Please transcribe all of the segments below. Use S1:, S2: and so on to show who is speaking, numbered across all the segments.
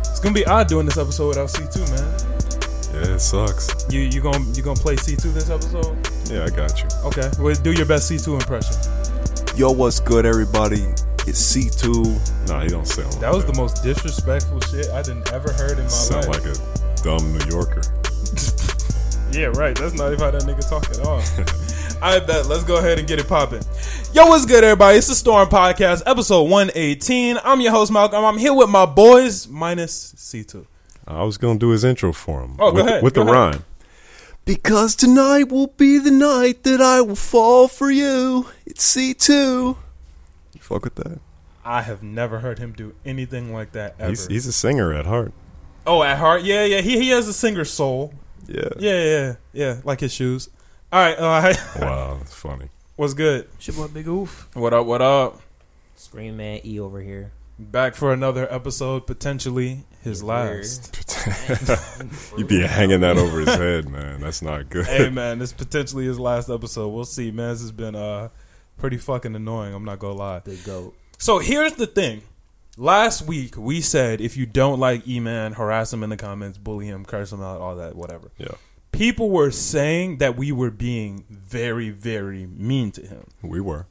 S1: It's gonna be odd doing this episode without C two, man.
S2: Yeah, it sucks.
S1: You you gonna you gonna play C two this episode?
S2: Yeah, I got you.
S1: Okay, well do your best C two impression.
S3: Yo, what's good, everybody? It's C2.
S2: Nah, he don't sound like
S1: That was
S2: that.
S1: the most disrespectful shit I didn't ever heard in my
S2: sound
S1: life.
S2: like a dumb New Yorker.
S1: yeah, right. That's not even how that nigga talk at all. I bet. Let's go ahead and get it popping. Yo, what's good, everybody? It's the Storm Podcast, episode one eighteen. I'm your host Malcolm. I'm here with my boys minus C two.
S2: I was gonna do his intro for him.
S1: Oh, go
S2: with,
S1: ahead,
S2: With
S1: go
S2: the
S1: ahead.
S2: rhyme.
S3: Because tonight will be the night that I will fall for you. It's C2. You fuck with that?
S1: I have never heard him do anything like that ever.
S2: He's, he's a singer at heart.
S1: oh, at heart, yeah, yeah. He he has a singer soul.
S3: Yeah.
S1: Yeah, yeah, yeah. Like his shoes. All right, all right.
S2: Wow, that's funny.
S1: What's good?
S4: It's your boy Big Oof.
S1: What up? What up?
S4: Scream Man E over here.
S1: Back for another episode, potentially his
S4: Yeah.
S1: last.
S2: You'd be hanging that over his head, man. That's not good.
S1: hey man, this potentially his last episode. We'll see, man. This has been uh pretty fucking annoying. I'm not gonna lie.
S4: The GOAT.
S1: So here's the thing. Last week we said if you don't like E Man, harass him in the comments, bully him, curse him out, all that, whatever.
S2: Yeah.
S1: People were saying that we were being very, very mean to him.
S2: We were.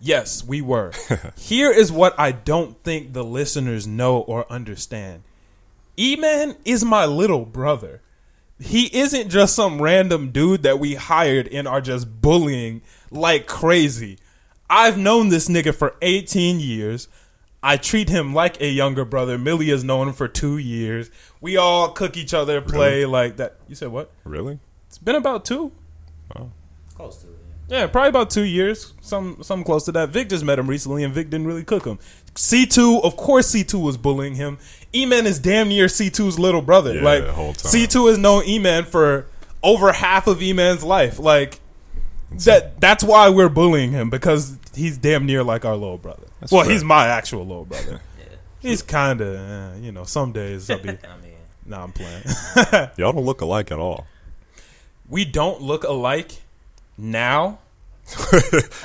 S1: Yes, we were. Here is what I don't think the listeners know or understand. E-Man is my little brother. He isn't just some random dude that we hired and are just bullying like crazy. I've known this nigga for 18 years. I treat him like a younger brother. Millie has known him for two years. We all cook each other, play like that. You said what?
S2: Really?
S1: It's been about two.
S4: Close to it.
S1: Yeah, probably about two years, some some close to that. Vic just met him recently, and Vic didn't really cook him. C two, of course, C two was bullying him. E Man is damn near C 2s little brother.
S2: Yeah,
S1: like
S2: the whole time.
S1: C two has known E Man for over half of E Man's life. Like that that's why we're bullying him because he's damn near like our little brother.
S2: That's
S1: well,
S2: fair.
S1: he's my actual little brother.
S4: Yeah.
S1: he's kind of eh, you know some days I'll be
S4: I mean,
S1: nah I'm playing.
S2: Y'all don't look alike at all.
S1: we don't look alike now.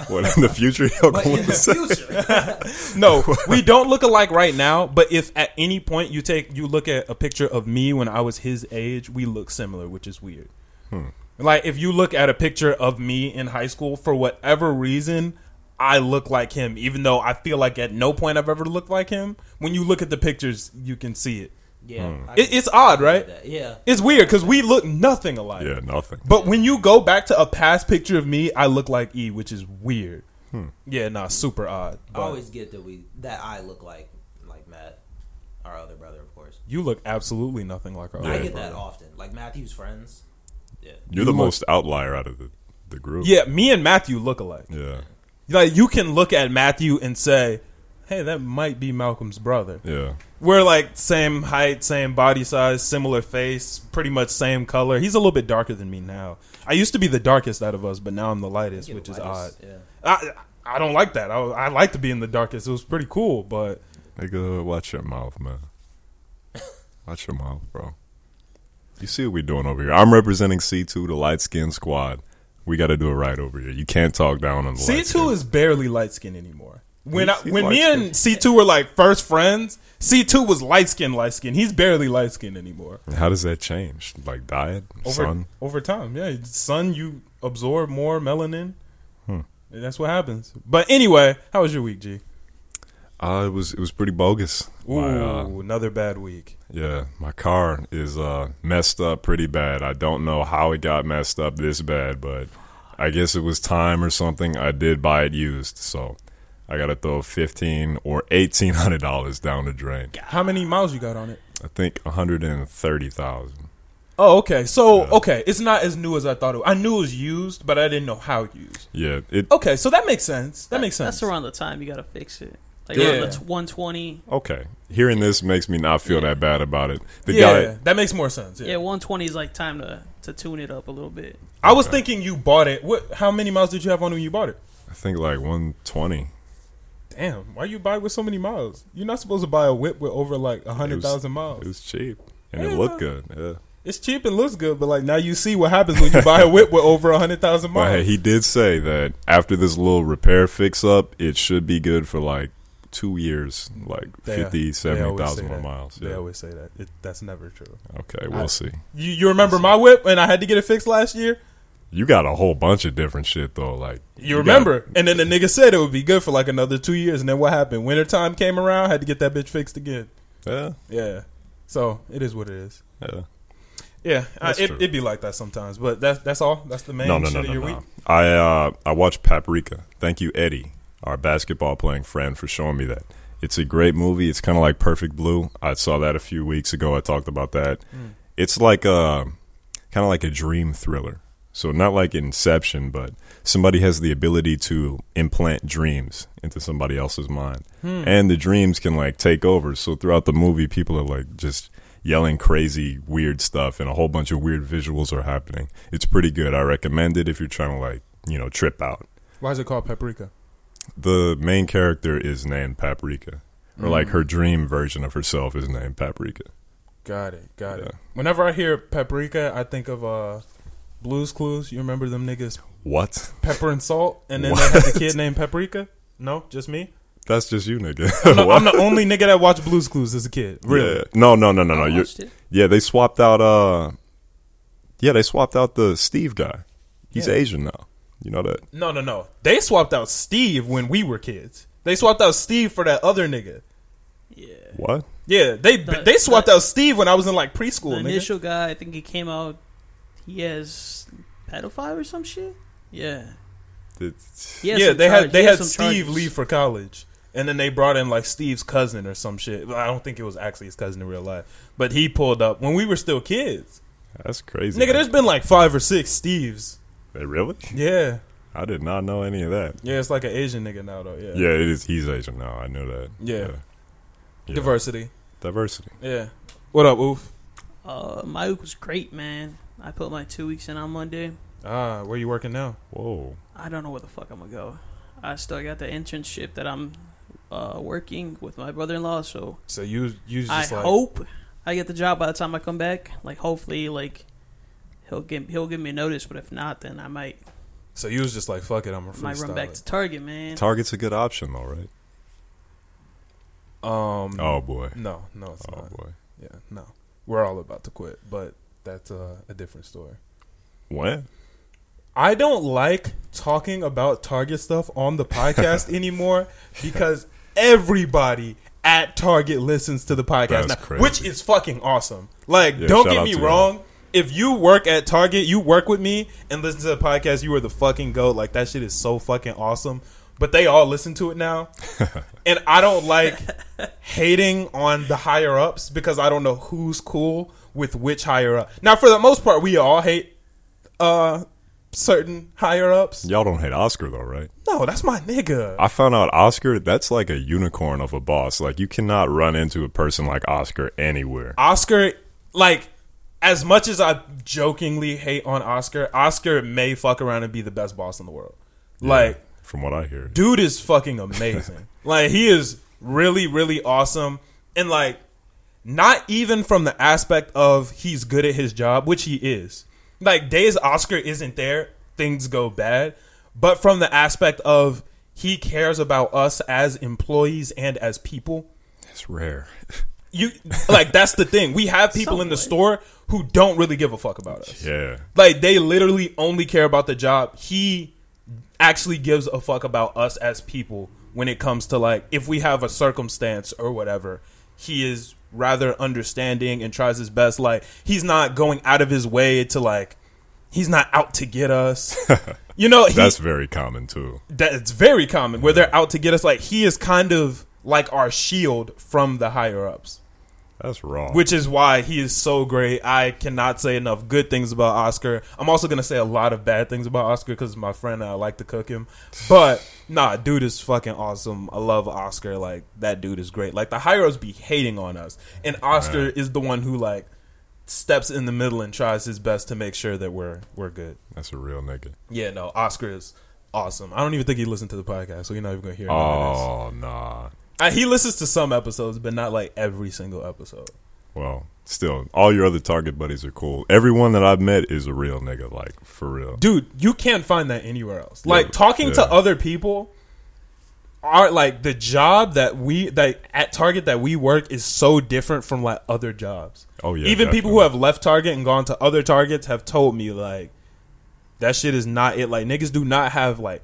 S2: what in the future y'all
S4: but
S2: gonna look
S4: in the
S2: the same?
S4: future,
S1: No, we don't look alike right now. But if at any point you take you look at a picture of me when I was his age, we look similar, which is weird. Like if you look at a picture of me in high school, for whatever reason, I look like him, even though I feel like at no point I've ever looked like him. When you look at the pictures, you can see it.
S4: yeah, I
S1: it it's odd,
S4: get
S1: right?
S4: that. yeah.
S1: It's weird because we look nothing alike.
S2: Yeah, nothing.
S1: But when you go back to a past picture of me, I look like E, which is weird. Yeah, nah, super odd.
S4: I
S1: But
S4: always get that we that I look like like Matt, our other brother, of course.
S1: you look absolutely nothing like our
S4: I
S1: other
S4: get
S1: brother.
S4: that often. Like Matthew's friends. Yeah,
S2: You're the most outlier out of the, the group.
S1: Yeah, me and Matthew look alike.
S2: Yeah.
S1: Like you can look at Matthew and say, "Hey, that might be Malcolm's brother."
S2: Yeah.
S1: We're like same height, same body size, similar face, pretty much same color. He's a little bit darker than me now. I used to be the darkest out of us, but now I'm the lightest,
S4: Get
S1: which
S4: the
S1: is odd.
S4: lightest, Yeah,
S1: I I don't like that. I, I like to be in the darkest. It was pretty cool, but
S2: Nigga, watch your mouth, man. Watch your mouth, bro. You see what we doing over here? I'm representing C2, the light skinned squad. We got to do it right over here. You can't talk down on the
S1: C two is barely light skinned anymore. When I,
S2: He's- he's
S1: when me and C two were like first friends, C two was light skinned, light skinned. He's barely light skinned anymore.
S2: How does that change? Like diet,
S1: over
S2: sun?
S1: over time. Yeah, sun you absorb more melanin.
S2: Hmm.
S1: And that's what happens. But anyway, how was your week, G?
S2: Uh, it was it was pretty bogus.
S1: Ooh,
S2: My, uh,
S1: another bad week.
S2: yeah, my car is uh, messed up pretty bad. I don't know how it got messed up this bad, but I guess it was time or something. I did buy it used, so I got to throw fifteen or eighteen hundred dollars down the drain.
S1: How many miles you got on it?
S2: I think 130,000.
S1: Oh, okay. So okay, it's not as new as I thought it. Was. I knew it was used, but I didn't know how used.
S2: Yeah, it
S1: Okay, so that makes sense. That, makes sense.
S5: That's around the time you gotta fix it. Like
S1: Yeah.
S5: around the t- 120.
S2: okay. Hearing this makes me not feel that bad about it. The
S1: yeah,
S2: guy
S1: that makes more sense.
S5: Yeah,
S1: Yeah.
S5: 120 is like time to to tune it up a little bit.
S1: I was thinking you bought it. What? How many miles did you have on when you bought it?
S2: I think like 120.
S1: Damn, why you buy with so many miles? You're not supposed to buy a whip with over like a
S2: It
S1: hundred
S2: was-
S1: thousand miles.
S2: It was cheap and
S1: Yeah.
S2: it looked good. Yeah.
S1: It's cheap and looks good, but like now you see what happens when you buy a whip with over hundred thousand
S2: But hey,
S1: miles.
S2: he did say that after this little repair fix up, it should be good for like two years, like
S1: They-
S2: fifty,
S1: They
S2: seventy
S1: always say
S2: thousand 50, 70,000 more
S1: that.
S2: miles.
S1: They
S2: Yeah.
S1: always say that. It, that's never true.
S2: Okay, we'll
S1: I-
S2: see.
S1: You, you remember my whip and I had to get it fixed last year?
S2: You got a whole bunch of different shit though. Like
S1: You
S2: got-
S1: remember? and then the nigga said it would be good for like another two years. And then what happened? Wintertime came around, had to get that bitch fixed again.
S2: yeah,
S1: Yeah. So it is what it is.
S2: yeah.
S1: Yeah, I,
S2: That's
S1: it,
S2: true.
S1: it'd be like that sometimes. But that's that's all. That's the main
S2: no, no,
S1: shit
S2: no,
S1: of
S2: no,
S1: your
S2: no.
S1: week.
S2: I uh, I watched Paprika. Thank you, Eddie, our basketball playing friend, for showing me that. It's a great movie. It's kind of like Perfect Blue. I saw that a few weeks ago. I talked about that. It's like a kind of like a dream thriller. So not like Inception, but somebody has the ability to implant dreams into somebody else's mind, and the dreams can like take over. So throughout the movie, people are like just yelling crazy, weird stuff, and a whole bunch of weird visuals are happening. It's pretty good. I recommend it if you're trying to like you know trip out.
S1: Why is it called paprika?
S2: The main character is named Paprika, or
S1: Mm.
S2: like her dream version of herself is named Paprika.
S1: Got it. Got it.
S2: Yeah.
S1: Whenever I hear paprika, I think of uh, Blues Clues. You remember them niggas?
S2: What?
S1: Pepper and salt, and then they had the kid named Paprika. No, just me.
S2: That's just you, nigga.
S1: No,
S2: What?
S1: I'm the only nigga that watched Blues Clues as a kid. Really?
S2: Yeah. No, no, no, no, no.
S5: I
S2: You're,
S5: watched it.
S2: yeah, they swapped out. uh Yeah, they swapped out the Steve guy. He's
S1: Yeah.
S2: Asian now. You know that?
S1: No, no, no. They swapped out Steve when we were kids. They swapped out Steve for that other nigga.
S5: Yeah.
S2: What?
S1: Yeah, they
S5: The-
S1: they swapped
S5: the-
S1: out Steve when I was in like
S5: The
S1: preschool. Nigga.
S5: initial guy, I think he came out. He has pedophile or some shit. Yeah.
S2: It's-
S5: He has
S1: Yeah,
S5: some
S1: they
S5: charge-
S1: had they
S5: he
S1: had
S5: some
S1: Steve
S5: charges.
S1: leave for college, and then they brought in like Steve's cousin or some shit. Well, I don't think it was actually his cousin in real life, but he pulled up when we were still kids.
S2: That's crazy.
S1: Nigga, there's been like five or six Steves.
S2: They really?
S1: Yeah,
S2: I did not know any of that.
S1: yeah, it's like an Asian nigga now though. Yeah,
S2: Yeah, it is. He's Asian now. I knew that.
S1: Yeah.
S2: Yeah.
S1: diversity.
S2: Diversity.
S1: Yeah. What up, Oof?
S5: Uh, my week was great, man. I put my two weeks in on Monday.
S1: Ah, where you working now?
S2: Whoa.
S5: I don't know where the fuck I'm gonna go. I still got the internship that I'm uh, working with my brother-in-law, so
S1: So you you
S5: I
S1: just like
S5: hope I get the job by the time I come back. Like, hopefully, like he'll give he'll give me a notice, but if not, then I might
S1: so you was just like fuck it, I'm a
S5: might run back to
S1: freestyler.
S5: Target, man.
S2: Target's a good option, though, right?
S1: Um,
S2: Oh boy.
S1: no, no, it's
S2: Oh
S1: not.
S2: boy.
S1: Yeah, no, we're all about to quit, but that's uh, a different story.
S2: When?
S1: I don't like talking about Target stuff on the podcast anymore because everybody at Target listens to the podcast,
S2: That's
S1: now,
S2: crazy.
S1: which is fucking awesome. Like,
S2: Yeah,
S1: don't
S2: shout
S1: get
S2: out
S1: me
S2: to
S1: wrong. If you work at Target, you work with me and listen to the podcast, you are the fucking goat. Like, that shit is so fucking awesome. But they all listen to it now. and I don't like hating on the higher ups because I don't know who's cool with which higher up. Now, for the most part, we all hate uh certain higher ups.
S2: Y'all don't hate Oscar though, right?
S1: No, that's my nigga.
S2: I found out Oscar. That's like a unicorn of a boss. Like you cannot run into a person like Oscar anywhere.
S1: Oscar, like, as much as I jokingly hate on Oscar, Oscar may fuck around and be the best boss in the world. Like,
S2: from what I hear.
S1: dude is fucking amazing. like he is really, really awesome. And like not even from the aspect of he's good at his job, which he is. Like days Oscar isn't there, things go bad. But from the aspect of he cares about us as employees and as people
S2: It's rare.
S1: you like that's the thing. We have people in the store who don't really give a fuck about us.
S2: Yeah.
S1: Like they literally only care about the job. He actually gives a fuck about us as people when it comes to like if we have a circumstance or whatever. He is rather understanding and tries his best. Like he's not going out of his way to like he's not out to get us. you know, he,
S2: That's very common too.
S1: that's very common where they're out to get us. Like he is kind of like our shield from the higher ups
S2: That's wrong.
S1: which is why he is so great. I cannot say enough good things about Oscar. I'm also gonna say a lot of bad things about Oscar because my friend and I like to cook him. But nah, dude is fucking awesome. I love Oscar. Like that dude is great. Like the heroes be hating on us, and Oscar is the one who like steps in the middle and tries his best to make sure that we're we're good.
S2: That's a real nigga.
S1: Yeah, no, Oscar is awesome. I don't even think he listened to the podcast, so you're not even gonna hear. none of this.
S2: Oh nah.
S1: Uh, he listens to some episodes, but not like every single episode.
S2: Well, still, all your other target buddies are cool. Everyone that I've met is a real nigga. Like for real.
S1: dude, you can't find that anywhere else. Like
S2: Yeah,
S1: talking
S2: yeah.
S1: to other people, our like the job that we that at Target that we work is so different from like other jobs.
S2: Oh, yeah,
S1: Even people who
S2: definitely.
S1: have left Target and gone to other Targets have told me like that shit is not it. Like niggas do not have like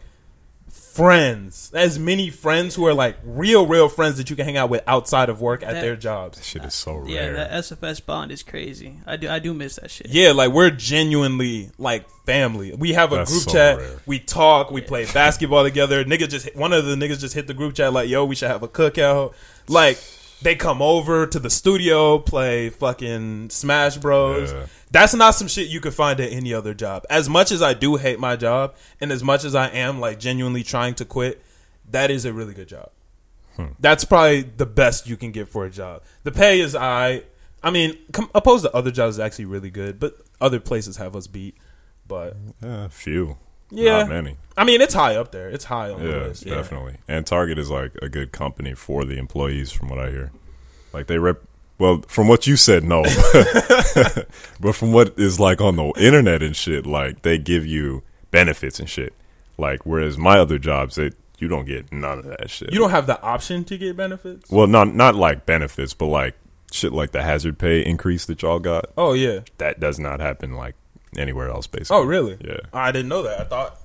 S1: friends. As many friends who are like real real friends that you can hang out with outside of work at
S5: That-
S1: their jobs.
S2: Shit is so rare.
S5: Yeah, that SFS bond is crazy. I do I do miss that shit.
S1: Yeah, like we're genuinely like family. We have a
S2: That's
S1: group
S2: so
S1: chat.
S2: rare.
S1: We talk. We play basketball together. Nigga just one of the niggas just hit the group chat like, "Yo, we should have a cookout." Like they come over to the studio, play fucking Smash Bros.
S2: Yeah.
S1: That's not some shit you could find at any other job. As much as I do hate my job, and as much as I am like genuinely trying to quit, that is a really good job. That's probably the best you can get for a job. The pay is I. I mean, com- opposed to other jobs, is actually really good, but other places have us beat. But
S2: Yeah, few.
S1: Yeah.
S2: Not many.
S1: I mean, it's high up there. It's high on the
S2: Yeah,
S1: list. Yeah.
S2: definitely. And Target is like a good company for the employees, from what I hear. Like they rep. Well, from what you said, no. but from what is like on the internet and shit, like they give you benefits and shit. Like whereas my other jobs, it you don't get none of that shit.
S1: You don't have the option to get benefits.
S2: well, not not like benefits, but like shit like the hazard pay increase that y'all got.
S1: Oh yeah.
S2: That does not happen like anywhere else, basically.
S1: Oh really?
S2: Yeah.
S1: I didn't know that. I thought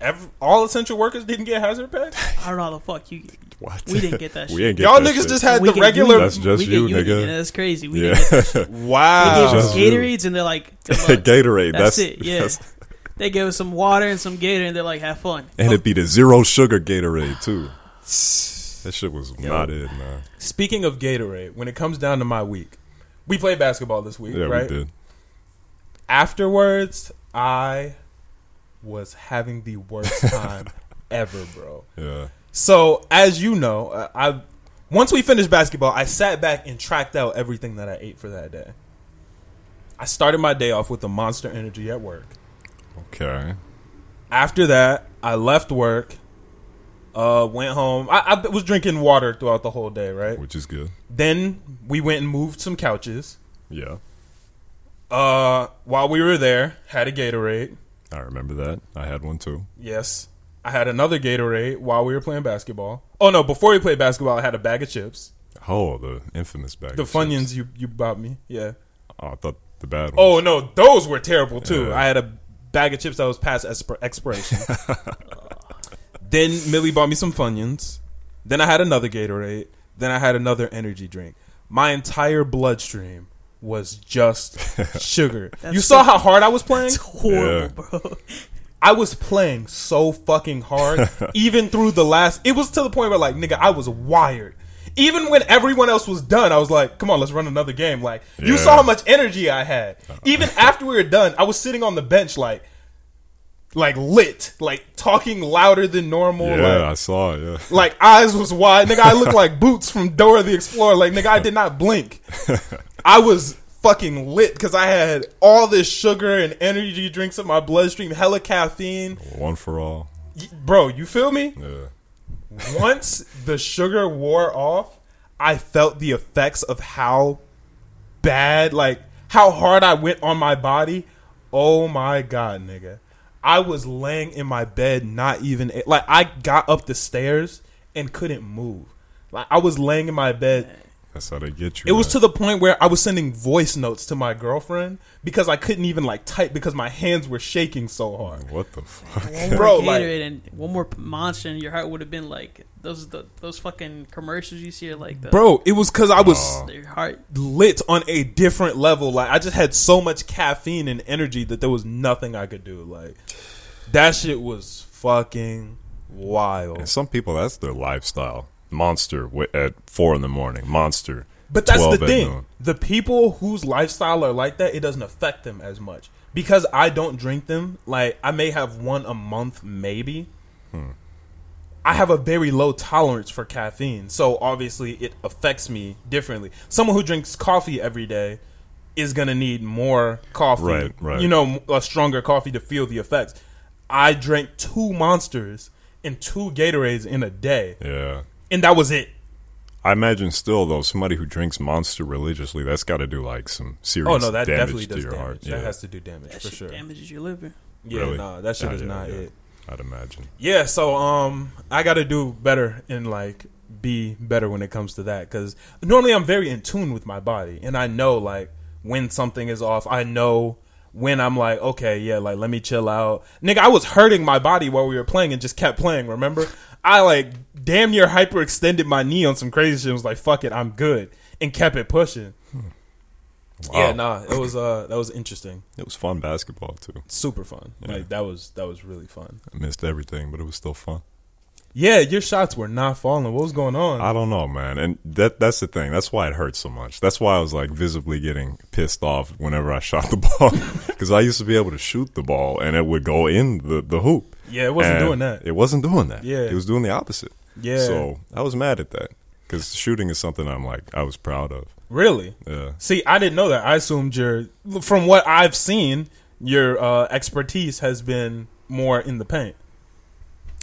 S1: ev all essential workers didn't get hazard pay.
S5: I don't know how the fuck you.
S2: What?
S5: We didn't get that
S2: we
S5: shit.
S2: didn't get
S1: Y'all
S2: that
S1: niggas
S2: shit.
S1: just had
S5: We
S1: the
S5: get
S1: regular.
S5: uni-
S2: That's just
S5: we get
S2: you,
S5: uni-
S2: nigga.
S5: Yeah, that's crazy. We didn't get that
S2: yeah.
S5: They gave
S1: Wow.
S5: us
S2: you.
S5: Gatorades and they're like, good luck.
S2: Gatorade.
S5: that's,
S2: That's,
S5: it. Yeah,
S2: that's-
S5: they gave us some water and some Gator and they're like, have fun.
S2: and it'd be the zero sugar Gatorade too. That shit was not it, man.
S1: Speaking of Gatorade, when it comes down to my week, we played basketball this week,
S2: Yeah,
S1: right?
S2: we did.
S1: Afterwards, I was having the worst time ever, bro.
S2: Yeah,
S1: So, as you know, uh, I once we finished basketball, I sat back and tracked out everything that I ate for that day. I started my day off with the Monster Energy at work.
S2: okay.
S1: After that, I left work, uh, went home. I, I was drinking water throughout the whole day, right?
S2: Which is good.
S1: Then we went and moved some couches.
S2: Yeah,
S1: Uh, while we were there, had a Gatorade.
S2: I remember that. I had one too.
S1: Yes. I had another Gatorade while we were playing basketball. Oh no, before we played basketball, I had a bag of chips.
S2: Oh, the infamous bag.
S1: The
S2: of
S1: Funyuns
S2: chips.
S1: you you bought me. Yeah.
S2: Oh, I thought the bad
S1: Oh
S2: ones.
S1: no, those were terrible too.
S2: Yeah.
S1: I had a bag of chips that was past expir- expiration. then Millie bought me some Funyuns. Then I had another Gatorade. Then I had another energy drink. My entire bloodstream was just sugar. you saw how hard I was playing?
S5: Horrible, bro.
S1: I was playing so fucking hard, even through the last. It was to the point where, like, nigga, I was wired. Even when everyone else was done, I was like, come on, let's run another game. Like, you
S2: Yeah. Uh-huh.
S1: saw how much energy I had. Even after we were done, I was sitting on the bench, like, like lit, like talking louder than normal.
S2: yeah,
S1: like,
S2: I saw. it, Yeah,
S1: like eyes was wide, nigga. I looked like Boots from Dora the Explorer. Like nigga, I did not blink. I was fucking lit because I had all this sugar and energy drinks in my bloodstream, hella caffeine.
S2: one for all.
S1: Y- Bro, you feel me?
S2: Yeah,
S1: Once the sugar wore off, I felt the effects of how bad, like how hard I went on my body. Oh my god, nigga. I was laying in my bed, not even like I got up the stairs and couldn't move. Like I was laying in my bed.
S2: that's how they get you.
S1: It was
S2: man.
S1: to the point where I was sending voice notes to my girlfriend because I couldn't even like type because my hands were shaking so hard.
S2: What the fuck?
S5: One more
S1: Bro,
S5: Gatorade
S1: like-
S5: and one more monster, and your heart would have been like those the, those fucking commercials you see, are like the,
S1: Bro, it was cuz I was
S2: uh,
S5: Your heart.
S1: lit on a different level. Like I just had so much caffeine and energy that there was nothing I could do. Like that shit was fucking
S2: And
S1: wild.
S2: some people, that's their lifestyle. Monster wi- at four in the morning. Monster.
S1: But that's
S2: 12
S1: the
S2: at
S1: thing.
S2: noon.
S1: The people whose lifestyle are like that, it doesn't affect them as much because I don't drink them. Like I may have one a month maybe. I have a very low tolerance for caffeine, so obviously it affects me differently. Someone who drinks coffee every day is gonna need more coffee,
S2: Right, right.
S1: you know, m- a stronger coffee to feel the effects. I drank two monsters and two Gatorades in a day,
S2: Yeah.
S1: and that was it.
S2: I imagine still though somebody who drinks Monster religiously, that's got to do like some serious
S1: Oh no, that
S2: damage
S1: definitely
S2: to
S1: does
S2: your
S1: damage.
S2: heart.
S1: That
S2: yeah.
S1: has to do damage
S5: That
S1: for
S5: shit
S1: sure.
S5: damages your liver.
S1: Yeah,
S2: Really?
S1: nah, that shit
S2: Nah,
S1: is
S2: yeah,
S1: not
S2: yeah.
S1: it.
S2: I'd imagine.
S1: Yeah, so um, I got to do better and like be better when it comes to that because normally I'm very in tune with my body and I know like when something is off. I know when I'm like, okay, yeah, like let me chill out, nigga. I was hurting my body while we were playing and just kept playing. Remember, I like damn near hyperextended my knee on some crazy shit. and was like, fuck it, I'm good, and kept it pushing. Yeah, nah, it was uh, that was interesting,
S2: It was fun basketball too.
S1: super fun. Like that was that was really fun.
S2: I missed everything, but it was still fun.
S1: Yeah, your shots were not falling. What was going on?
S2: I don't know, man. And that that's the thing. That's why it hurts so much. That's why I was like visibly getting pissed off whenever I shot the ball cuz I used to be able to shoot the ball and it would go in the the hoop.
S1: Yeah, it wasn't
S2: And
S1: doing that.
S2: It wasn't doing that.
S1: Yeah.
S2: It was doing the opposite.
S1: Yeah.
S2: So, I was mad at that cuz shooting is something I'm like I was proud of. Uh,
S1: Really?
S2: Yeah.
S1: See, I didn't know that. I assumed your, from what I've seen, your uh, expertise has been more in the paint.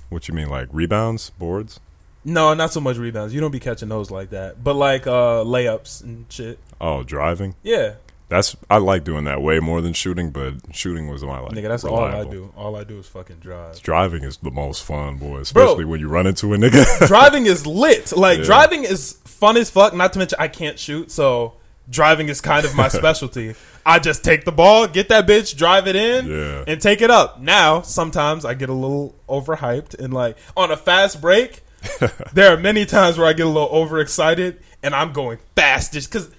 S2: What you mean like rebounds, boards?
S1: No, not so much rebounds. You don't be catching those like that, but like uh, layups and shit.
S2: Oh, driving.
S1: Yeah,
S2: That's I like doing that way more than shooting, but shooting was my like.
S1: nigga, that's all I
S2: reliable.
S1: do. All I do is fucking drive.
S2: Driving is the most fun, boy. Especially when you run into a nigga.
S1: driving is lit. Like
S2: Yeah.
S1: driving is fun as fuck. Not to mention I can't shoot, so driving is kind of my specialty. I just take the ball, get that bitch, drive it in,
S2: Yeah.
S1: and take it up. Now sometimes I get a little overhyped and like on a fast break. there are many times where I get a little overexcited and I'm going fast just because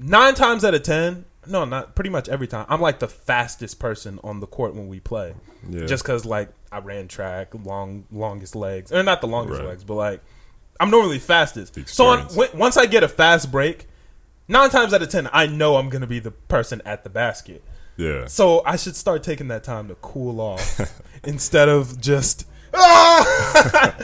S1: nine times out of ten, no, not pretty much every time. I'm like the fastest person on the court when we play,
S2: Yeah.
S1: just because like I ran track, long longest legs, or not the longest
S2: Right.
S1: legs, but like I'm normally fastest. So on,
S2: experience.
S1: w- once I get a fast break, nine times out of ten, I know I'm gonna be the person at the basket.
S2: yeah.
S1: So I should start taking that time to cool off instead of just. Ah!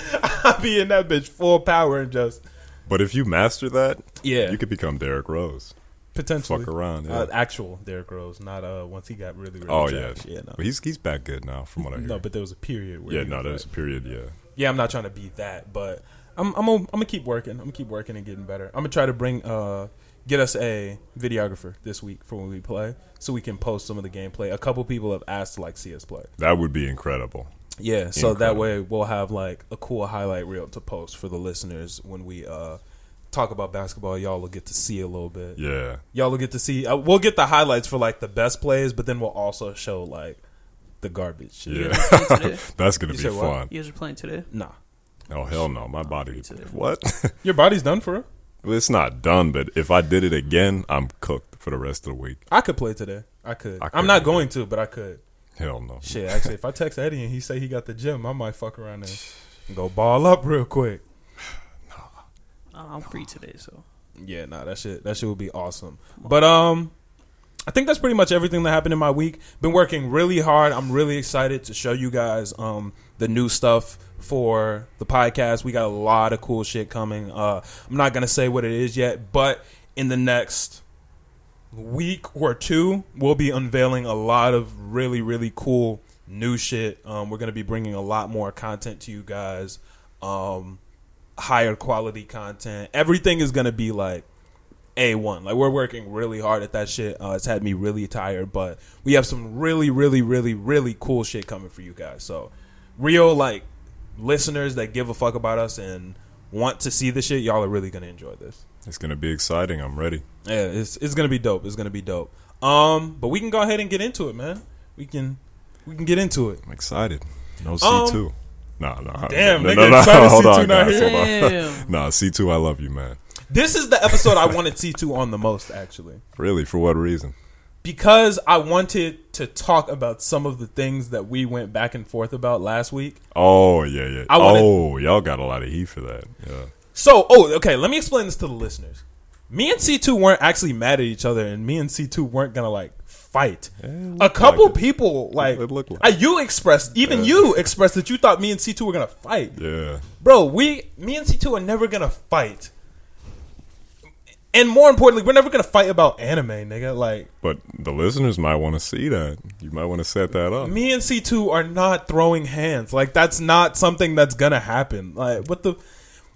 S1: I be in that bitch full power and just
S2: But if you master that,
S1: Yeah.
S2: you could become Derrick Rose.
S1: potentially
S2: Fuck around, yeah.
S1: Uh, actual Derrick Rose, not uh once he got really really
S2: oh yeah,
S1: trash. no.
S2: But he's he's back good now, from what I hear.
S1: No, but there was a period where
S2: yeah,
S1: he
S2: no,
S1: was
S2: there's a
S1: like-
S2: period. Yeah,
S1: yeah, I'm not trying to beat that, but I'm I'm gonna, I'm gonna keep working. I'm gonna keep working and getting better. I'm gonna try to bring uh get us a videographer this week for when we play, so we can post some of the gameplay. A couple people have asked to like see us play.
S2: that would be incredible.
S1: Yeah, so that
S2: Incredible.
S1: way we'll have like a cool highlight reel to post for the listeners when we uh talk about basketball. Y'all will get to see a little bit.
S2: Yeah,
S1: y'all will get to see. Uh, we'll get the highlights for like the best plays, but then we'll also show like the garbage. Shit.
S2: yeah,
S5: today.
S2: that's gonna
S1: You
S2: be
S1: said
S2: fun.
S1: what?
S5: You guys are playing today.
S1: Nah,
S2: Oh hell no, my body.
S5: Today.
S2: What?
S1: your body's done for. Real.
S2: it's not done, but if I did it again, I'm cooked for the rest of the week.
S1: I could play today. I could.
S2: I
S1: I am
S2: could,
S1: not
S2: yeah.
S1: going to, but I could.
S2: Hell no.
S1: Shit, actually, if I text Eddie and he say he got the gym, I might fuck around there and go ball up real quick.
S5: Uh, I'm free today, so
S1: Yeah, nah, that shit that shit would be awesome. But um I think that's pretty much everything that happened in my week. Been working really hard. I'm really excited to show you guys um the new stuff for the podcast. We got a lot of cool shit coming. Uh I'm not gonna say what it is yet, but in the next week or two, we'll be unveiling a lot of really, really cool new shit. Um, we're going to be bringing a lot more content to you guys, um, higher quality content. Everything is going to be like A1. Like, we're working really hard at that shit. Uh, it's had me really tired, but we have some really, really, really, really cool shit coming for you guys. So, real, like, listeners that give a fuck about us and want to see the shit, y'all are really going to enjoy this.
S2: It's gonna be exciting. I'm ready.
S1: Yeah, it's it's gonna be dope. It's gonna be dope. Um, but we can go ahead and get into it, man. We can we can get into it.
S2: I'm excited. No C
S1: Um,
S2: two. Nah, nah.
S1: Damn,
S2: no,
S1: nigga,
S2: no, no,
S1: excited
S2: hold
S1: C2
S2: on,
S1: not
S2: guys,
S1: here.
S2: hold on.
S5: Damn.
S2: Nah, C two. I love you, man.
S1: This is the episode I wanted T two on the most, actually,
S2: Really? For what reason?
S1: because I wanted to talk about some of the things that we went back and forth about last week.
S2: Oh yeah, yeah.
S1: I wanted-
S2: oh, y'all got a lot of heat for that. Yeah.
S1: So, oh, okay, let me explain this to the listeners. Me and C two weren't actually mad at each other, and me and C two weren't gonna like fight. A couple
S2: like it.
S1: people like,
S2: it looked like
S1: uh, you expressed, even you expressed that you thought me and C two were gonna fight.
S2: Yeah.
S1: bro, we, me and C2 are never gonna fight. And more importantly, we're never gonna fight about anime, nigga. Like,
S2: But the listeners might want to see that. You might want to set that up.
S1: me and C2 are not throwing hands. Like, that's not something that's gonna happen. Like, what the.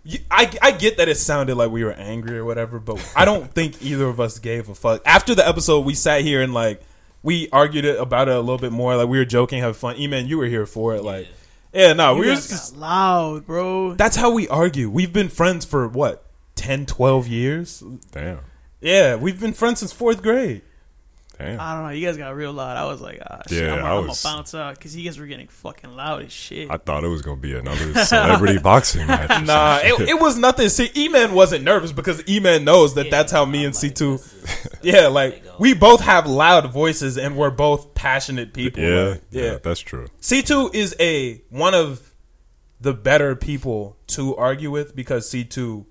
S1: You, I, I get that it sounded like we were angry or whatever, but I don't think either of us gave a fuck. After the episode, we sat here and, like, we argued it about it a little bit more. Like, we were joking, having fun. E Man, you were here for it. Like, Yeah, no,
S5: You
S1: we're
S5: guys
S1: just,
S5: got loud, bro.
S1: that's how we argue. We've been friends for what 10, 12 years.
S2: Damn.
S1: Yeah, we've been friends since fourth grade.
S2: Damn.
S5: I don't know. You guys got real loud. I was like, ah, shit,
S2: Yeah,
S5: I'm,
S2: I
S5: gonna- I'm
S2: was-
S5: gonna bounce out because you guys were getting fucking loud as shit.
S2: I thought it was gonna be another celebrity boxing match. or some
S1: Nah,
S2: shit.
S1: it, it was nothing. See, E-Man wasn't nervous because E-Man knows that
S4: Yeah,
S1: that's how me
S4: I'm
S1: and
S4: like,
S1: C2
S4: this is-
S1: Yeah, like
S4: They go.
S1: we both have loud voices and we're both passionate people.
S2: yeah,
S1: Like,
S2: yeah,
S1: yeah.
S2: that's true.
S1: C two is a one of the better people to argue with because C two,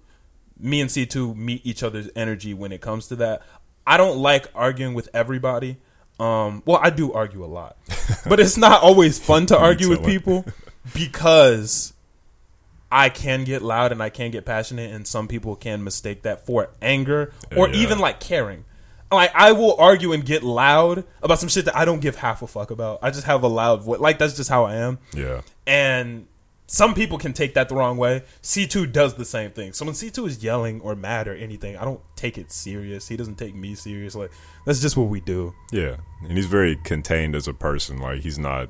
S1: me and C two meet each other's energy when it comes to that. I don't like arguing with everybody. Um, well, I do argue a lot, but it's not always fun to argue with
S2: tell it.
S1: people because I can get loud and I can get passionate, and some people can mistake that for anger or
S2: Yeah.
S1: even like caring. Like I will argue and get loud about some shit that I don't give half a fuck about. I just have a loud voice. Like that's just how I am.
S2: Yeah,
S1: And some people can take that the wrong way. C two does the same thing. So when C two is yelling or mad or anything, I don't take it serious. He doesn't take me serious. Like that's just what we do.
S2: yeah, and he's very contained as a person. Like he's not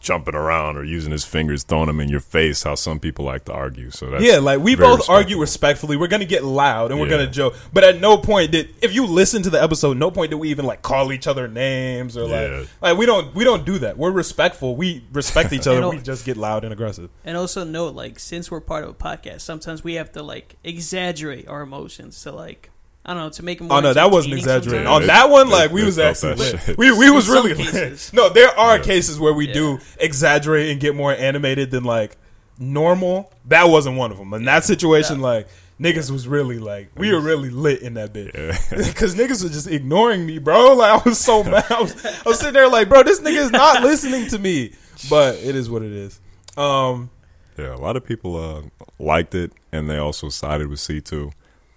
S2: jumping around or using his fingers, throwing them in your face. How some people like to argue. So that's
S1: yeah, like we
S2: very
S1: both argue
S2: respectable.
S1: respectfully. We're gonna get loud and we're
S2: Yeah.
S1: gonna joke. But at no point did if you listen to the episode, no point did we even like call each other names or like
S2: Yeah.
S1: like we don't we don't do that. We're respectful. We respect each other.
S5: You know-
S1: we just get loud and aggressive.
S5: And also note, like, since we're part of a podcast, sometimes we have to like exaggerate our emotions to like, I don't know, to make them.
S1: Oh no, that wasn't exaggerating.
S5: exaggerated.
S2: Yeah,
S1: On
S2: it-
S1: that one,
S2: it-
S1: like we
S2: it
S1: was
S2: felt
S1: actually
S2: that
S1: lit.
S2: shit.
S1: we we was
S5: some
S1: really lit.
S5: cases.
S1: no. There are
S2: Yeah.
S1: cases where we do exaggerate and get more animated than like normal. That wasn't one of them. In that situation, like niggas was really like we were really lit in that bitch because niggas was just ignoring me, bro. Like I was so mad. I was, I was sitting there like, bro, this nigga is not listening to me. But it is what it is. Um,
S2: Yeah, a lot of people uh, liked it, and they also sided with C two.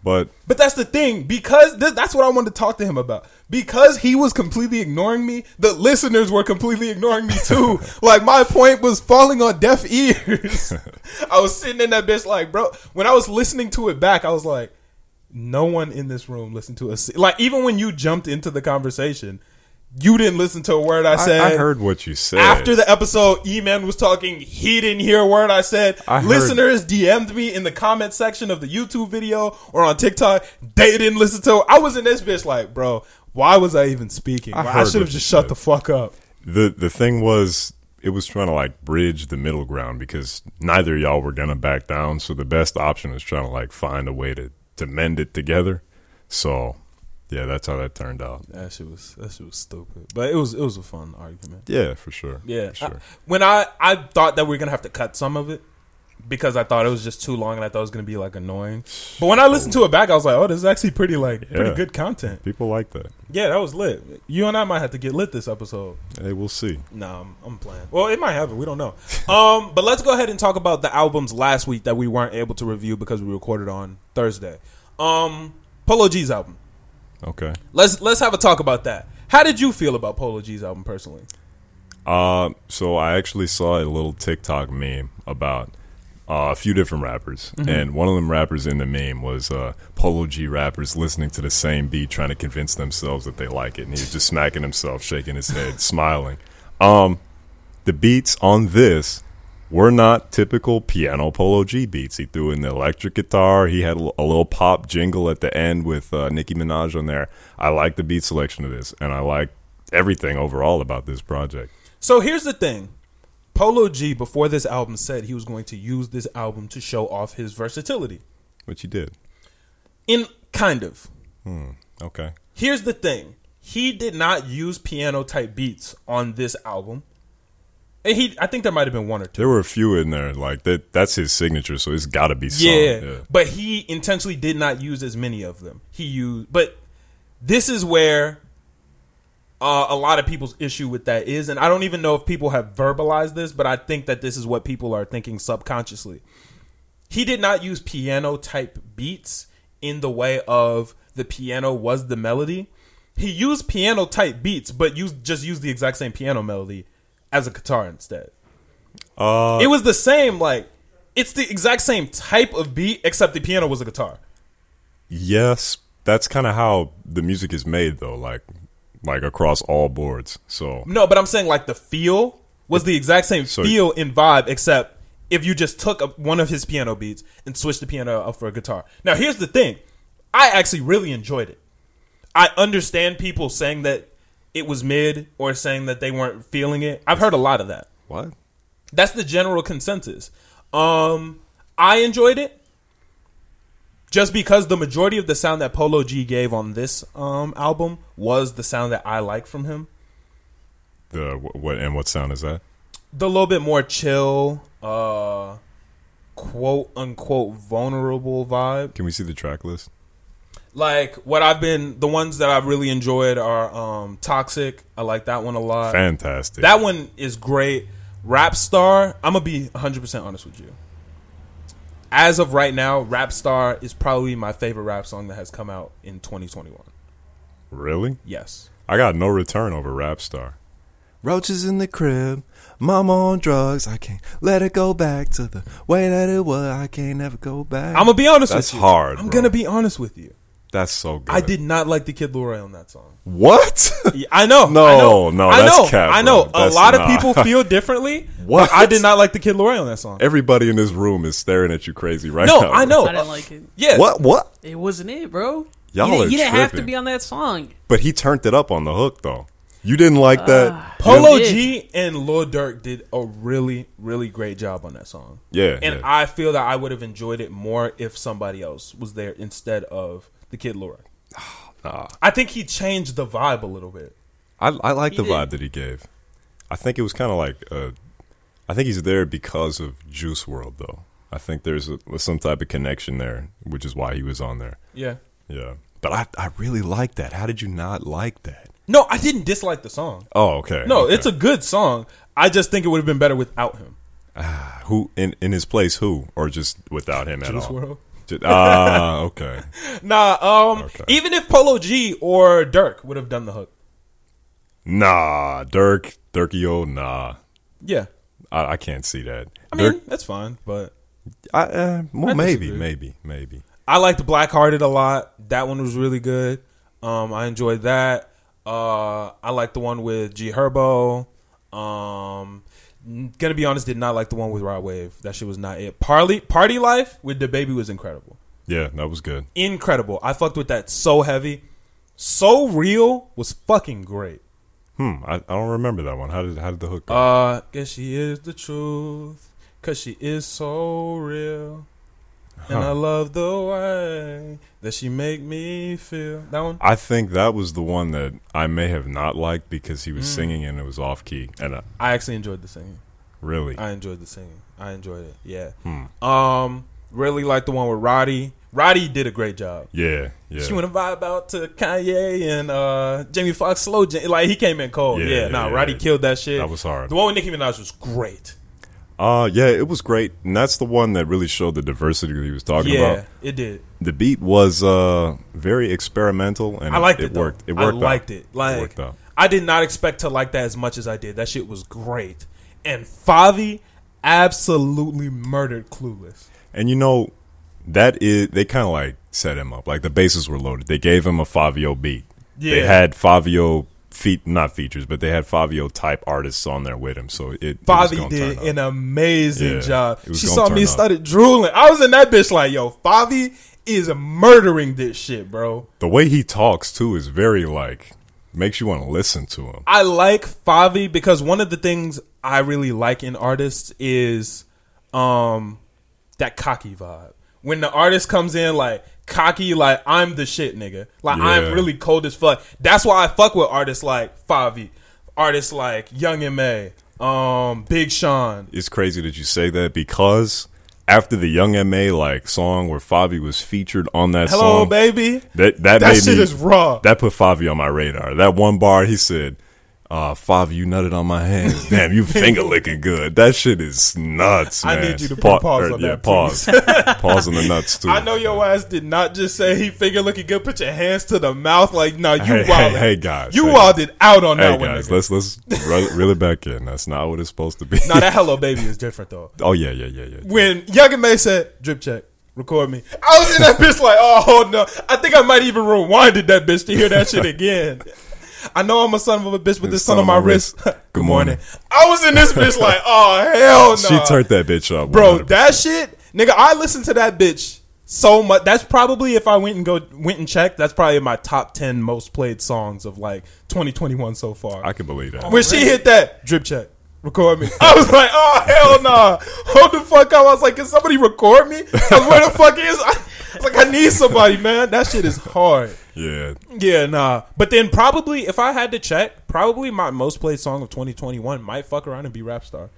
S2: But
S1: But that's the thing because th- that's what I wanted to talk to him about. Because he was completely ignoring me, the listeners were completely ignoring me too. like my point was falling on deaf ears. I was sitting in that bitch like, bro. When I was listening to it back, I was like, no one in this room listened to us. Like even when you jumped into the conversation, you didn't listen to a word I
S2: I,
S1: said.
S2: I heard what you said
S1: After the episode, E Man was talking. He didn't hear a word I said.
S2: I heard-
S1: Listeners DM'd me in the comment section of the YouTube video or on TikTok. They didn't listen to. I was in this bitch like, bro, why was I even speaking?
S2: I
S1: Bro, I,
S2: heard
S1: should have
S2: what
S1: just
S2: you
S1: shut
S2: said.
S1: the fuck up.
S2: the the thing was it was trying to like bridge the middle ground because neither of y'all were gonna back down so the best option was trying to like find a way to to mend it together so yeah that's how that turned out
S1: That shit was that shit was stupid, but it was it was a fun argument.
S2: yeah for sure
S1: Yeah,
S2: for sure
S1: I- when I I thought that we were gonna have to cut some of it because I thought it was just too long and I thought it was gonna be like annoying. But when I listened to it back, I was like, oh, this is actually pretty like pretty
S2: Yeah.
S1: good content.
S2: people like that
S1: Yeah, that was lit. You and I might have to get lit this episode.
S2: hey we'll see
S1: No, I'm, I'm playing. Well, it might happen. We don't know. Um, but let's go ahead and talk about the albums last week that we weren't able to review because we recorded on Thursday. Um, Polo G's album.
S2: okay
S1: Let's let's have a talk about that. How did you feel about Polo G's album personally?
S2: Uh, so I actually saw a little TikTok meme about uh, a few different rappers, and one of them rappers in the meme was uh, Polo G rappers listening to the same beat, trying to convince themselves that they like it, and he was just smacking himself, shaking his head, smiling. Um, the beats on this were not typical piano Polo G beats. He threw in the electric guitar. He had a l- a little pop jingle at the end with uh, Nicki Minaj on there. I like the beat selection of this, and I like everything overall about this project.
S1: So here's the thing. Polo G before this album said he was going to use this album to show off his versatility.
S2: Which you did.
S1: In kind of.
S2: Okay.
S1: Here's the thing. He did not use piano type beats on this album. And he I think there might have been one or two.
S2: There were a few in there. Like that that's his signature, so it's gotta be some.
S1: Yeah,
S2: Yeah.
S1: but he intentionally did not use as many of them. He used, but this is where uh, a lot of people's issue with that is, and I don't even know if people have verbalized this, but I think that this is what people are thinking subconsciously. He did not use piano type beats in the way of the piano was the melody. He used piano type beats, but used just used the exact same piano melody as a guitar instead
S2: Uh
S1: it was the same like it's the exact same type of beat except the piano was a guitar
S2: yes. That's kinda how the music is made though, like like across all boards. So
S1: no but i'm saying like the feel was the exact same
S2: So-
S1: feel and vibe, except if you just took a, one of his piano beats and switched the piano up for a guitar. Now, here's the thing I actually really enjoyed it. I understand people saying that it was mid or saying that they weren't feeling it. I've heard a lot of that.
S2: What?
S1: That's the general consensus. Um, I enjoyed it just because the majority of the sound that Polo G gave on this um, album was the sound that I like from him.
S2: The wh- what and what sound is that?
S1: The little bit more chill, uh, quote unquote vulnerable vibe.
S2: Can we see the track list?
S1: Like what I've been, the ones that I've really enjoyed are um, Toxic. I like that one a lot.
S2: Fantastic.
S1: Uh, That one is great. Rap Star, I'm gonna be 100% honest with you. As of right now, Rap Star is probably my favorite rap song that has come out in 2021.
S2: really?
S1: Yes.
S2: I got no return over Rap Star.
S3: Roaches in the crib, mama on drugs. I can't let it go back to the way that it was. I can't ever go back.
S1: I'm gonna be honest
S2: That's
S1: with you.
S2: hard,
S1: I'm
S2: bro.
S1: gonna be honest with you.
S2: That's so good.
S1: I did not like the Kid Leroy on that song.
S2: What?
S1: Yeah, I know.
S2: No,
S1: I know,
S2: no,
S1: I
S2: that's
S1: know.
S2: cap,
S1: I know.
S2: bro. That's
S1: a lot of
S2: not-
S1: people feel differently.
S2: What?
S1: but I did not like the Kid Leroy on that song.
S2: Everybody in this room is staring at you crazy right
S1: No,
S2: now.
S1: I know.
S5: I didn't like it.
S1: Yeah.
S2: What? What?
S5: It wasn't it, bro.
S2: Y'all
S5: he,
S2: are
S5: he didn't have to
S2: tripping.
S5: be on that song.
S2: But he turned it up on the hook though. You didn't like
S1: Uh,
S2: that.
S1: Polo
S5: Yeah.
S1: G and Lil Durk did a really, really great job on that song.
S2: Yeah,
S1: And
S2: yeah.
S1: I feel that I would have enjoyed it more if somebody else was there instead of the kid Laura.
S2: Nah.
S1: I think he changed the vibe a little bit.
S2: I, I like
S5: He
S2: the
S5: did.
S2: vibe that he gave. I think it was kind of like, uh, I think he's there because of Juice World, though. I think there's a, some type of connection there, which is why he was on there.
S1: Yeah.
S2: Yeah, but I, I really like that. How did you not like that?
S1: No, I didn't dislike the song.
S2: Oh, okay.
S1: No,
S2: okay.
S1: it's a good song. I just think it would have been better without him.
S2: who in in his place, who or just without him at
S1: Juice
S2: all.
S1: World.
S2: Ju- Ah, okay.
S1: Nah, um
S2: Okay.
S1: even if Polo G or Dirk would have done the hook.
S2: Nah, Dirk, Dirkio, nah.
S1: Yeah.
S2: I, I can't see that.
S1: I mean,
S2: Dirk,
S1: that's fine, but
S2: I, uh, well,
S1: I
S2: maybe,
S1: disagree.
S2: maybe, maybe.
S1: I liked Black Hearted a lot. That one was really good. Um, I enjoyed that. Uh, I liked the one with G Herbo. Um, n- gonna be honest, did not like the one with Rod Wave. That shit was not it. Party Party Life with the baby was incredible.
S2: Yeah, that was good.
S1: Incredible. I fucked with that so heavy. So real was fucking great.
S2: Hmm, I, I don't remember that one. How did how did the hook go?
S1: Uh, guess she is the truth, cause she is so real. And
S2: Huh.
S1: I love the way that she make me feel. That one.
S2: I think that was the one that I may have not liked because he was
S1: Hmm.
S2: singing and it was off key. And I,
S1: I actually enjoyed the singing.
S2: really,
S1: I enjoyed the singing. I enjoyed it. Yeah.
S2: Hmm.
S1: Um, really liked the one with Roddy. Roddy did a great job.
S2: yeah, yeah.
S1: She went to vibe out to Kanye and uh Jamie Foxx slow jam. Like he came in cold.
S2: Yeah,
S1: Yeah.
S2: yeah,
S1: nah,
S2: yeah,
S1: Roddy
S2: yeah.
S1: killed that shit.
S2: That was hard.
S1: The one with Nicki Minaj was great.
S2: Uh, yeah, it was great, and that's the one that really showed the diversity that he was talking
S1: yeah,
S2: about.
S1: it did.
S2: The beat was uh very experimental, and
S1: I liked it.
S2: It worked.
S1: Though.
S2: It worked.
S1: I
S2: out.
S1: liked it. Like
S2: worked out.
S1: I did not expect to like that as much as I did. That shit was great. And Favi absolutely murdered Clueless.
S2: And you know, that is they kind of like set him up. Like the bases were loaded. They gave him a Fabio beat. They
S1: Yeah.
S2: had Fabio feet, not features, but they had Fabio type artists on there with him. So it it was
S1: Favi
S2: gonna
S1: did
S2: turn up.
S1: an amazing
S2: Yeah,
S1: job.
S2: it was
S1: She
S2: gonna
S1: saw
S2: turn
S1: me
S2: up.
S1: started drooling. I was in that bitch like, yo, Favi is murdering this shit, bro.
S2: the way he talks too is very like makes you want to listen to him.
S1: I like Favi because one of the things I really like in artists is um that cocky vibe. When the artist comes in like cocky, like I'm the shit, nigga. Like
S2: Yeah.
S1: I'm really cold as fuck. That's why I fuck with artists like Favi, artists like Young M.A., um, Big Sean.
S2: It's crazy that you say that because after the Young Ma like song where Favi was featured on that
S1: Hello,
S2: song,
S1: baby.
S2: that
S1: That
S2: that, made
S1: shit
S2: me,
S1: is raw.
S2: That put Favi on my radar. That one bar he said, uh, "Favi, you nutted on my hand. Damn, you finger licking good. That shit is nuts,
S1: I
S2: man."
S1: need you to put
S2: Pa-
S1: pause
S2: er,
S1: on
S2: yeah,
S1: that,
S2: pause, pause on the nuts too.
S1: I know your ass did not just say he figure looking good. Put your hands to the mouth, like nah, you
S2: Hey, hey,
S1: wilded.
S2: hey, guys,
S1: you
S2: hey.
S1: wilded out on
S2: Hey
S1: that one.
S2: guys,
S1: nigga.
S2: let's let's reel reel it back in. That's not what it's supposed to be.
S1: Nah, that hello baby is different though.
S2: oh yeah, yeah, yeah, yeah.
S1: When Young and May said drip check, record me. I was in that bitch like, oh no, I think I might even rewinded that bitch to hear that shit again. I know I'm a son of a bitch with
S2: This
S1: this son on my wrist.
S2: Good morning.
S1: I was in this bitch like, oh hell no.
S2: She turned that bitch up,
S1: bro
S2: 100%.
S1: that shit nigga i listened to that bitch so much that's probably if i went and go went and checked that's probably my top 10 most played songs of like 2021 so far
S2: I can believe that.
S1: when she hit that drip check record me i was like oh hell nah hold the fuck up i was like can somebody record me 'Cause where the fuck is I, I was like i need somebody man that shit is hard
S2: Yeah,
S1: yeah nah but then probably if i had to check probably my most played song of 2021 might fuck around and be rap star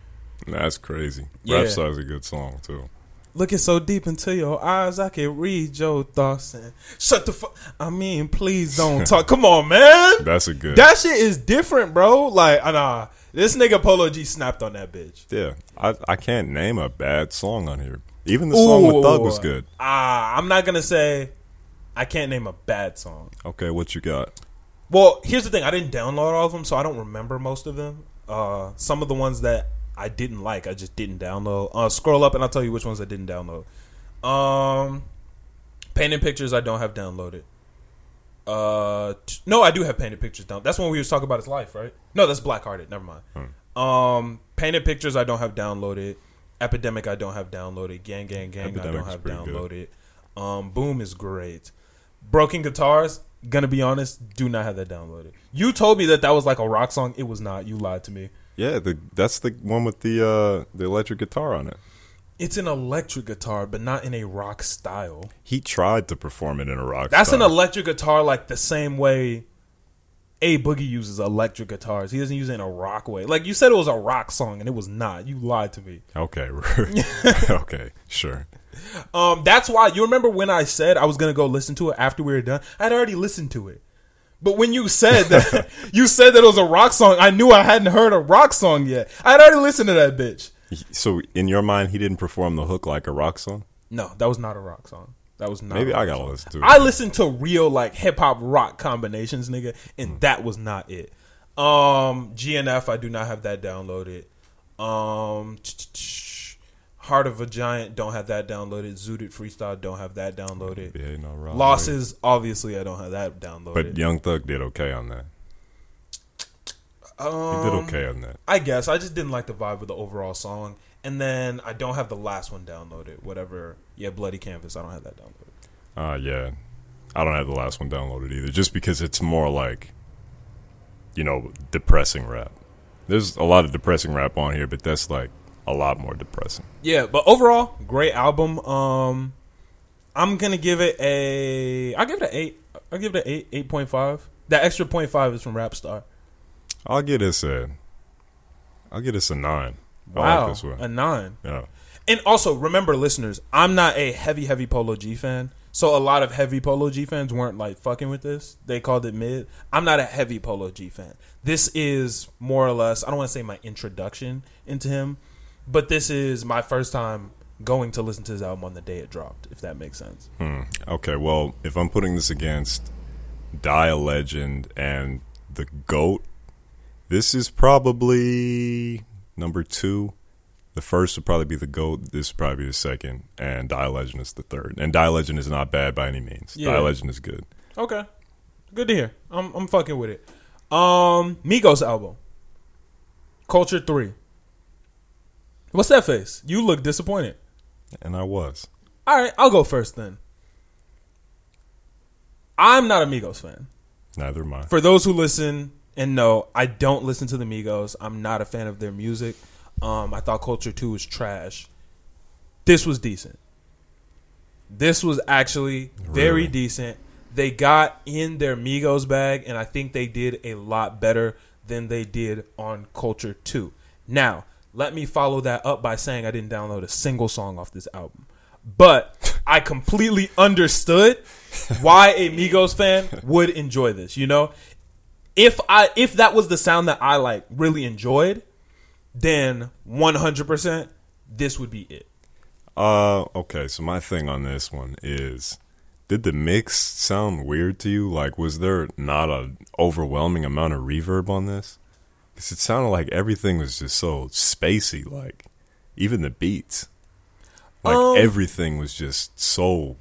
S2: that's crazy.
S1: Yeah.
S2: Rap Star's a good song too.
S1: Looking so deep into your eyes, I can read your thoughts. And shut the fuck. I mean, please don't talk. Come on, man.
S2: That's a good.
S1: That shit is different, bro. Like, uh, nah, this nigga Polo G snapped on that bitch.
S2: yeah, I I can't name a bad song on here. Even the song with Thug was
S1: Ooh.
S2: good.
S1: Ah, I'm not gonna say. I can't name a bad song.
S2: Okay, what you got?
S1: Well, here's the thing. I didn't download all of them, so I don't remember most of them. Uh, some of the ones that I didn't like, I just didn't download. Uh, scroll up and I'll tell you which ones I didn't download. Um, painted pictures I don't have downloaded. Uh, t- no, I do have painted pictures down. That's when we was talking about his life, right? No, that's Black Hearted. Never mind.
S2: Hmm.
S1: Um, painted pictures I don't have downloaded. Epidemic I don't have downloaded. Gang gang gang I
S2: Epidemic's
S1: don't have
S2: pretty good.
S1: downloaded. Um, Boom is great. Broken Guitars, gonna be honest, do not have that downloaded. You told me that that was like a rock song. It was not. You lied to me.
S2: Yeah, the that's the one with the uh the electric guitar on it.
S1: It's an electric guitar, but not in a rock style.
S2: He tried to perform it in a rock.
S1: That's an
S2: style.
S1: electric guitar, like the same way A Boogie uses electric guitars. He doesn't use it in a rock way. Like you said, it was a rock song, and it was not. You lied to me.
S2: okay, okay, sure.
S1: Um, that's why you remember when I said I was gonna go listen to it after we were done. I'd already listened to it, but when you said that you said that it was a rock song, I knew I hadn't heard a rock song yet. I'd already listened to that bitch.
S2: So in your mind, he didn't perform the hook like a rock song.
S1: No, that was not a rock song. That was not.
S2: Maybe
S1: a rock
S2: I gotta
S1: song.
S2: listen to it.
S1: I listened to real like hip hop rock combinations, nigga, and that was not it. Um, GNF, I do not have that downloaded. Um, Heart of a Giant, don't have that downloaded. Zooted Freestyle, don't have that downloaded.
S2: Yeah, no, wrong.
S1: Losses, obviously, I don't have that downloaded.
S2: But Young Thug did okay on that. He did
S1: um,
S2: okay on that.
S1: I guess I just didn't like the vibe of the overall song, and then I don't have the last one downloaded. Whatever, yeah, Bloody Canvas, I don't have that downloaded.
S2: Uh yeah. I don't have the last one downloaded either, just because it's more like you know, depressing rap. There's a lot of depressing rap on here, but that's like a lot more depressing.
S1: Yeah, but overall, great album. Um, I'm gonna give it a. I give it an eight. I give it an eight, eight point five. That extra point five is from Rap Star.
S2: I'll get this a I'll get this a nine. I
S1: Wow,
S2: like this one.
S1: a nine.
S2: yeah.
S1: And also remember, listeners, I'm not a heavy, heavy Polo G fan. So a lot of heavy Polo G fans weren't like fucking with this. They called it mid. I'm not a heavy Polo G fan. This is more or less. I don't want to say my introduction into him, but this is my first time going to listen to his album on the day it dropped. If that makes sense.
S2: Hmm. Okay, well, if I'm putting this against Die a Legend and The GOAT, this is probably number two. The first would probably be The GOAT. This would probably be the second. And Die a Legend is the third. And Die a Legend is not bad by any means.
S1: Yeah.
S2: Die a Legend is good.
S1: Okay. Good to hear. I'm I'm fucking with it. Um Migos album. Culture 3. What's that face? You look disappointed.
S2: And I was.
S1: All right, I'll go first then. I'm not a Migos fan.
S2: Neither am I.
S1: For those who listen and know, I don't listen to the Migos. I'm not a fan of their music. Um, I thought Culture 2 was trash. This was decent. This was actually very
S2: Really?
S1: decent. They got in their Migos bag, and I think they did a lot better than they did on Culture 2. Now, let me follow that up by saying I didn't download a single song off this album. But I completely understood why a Migos fan would enjoy this. You know, if I if that was the sound that I like really enjoyed, then 100% this would be it.
S2: Uh, okay, so my thing on this one is did the mix sound weird to you? Like, was there not an overwhelming amount of reverb on this? Because it sounded like everything was just so spacey, like, even the beats. Like,
S1: Um,
S2: everything was just so.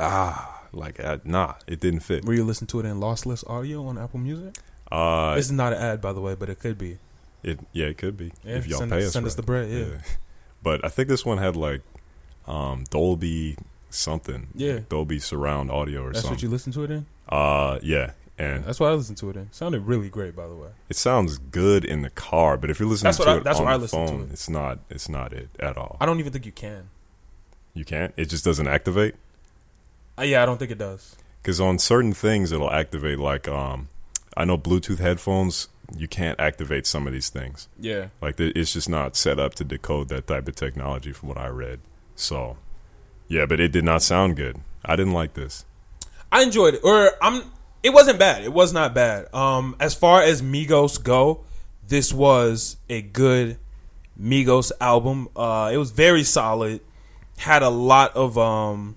S2: Ah, like, uh, nah, it didn't fit.
S1: Were you listening to it in lossless audio on Apple Music?
S2: Uh,
S1: this is not an ad, by the way, but it could be.
S2: it yeah, it could be
S1: Yeah,
S2: if y'all
S1: send,
S2: pay us.
S1: send us
S2: right.
S1: the bread. Yeah.
S2: But I think this one had like um, Dolby something.
S1: Yeah.
S2: Dolby surround audio or
S1: that's what
S2: something.
S1: you listen to it in.
S2: uh, yeah. And
S1: That's what I listened to it in. Sounded really great, by the way.
S2: it sounds good in the car, but if you're listening
S1: That's
S2: to
S1: what I-
S2: it
S1: that's
S2: on
S1: what I
S2: the
S1: listen to
S2: phone,
S1: it.
S2: it's not it's not it at all.
S1: I don't even think you can.
S2: You can't. It just doesn't activate
S1: Uh, yeah, I don't think it does.
S2: because on certain things it'll activate. Like um, I know Bluetooth headphones, you can't activate some of these things.
S1: Yeah.
S2: Like the, it's just not set up to decode that type of technology, from what I read. So, yeah, but it did not sound good. I didn't like this.
S1: I enjoyed it. Or I'm it wasn't bad. It was not bad. Um as far as Migos go, this was a good Migos album. Uh it was very solid. Had a lot of um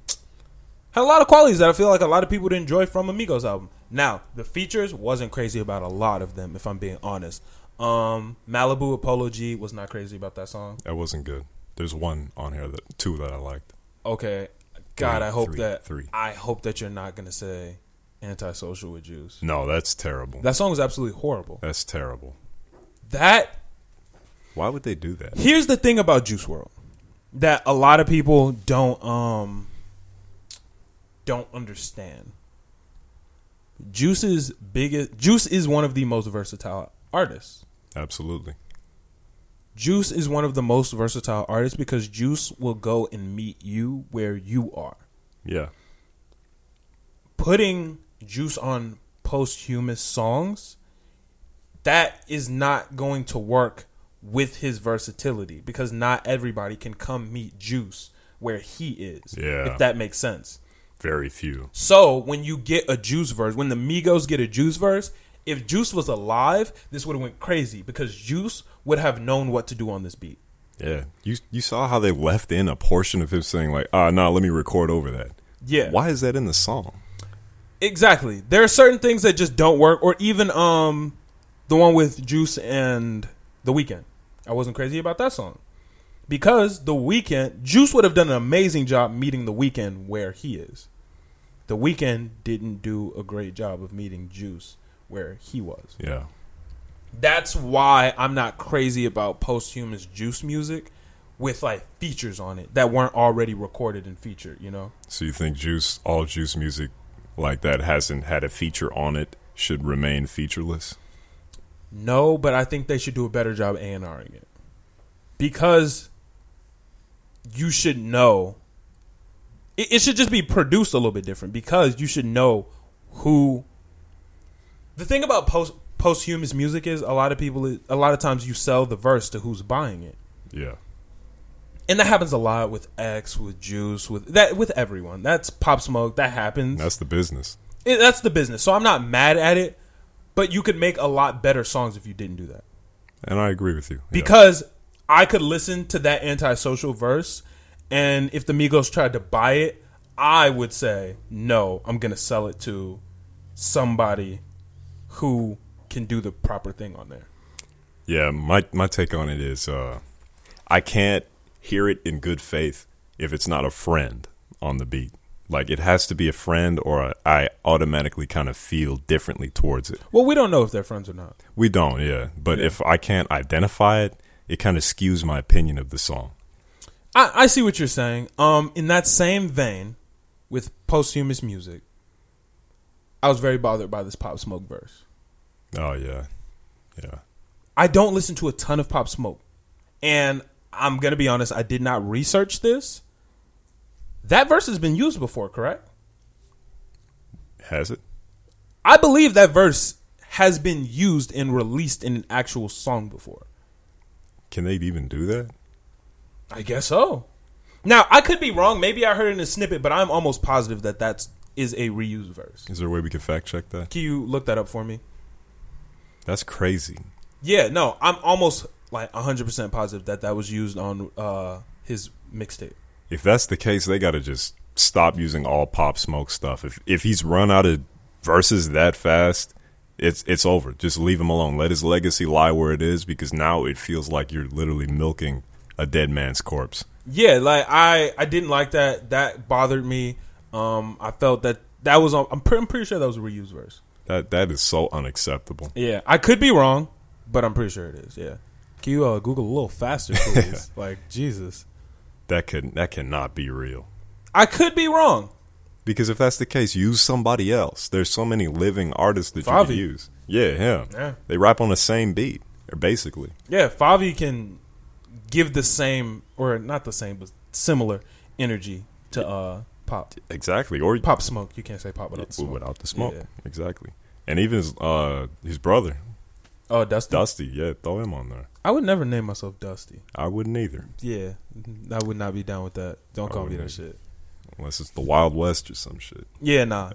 S1: had a lot of qualities that I feel like a lot of people would enjoy from a Migos album. Now, the features wasn't crazy about a lot of them, if I'm being honest. Um Malibu Apollo G was not crazy about that song.
S2: That wasn't good. There's one on here that two that I liked.
S1: Okay. God,
S2: Three,
S1: I hope
S2: three,
S1: that
S2: three.
S1: I hope that you're not gonna say antisocial with juice.
S2: No, that's terrible.
S1: That song was absolutely horrible.
S2: That's terrible.
S1: That
S2: Why would they do that?
S1: here's the thing about Juice World that a lot of people don't um don't understand. Juice's biggest Juice is one of the most versatile artists.
S2: Absolutely.
S1: Juice is one of the most versatile artists because Juice will go and meet you where you are.
S2: Yeah.
S1: putting juice on posthumous songs that is not going to work with his versatility because not everybody can come meet juice where he is
S2: Yeah.
S1: if that makes sense
S2: Very few.
S1: so when you get a juice verse when the migos get a juice verse if juice was alive this would have went crazy because juice would have known what to do on this beat
S2: Yeah. You you saw how they left in a portion of him saying like, ah, no, let me record over that.
S1: yeah
S2: Why is that in the song?
S1: Exactly. There are certain things that just don't work, or even um, the one with Juice and The Weeknd. I wasn't crazy about that song because The Weeknd Juice would have done an amazing job meeting The Weeknd where he is. The Weeknd didn't do a great job of meeting Juice where he was.
S2: Yeah.
S1: That's why I'm not crazy about posthumous Juice music with like features on it that weren't already recorded and featured. You know.
S2: So you think Juice, all Juice music like that hasn't had a feature on it should remain featureless?
S1: No, but I think they should do a better job A and Ring it. Because you should know it, it should just be produced a little bit different because you should know who the thing about post posthumous music is a lot of people a lot of times you sell the verse to who's buying it
S2: Yeah.
S1: and that happens a lot with X with Juice with that with everyone that's Pop Smoke that happens
S2: That's the business.
S1: it, that's the business so I'm not mad at it but you could make a lot better songs if you didn't do that
S2: And I agree with you. Yeah.
S1: because I could listen to that antisocial verse, and if the Migos tried to buy it, I would say no. I'm gonna sell it to somebody who can do the proper thing on there.
S2: Yeah, my my take on it is uh I can't hear it in good faith if it's not a friend on the beat. Like it has to be a friend or I automatically kind of feel differently towards it.
S1: Well, we don't know if they're friends or not.
S2: We don't, yeah. But if I can't identify it, it kind of skews my opinion of the song.
S1: I, I see what you're saying. Um, in that same vein, with posthumous music, I was very bothered by this Pop Smoke verse.
S2: Oh yeah. Yeah.
S1: I don't listen to a ton of Pop Smoke. And I'm going to be honest, I did not research this. That verse has been used before, correct?
S2: Has it?
S1: I believe that verse has been used and released in an actual song before.
S2: Can they even do that?
S1: I guess so. Now, I could be wrong. Maybe I heard it in a snippet, but I'm almost positive that that is a reused verse.
S2: Is there a way we can fact check that?
S1: Can you look that up for me?
S2: That's crazy.
S1: Yeah, no, I'm almost like 100% positive that that was used on uh, his mixtape.
S2: If that's the case, they got to just stop using all Pop Smoke stuff. If if he's run out of verses that fast, it's it's over. Just leave him alone. Let his legacy lie where it is because now it feels like you're literally milking a dead man's corpse.
S1: yeah like i i didn't like that that bothered me um i felt that that was on i'm, pre- I'm pretty sure that was a reused verse
S2: That that is so unacceptable.
S1: Yeah, I could be wrong, but I'm pretty sure it is. Yeah. Can you uh, Google a little faster, please? like Jesus,
S2: That could that cannot be real.
S1: I could be wrong.
S2: Because if that's the case, use somebody else. There's so many living artists that you
S1: Favi.
S2: can use. Yeah, him.
S1: Yeah.
S2: They rap on the same beat, or basically.
S1: Yeah, Favi can give the same or not the same, but similar energy to uh pop.
S2: Exactly. Or
S1: Pop smoke. You can't say pop without the
S2: Well,
S1: smoke.
S2: without the smoke.
S1: Yeah.
S2: Exactly. And even his uh his brother,
S1: Oh, Dusty.
S2: Dusty, yeah, throw him on there.
S1: I would never name myself Dusty.
S2: I wouldn't either.
S1: Yeah, I would not be down with that. Don't
S2: I
S1: call me
S2: wouldn't
S1: that shit.
S2: Unless it's the Wild West or some shit.
S1: Yeah, nah.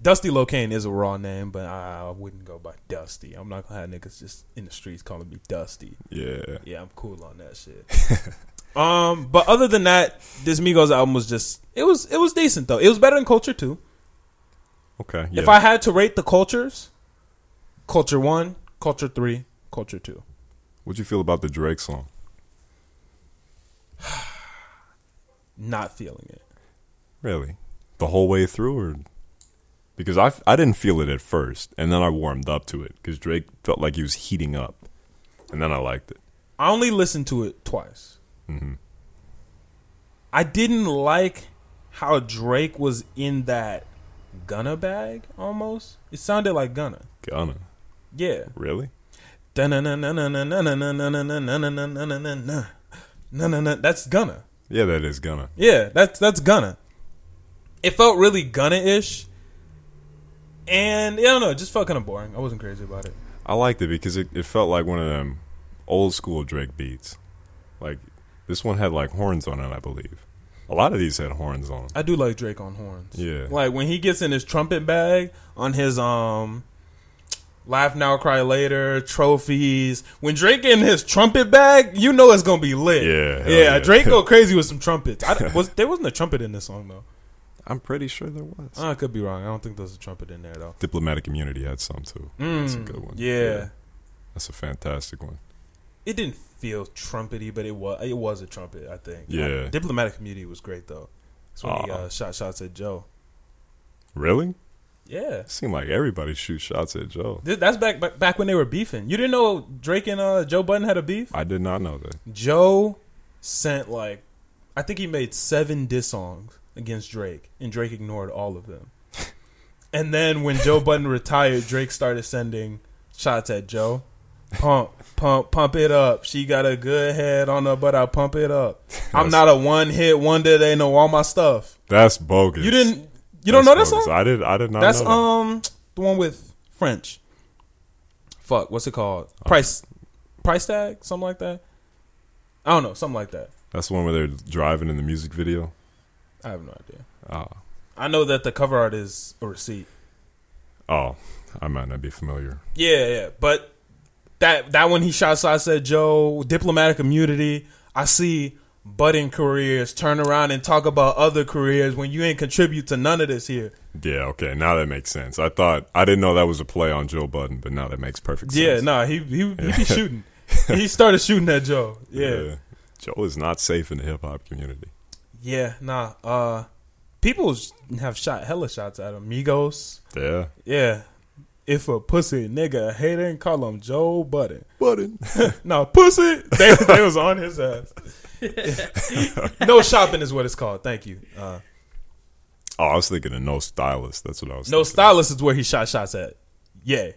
S1: Dusty Locane is a raw name, but I, I wouldn't go by Dusty. I'm not gonna have niggas just in the streets calling me Dusty.
S2: Yeah.
S1: Yeah, I'm cool on that shit. um, but other than that, this Migos album was just it was it was decent though. It was better than Culture Two.
S2: Okay. Yeah.
S1: If I had to rate the cultures, Culture One, Culture Three, Culture Two.
S2: What'd you feel about the Drake song?
S1: Not feeling it.
S2: Really? The whole way through or because I, I didn't feel it at first and then I warmed up to it cuz Drake felt like he was heating up. And then I liked it.
S1: I only listened to it twice. I didn't like how Drake was in that Gunna bag almost. It sounded like Gunna.
S2: Gunna.
S1: Yeah.
S2: Really?
S1: That's Gunna.
S2: Yeah, that is Gunna.
S1: Yeah, that's that's Gunna. It felt really Gunna-ish. And I don't know, it just felt kind of boring. I wasn't crazy about it.
S2: I liked it because it, it felt like one of them old school Drake beats. Like this one had like horns on it, I believe. A lot of these had horns on. 'em.
S1: I do like Drake on horns.
S2: Yeah.
S1: Like when he gets in his trumpet bag on his um Laugh Now Cry Later trophies. When Drake in his trumpet bag, you know it's gonna be lit.
S2: Yeah, hell
S1: Yeah,
S2: yeah.
S1: Drake go crazy with some trumpets. I, don't- was there wasn't a trumpet in this song though.
S2: I'm pretty sure there was.
S1: I could be wrong. I don't think there's a trumpet in there though.
S2: Diplomatic Immunity had some too. That's a
S1: Mm,
S2: good one.
S1: yeah.
S2: That's a fantastic one.
S1: It didn't feel trumpety, but it was it was a trumpet, I think.
S2: Yeah.
S1: Diplomatic Community was great though. That's when he
S2: Aw.
S1: uh, shot shots at Joe.
S2: Really?
S1: Yeah.
S2: It seemed like everybody shoots shots at Joe.
S1: Th- That's back back- back when they were beefing. You didn't know Drake and uh, Joe Budden had a beef.
S2: I did not know that.
S1: Joe sent like, I think he made seven diss songs against Drake, and Drake ignored all of them. and then when Joe Budden retired, Drake started sending shots at Joe. Pump, pump, pump it up. She got a good head on her, but I pump it up. I'm
S2: That's-
S1: not a one hit wonder. They know all my stuff.
S2: That's bogus.
S1: You didn't. You don't know that
S2: That's bogus.
S1: song?
S2: I did. I did not.
S1: That's
S2: know that.
S1: um the one with French. Fuck, what's it called?
S2: Oh.
S1: Price, price tag, something like that. I don't know, something like that.
S2: That's the one where they're driving in the music video.
S1: I have no idea.
S2: Oh,
S1: I know that the cover art is a receipt.
S2: oh, I might not be familiar.
S1: Yeah, yeah, but that that one he shot. So I said, Joe, diplomatic immunity. I see budding careers turn around and talk about other careers when you ain't contribute to none of this here.
S2: Yeah. Okay. Now that makes sense. I thought I didn't know that was a play on Joe Budden, but now that makes perfect sense.
S1: Yeah, nah, he he, he be shooting. he started shooting at Joe. yeah.
S2: Joe is not safe in the hip hop community.
S1: Yeah, nah. Uh, people sh- have shot hella shots at him. Migos.
S2: Yeah.
S1: Yeah. If a pussy nigga hate him, call him Joe Budden.
S2: Budden.
S1: No, pussy. They, they was on his ass. no shopping is what it's called. Thank you. Uh,
S2: Oh, I was thinking of No Stylist. That's what I was
S1: no
S2: thinking.
S1: stylist is where he shot shots at. Yeah.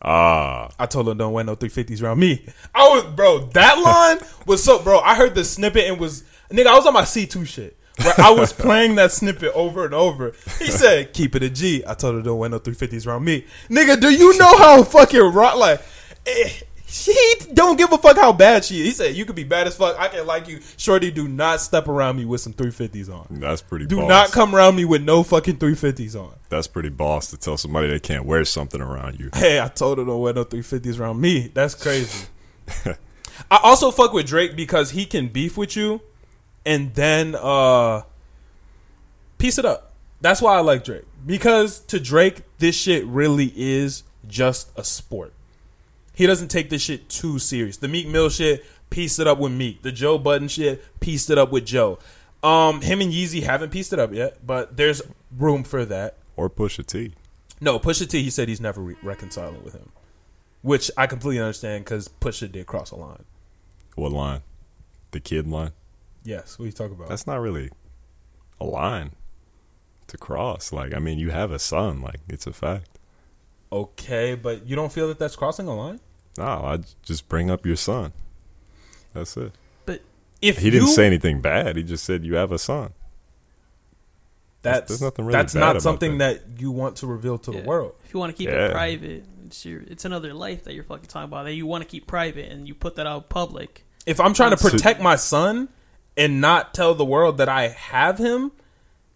S2: Ah.
S1: I told him don't wear no 350s around me. I was bro, that line was so bro, I heard the snippet and was nigga, I was on my C2 shit. Where I was playing that snippet over and over. He said, keep it a G. I told him don't wear no 350s around me. Nigga, do you know how fucking rock like eh, he don't give a fuck how bad she is. He said, You could be bad as fuck. I can like you. Shorty, do not step around me with some 350s on.
S2: That's pretty
S1: Do
S2: boss.
S1: not come around me with no fucking 350s on.
S2: That's pretty boss to tell somebody they can't wear something around you.
S1: Hey, I told her don't wear no 350s around me. That's crazy. I also fuck with Drake because he can beef with you and then uh piece it up. That's why I like Drake. Because to Drake, this shit really is just a sport. He doesn't take this shit too serious. The Meek Mill shit, pieced it up with Meek. The Joe Budden shit, pieced it up with Joe. Um, him and Yeezy haven't pieced it up yet, but there's room for that.
S2: Or push a T.
S1: No, Pusha T. He said he's never re- reconciling with him, which I completely understand because Pusha did cross a line.
S2: What line? The kid line?
S1: Yes, what are you talking about?
S2: That's not really a line to cross. Like, I mean, you have a son. Like, it's a fact.
S1: okay, but you don't feel that that's crossing a line.
S2: No, I j- just bring up your son. That's it.
S1: If
S2: He didn't
S1: you-
S2: say anything bad. He just said you have a son.
S1: that's
S2: there's nothing really
S1: that's
S2: bad
S1: not
S2: about
S1: something that. you want to reveal to
S5: Yeah.
S1: the world.
S5: If you want to keep
S2: Yeah.
S5: it private, it's your it's another life that you're fucking talking about that you want to keep private and you put that out public.
S1: If I'm trying to
S2: So-
S1: protect my son and not tell the world that I have him,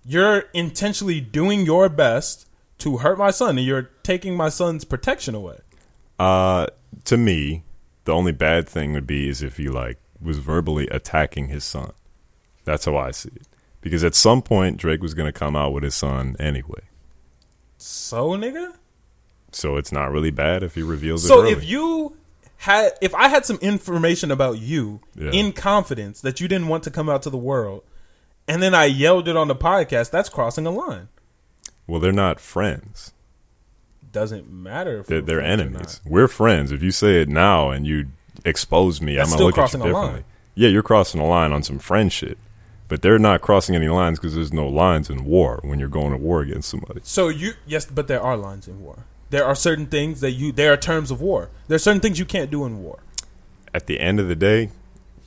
S1: you're intentionally doing your best to hurt my son, and you're taking my son's protection away.
S2: Uh, to me, the only bad thing would be is if he like was verbally attacking his son. That's how I see it. Because at some point, Drake was gonna come out with his son anyway.
S1: So, nigga.
S2: So it's not really bad if he reveals
S1: So
S2: it early.
S1: if you had, if I had some information about you
S2: Yeah.
S1: in confidence that you didn't want to come out to the world, and then I yelled it on the podcast, that's crossing a line.
S2: well, they're not friends.
S1: Doesn't matter if
S2: They're,
S1: we're
S2: they're
S1: friends or
S2: enemies. We're friends. If you say it now and you expose me,
S1: That's
S2: I'm
S1: still
S2: gonna look at you
S1: crossing a line.
S2: differently. Yeah, you're crossing a line on some friend shit. But they're not crossing any lines because there's no lines in war when you're going to war against somebody.
S1: So you yes, but there are lines in war. There are certain things that you there are terms of war. There are certain things you can't do in war.
S2: at the end of the day,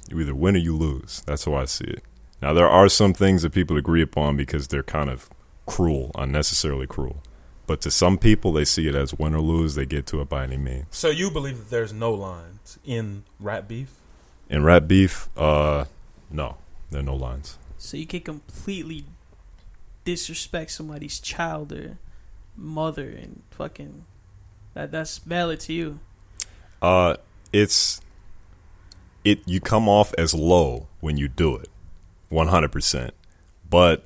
S2: you either win or you lose. That's how I see it. Now there are some things that people agree upon because they're kind of cruel, unnecessarily cruel. But to some people, they see it as win or lose. They get to it by any means.
S1: So you believe that there's no lines in rat beef?
S2: In rap beef, uh, no, there are no lines.
S5: So you can completely disrespect somebody's child or mother and fucking that that's valid to you.
S2: Uh, it's it. You come off as low when you do it, one hundred percent. But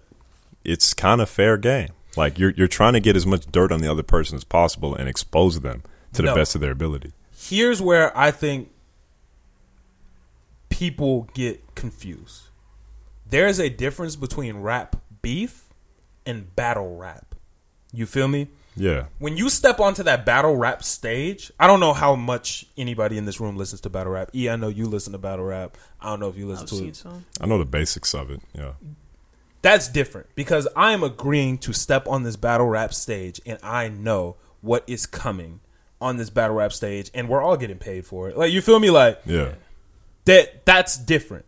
S2: it's kind of fair game. Like you're you're trying to get as much dirt on the other person as possible and expose them to the
S1: No.
S2: best of their ability.
S1: Here's where I think people get confused. There is a difference between rap beef and battle rap. You feel me?
S2: Yeah,
S1: when you step onto that battle rap stage, I don't know how much anybody in this room listens to battle rap. E, I know you listen to battle rap. I don't know if you listen
S5: I've
S1: to
S5: seen
S1: it.
S5: some.
S2: I know the basics of it. Yeah,
S1: That's different because I am agreeing to step on this battle rap stage and I know what is coming on this battle rap stage and we're all getting paid for it. Like you feel me like
S2: yeah.
S1: that that's different.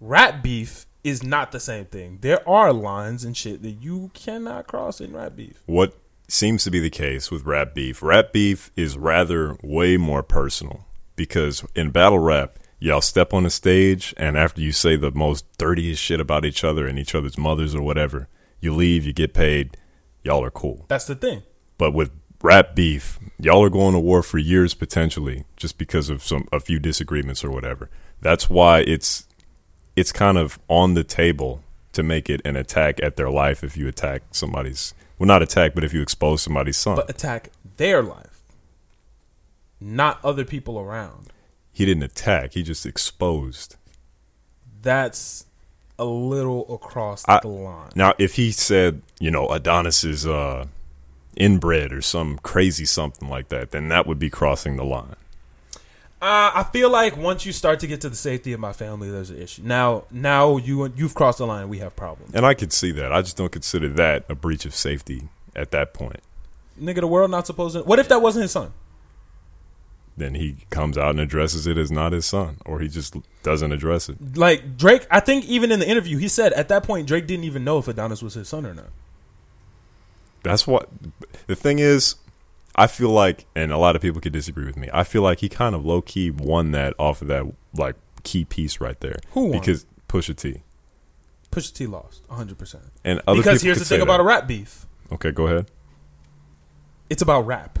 S1: Rap beef is not the same thing. There are lines and shit that you cannot cross in rap beef.
S2: What seems to be the case with rap beef? Rap beef is rather way more personal because in battle rap, y'all step on the stage and after you say the most dirtiest shit about each other and each other's mothers or whatever, you leave, you get paid, y'all are cool.
S1: That's the thing.
S2: But with rap beef, y'all are going to war for years potentially just because of some a few disagreements or whatever. That's why it's it's kind of on the table to make it an attack at their life if you attack somebody's well not attack, but if you expose somebody's son.
S1: But attack their life. Not other people around.
S2: he didn't attack, he just exposed.
S1: that's a little across
S2: I-
S1: the line.
S2: Now if he said, you know, Adonis is uh inbred or some crazy something like that, then that would be crossing the line.
S1: Uh, I feel like once you start to get to the safety of my family, there's an issue. Now, now you you've crossed the line. We have problems,
S2: And I could see that. I just don't consider that a breach of safety at that point.
S1: nigga. The world not supposed to. What if that wasn't his son?
S2: then he comes out and addresses it as not his son, or he just doesn't address it.
S1: Like Drake, I think even in the interview he said at that point Drake didn't even know if Adonis was his son or not.
S2: That's what the thing is. I feel like, and a lot of people could disagree with me. I feel like he kind of low key won that off of that like key piece right there.
S1: Who won?
S2: Because Pusha T
S1: Pusha T lost 100. percent
S2: and other
S1: Because
S2: people
S1: here's
S2: could
S1: the thing
S2: say
S1: about
S2: that.
S1: a rap beef.
S2: Okay, go ahead.
S1: It's about rap.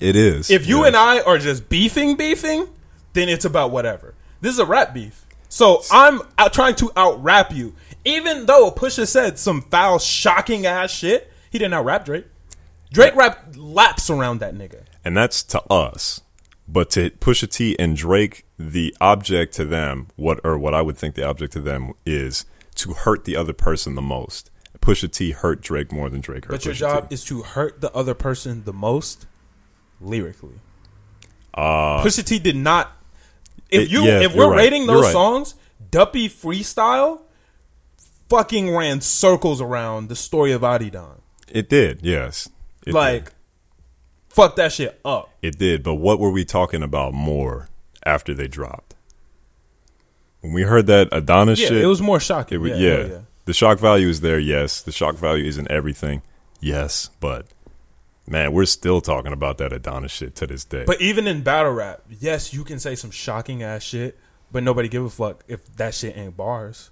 S2: It is.
S1: If you
S2: yes.
S1: and I are just beefing, beefing, then it's about whatever. This is a rap beef. So I'm out trying to out rap you. Even though Pusha said some foul, shocking ass shit, he didn't out rap Drake. Drake rap laps around that nigga.
S2: and that's to us. But to Pusha T and Drake, the object to them, what or what I would think the object to them is to hurt the other person the most. Pusha T hurt Drake more than Drake hurt.
S1: But your
S2: Pusha
S1: job
S2: T.
S1: is to hurt the other person the most lyrically.
S2: uh,
S1: Pusha T did not. If
S2: It-
S1: you
S2: yeah,
S1: if
S2: you're
S1: we're
S2: right.
S1: rating
S2: You're
S1: those
S2: right.
S1: songs, Duppy freestyle fucking ran circles around the story of Adidon.
S2: it did. Yes, it
S1: like,
S2: did.
S1: fuck that shit up.
S2: it did. But what were we talking about more after they dropped? When we heard that Adonis
S1: Yeah,
S2: shit,
S1: it was more shocking.
S2: It would,
S1: yeah,
S2: yeah,
S1: hell yeah.
S2: The shock value is there, yes. The shock value is in everything, yes. But man, we're still talking about that Adonis shit to this day.
S1: But even in battle rap, yes, you can say some shocking ass shit, but nobody give a fuck if that shit ain't bars.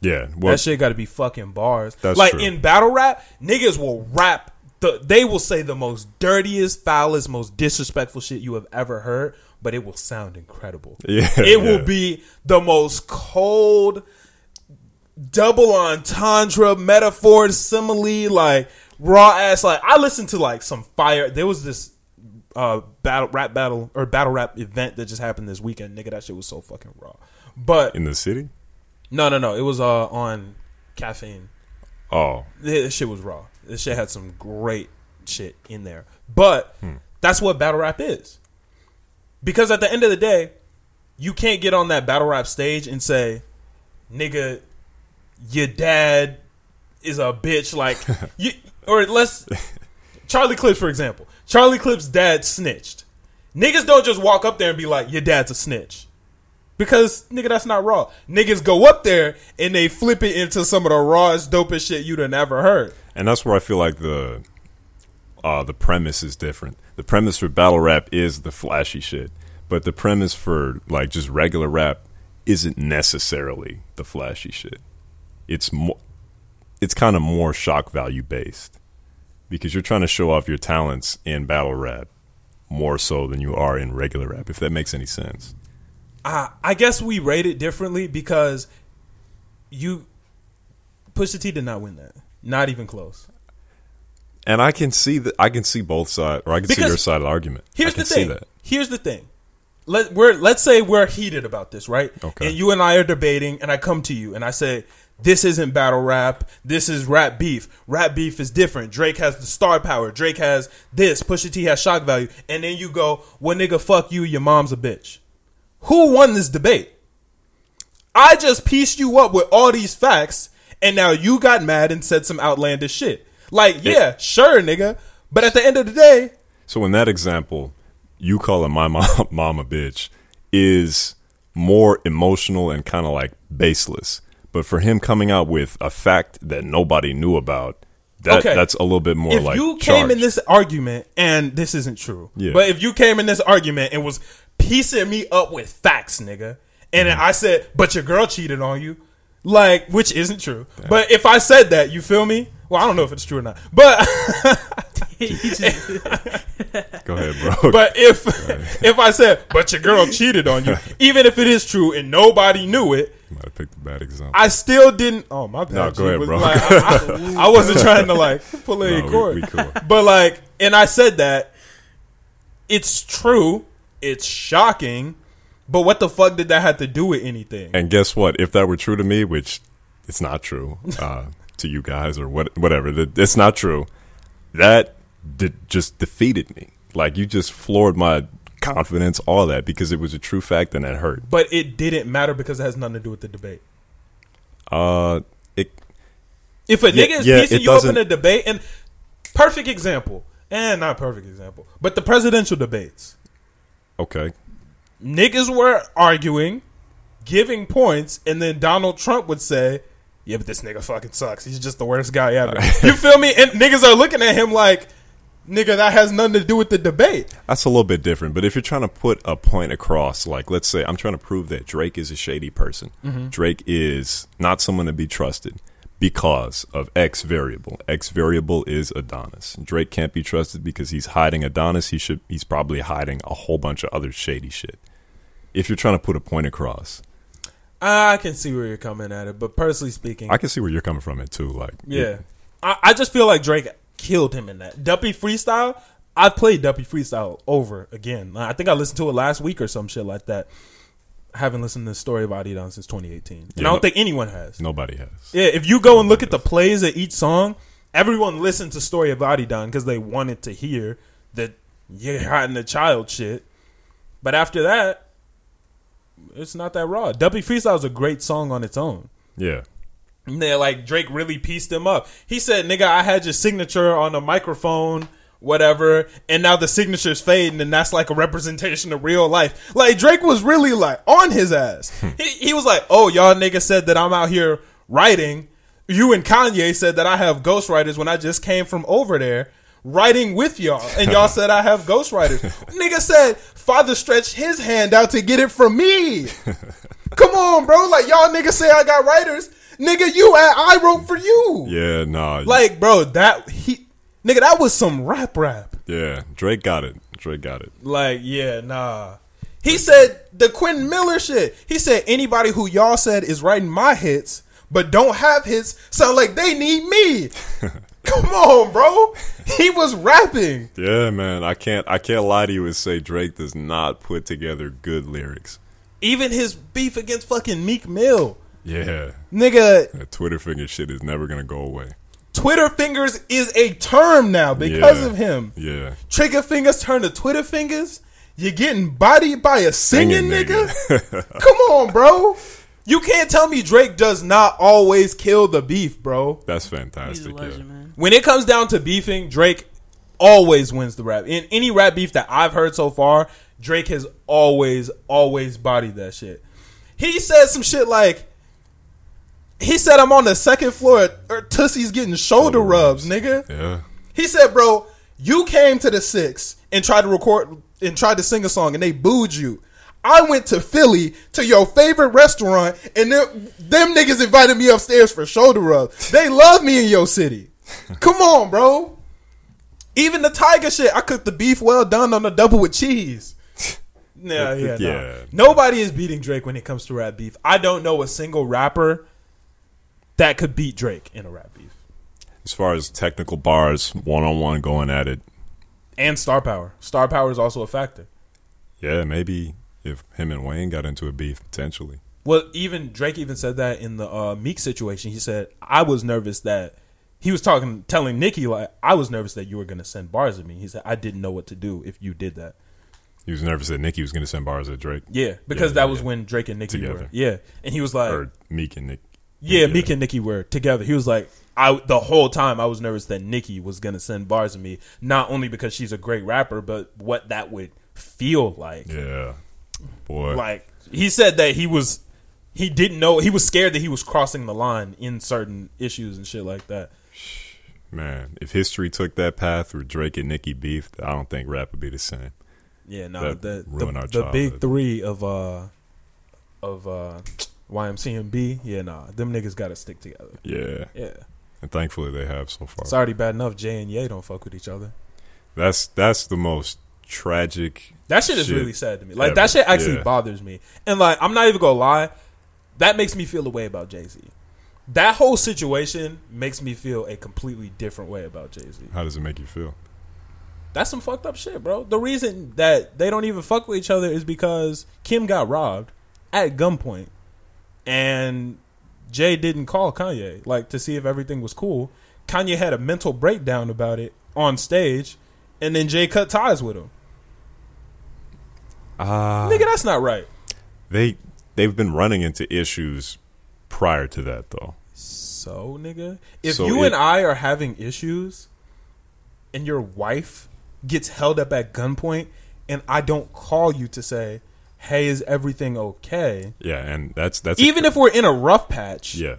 S2: yeah, well,
S1: that shit got to be fucking bars.
S2: That's
S1: like
S2: true.
S1: in battle rap, niggas will rap. The, they will say the most dirtiest, foulest, most disrespectful shit you have ever heard, but it will sound incredible.
S2: Yeah,
S1: it will
S2: yeah.
S1: be the most cold, double entendre, metaphor, simile, like raw ass. Like I listened to like some fire. There was this uh battle rap battle or battle rap event that just happened this weekend. Nigga, that shit was so fucking raw. But
S2: in the city.
S1: no, no, no. It was uh on caffeine.
S2: Oh,
S1: This shit was raw. This shit had some great shit in there. But that's what battle rap is. Because at the end of the day, you can't get on that battle rap stage and say, "Nigga, your dad is a bitch." Like you, or let's Charlie Clips for example. Charlie Clips' dad snitched. Niggas don't just walk up there and be like, "Your dad's a snitch." Because nigga, that's not raw. Niggas go up there and they flip it into some of the rawest, dopest shit you done ever heard.
S2: and that's where I feel like the uh, the premise is different. The premise for battle rap is the flashy shit, but the premise for like just regular rap isn't necessarily the flashy shit. It's more, it's kind of more shock value based because you're trying to show off your talents in battle rap more so than you are in regular rap. If that makes any sense,
S1: I, I guess we rate it differently because you Pusha T did not win that. Not even close.
S2: and I can see that I can see both sides, or I can see
S1: Because-
S2: your side of the argument. I
S1: Here's
S2: can
S1: the
S2: see
S1: thing.
S2: that.
S1: Here's the thing. Let we're let's say we're heated about this, right?
S2: Okay.
S1: And you and I are debating, and I come to you and I say, "This isn't battle rap. This is rap beef. Rap beef is different. Drake has the star power. Drake has this. Pusha T has shock value." And then you go, "Well, nigga, fuck you. Your mom's a bitch." Who won this debate? I just pieced you up with all these facts, and now you got mad and said some outlandish shit. Like, yeah, sure, nigga. But at the end of the day,
S2: So in that example, you calling my mom, mom a bitch is more emotional and kind of like baseless. But for him coming out with a fact that nobody knew about, that
S1: Okay.
S2: that's a little bit more
S1: if
S2: like
S1: you came
S2: charged.
S1: in this argument and this isn't true
S2: Yeah.
S1: but if you came in this argument and was piecing me up with facts nigga and
S2: Mm-hmm.
S1: then i said but your girl cheated on you like which isn't true but if i said that you feel me well i don't know if it's true or not but
S2: Go ahead, bro.
S1: but if if i said but your girl cheated on you even if it is true and nobody knew it
S2: Might have picked a bad example.
S1: i still didn't oh my bad
S2: No,
S1: G
S2: go ahead,
S1: was
S2: bro.
S1: like, I, I- I wasn't trying to like pull any
S2: No, we-
S1: cord
S2: we cool.
S1: but like, and I said that it's true, it's shocking, but what the fuck did that have to do with anything?
S2: and guess what? If that were true to me, which it's not true uh, to you guys or what, whatever, that it's not true. That de- just defeated me. Like you just floored my confidence, all that because it was a true fact and that hurt.
S1: But it didn't matter because it has nothing to do with the debate.
S2: Uh, it
S1: If a
S2: Yeah,
S1: nigga is
S2: yeah,
S1: piecing
S2: it
S1: you up in
S2: doesn't-
S1: a debate, and perfect example, and not perfect example, but the presidential debates,
S2: okay.
S1: niggas were arguing, giving points, and then Donald Trump would say. Yeah, but this nigga fucking sucks. He's just the worst guy ever. you feel me? And niggas are looking at him like, nigga, that has nothing to do with the debate.
S2: That's a little bit different, but if you're trying to put a point across, like let's say I'm trying to prove that Drake is a shady person,
S1: Mm-hmm.
S2: Drake is not someone to be trusted because of X variable. X variable is Adonis. Drake can't be trusted because he's hiding Adonis. He should. He's probably hiding a whole bunch of other shady shit. If you're trying to put a point across,
S1: I can see where you're coming at it, but personally speaking,
S2: I can see where you're coming from it too. Like
S1: yeah, I, I just feel like Drake killed him in that Duppy freestyle. I played Duppy freestyle over again. I think I listened to it last week or some shit like that. haven't listened to the story about Adon since 2018. And
S2: Yeah,
S1: I don't
S2: no-
S1: think anyone has.
S2: Nobody has.
S1: Yeah, if you go and look at the plays of each song, everyone listened to Story of Adidon because they wanted to hear the you're hiding the child shit. But after that, it's not that raw. W Freestyle is a great song on its own.
S2: Yeah.
S1: And they're like Drake really pieced him up. He said, "Nigga, I had your signature on a microphone, whatever, and now the signature's fading, and that's like a representation of real life." Like Drake was really like on his ass. he, he was like, "Oh, y'all nigga said that I'm out here writing. You and Kanye said that I have ghostwriters when I just came from over there." Writing with y'all, and y'all said I have ghostwriters. Nigga said, Father stretched his hand out to get it from me. Come on, bro. Like y'all niggas say I got writers. Nigga, you at I wrote for you.
S2: Yeah, nah.
S1: Like, bro, that he nigga, that was some rap rap.
S2: yeah, Drake got it. Drake got it.
S1: Like, yeah, nah. He said the Quentin Miller shit. He said anybody who y'all said is writing my hits but don't have hits sound like they need me. Come on, bro. He was rapping.
S2: Yeah, man. I can't I can't lie to you and say Drake does not put together good lyrics.
S1: Even his beef against fucking Meek Mill.
S2: Yeah.
S1: Nigga,
S2: That Twitter finger shit is never gonna go away.
S1: Twitter fingers is a term now because
S2: Yeah.
S1: of him.
S2: Yeah.
S1: trigger fingers turn to Twitter fingers. You're getting bodied by a singing, nigga. Come on, bro. You can't tell me Drake does not always kill the beef, bro.
S2: That's
S5: He's a
S2: fantastic.
S5: legend,
S2: yeah.
S5: man.
S1: When it comes down to beefing, Drake always wins the rap. In any rap beef that I've heard so far, Drake has always, always bodied that shit. He said some shit like, he said, I'm on the second floor or Tussie's getting shoulder rubs, nigga.
S2: Yeah.
S1: He said, "Bro, you came to the six and tried to record and tried to sing a song, and they booed you. I went to Philly to your favorite restaurant, and them, them niggas invited me upstairs for shoulder rub. They love me in your city. Come on, bro. Even the tiger shit, I cooked the beef well done on a double with cheese." Nah, yeah, nah.
S2: Yeah.
S1: Nobody is beating Drake when it comes to rap beef. I don't know a single rapper that could beat Drake in a rap beef
S2: As far as technical bars, one on one going at it.
S1: and star power. Star power is also a factor.
S2: Yeah, maybe if him and Wayne got into a beef potentially.
S1: Well, even Drake even said that in the uh, Meek situation. He said, "I was nervous that he was talking, telling Nicki like I was nervous that you were gonna send bars at me." He said, "I didn't know what to do if you did that."
S2: He was nervous that Nicki was gonna send bars at Drake.
S1: Yeah, because
S2: Yeah,
S1: that
S2: yeah,
S1: was
S2: yeah.
S1: when Drake and Nicki
S2: Together.
S1: were. Yeah, and he was like,
S2: Or Meek and Nick.
S1: "Yeah, Meek and Nicki were together." He was like, "I the whole time I was nervous that Nicki was gonna send bars at me, not only because she's a great rapper, but what that would feel like."
S2: Yeah. Boy.
S1: like he said that he was he didn't know he was scared that he was crossing the line in certain issues and shit like that
S2: Man, if history took that path where Drake and Nicki beefed, I don't think rap would be the same.
S1: yeah no
S2: That
S1: the,
S2: ruined our
S1: the, the big
S2: childhood.
S1: three of uh of uh ymcmb yeah nah them niggas gotta stick together
S2: Yeah,
S1: yeah
S2: and thankfully they have so far.
S1: it's already bad enough jay and ye don't fuck with each other
S2: That's that's the most tragic.
S1: That shit is
S2: shit
S1: really sad to me. Like
S2: ever.
S1: that shit actually
S2: Yeah.
S1: bothers me. And like I'm not even gonna lie, that makes me feel the way about Jay Z. That whole situation makes me feel a completely different way about Jay Z.
S2: How does it make you feel?
S1: That's some fucked up shit, bro. The reason that they don't even fuck with each other is because Kim got robbed at gunpoint, and Jay didn't call Kanye like to see if everything was cool. Kanye had a mental breakdown about it on stage, and then Jay cut ties with him.
S2: Ah,
S1: Nigga, that's not right.
S2: they they've been running into issues prior to that though.
S1: So, nigga, if
S2: So
S1: you
S2: it-
S1: and I are having issues and your wife gets held up at gunpoint and I don't call you to say, "Hey, is everything okay?"
S2: Yeah, and that's that's
S1: Even if we're in a rough patch,
S2: yeah,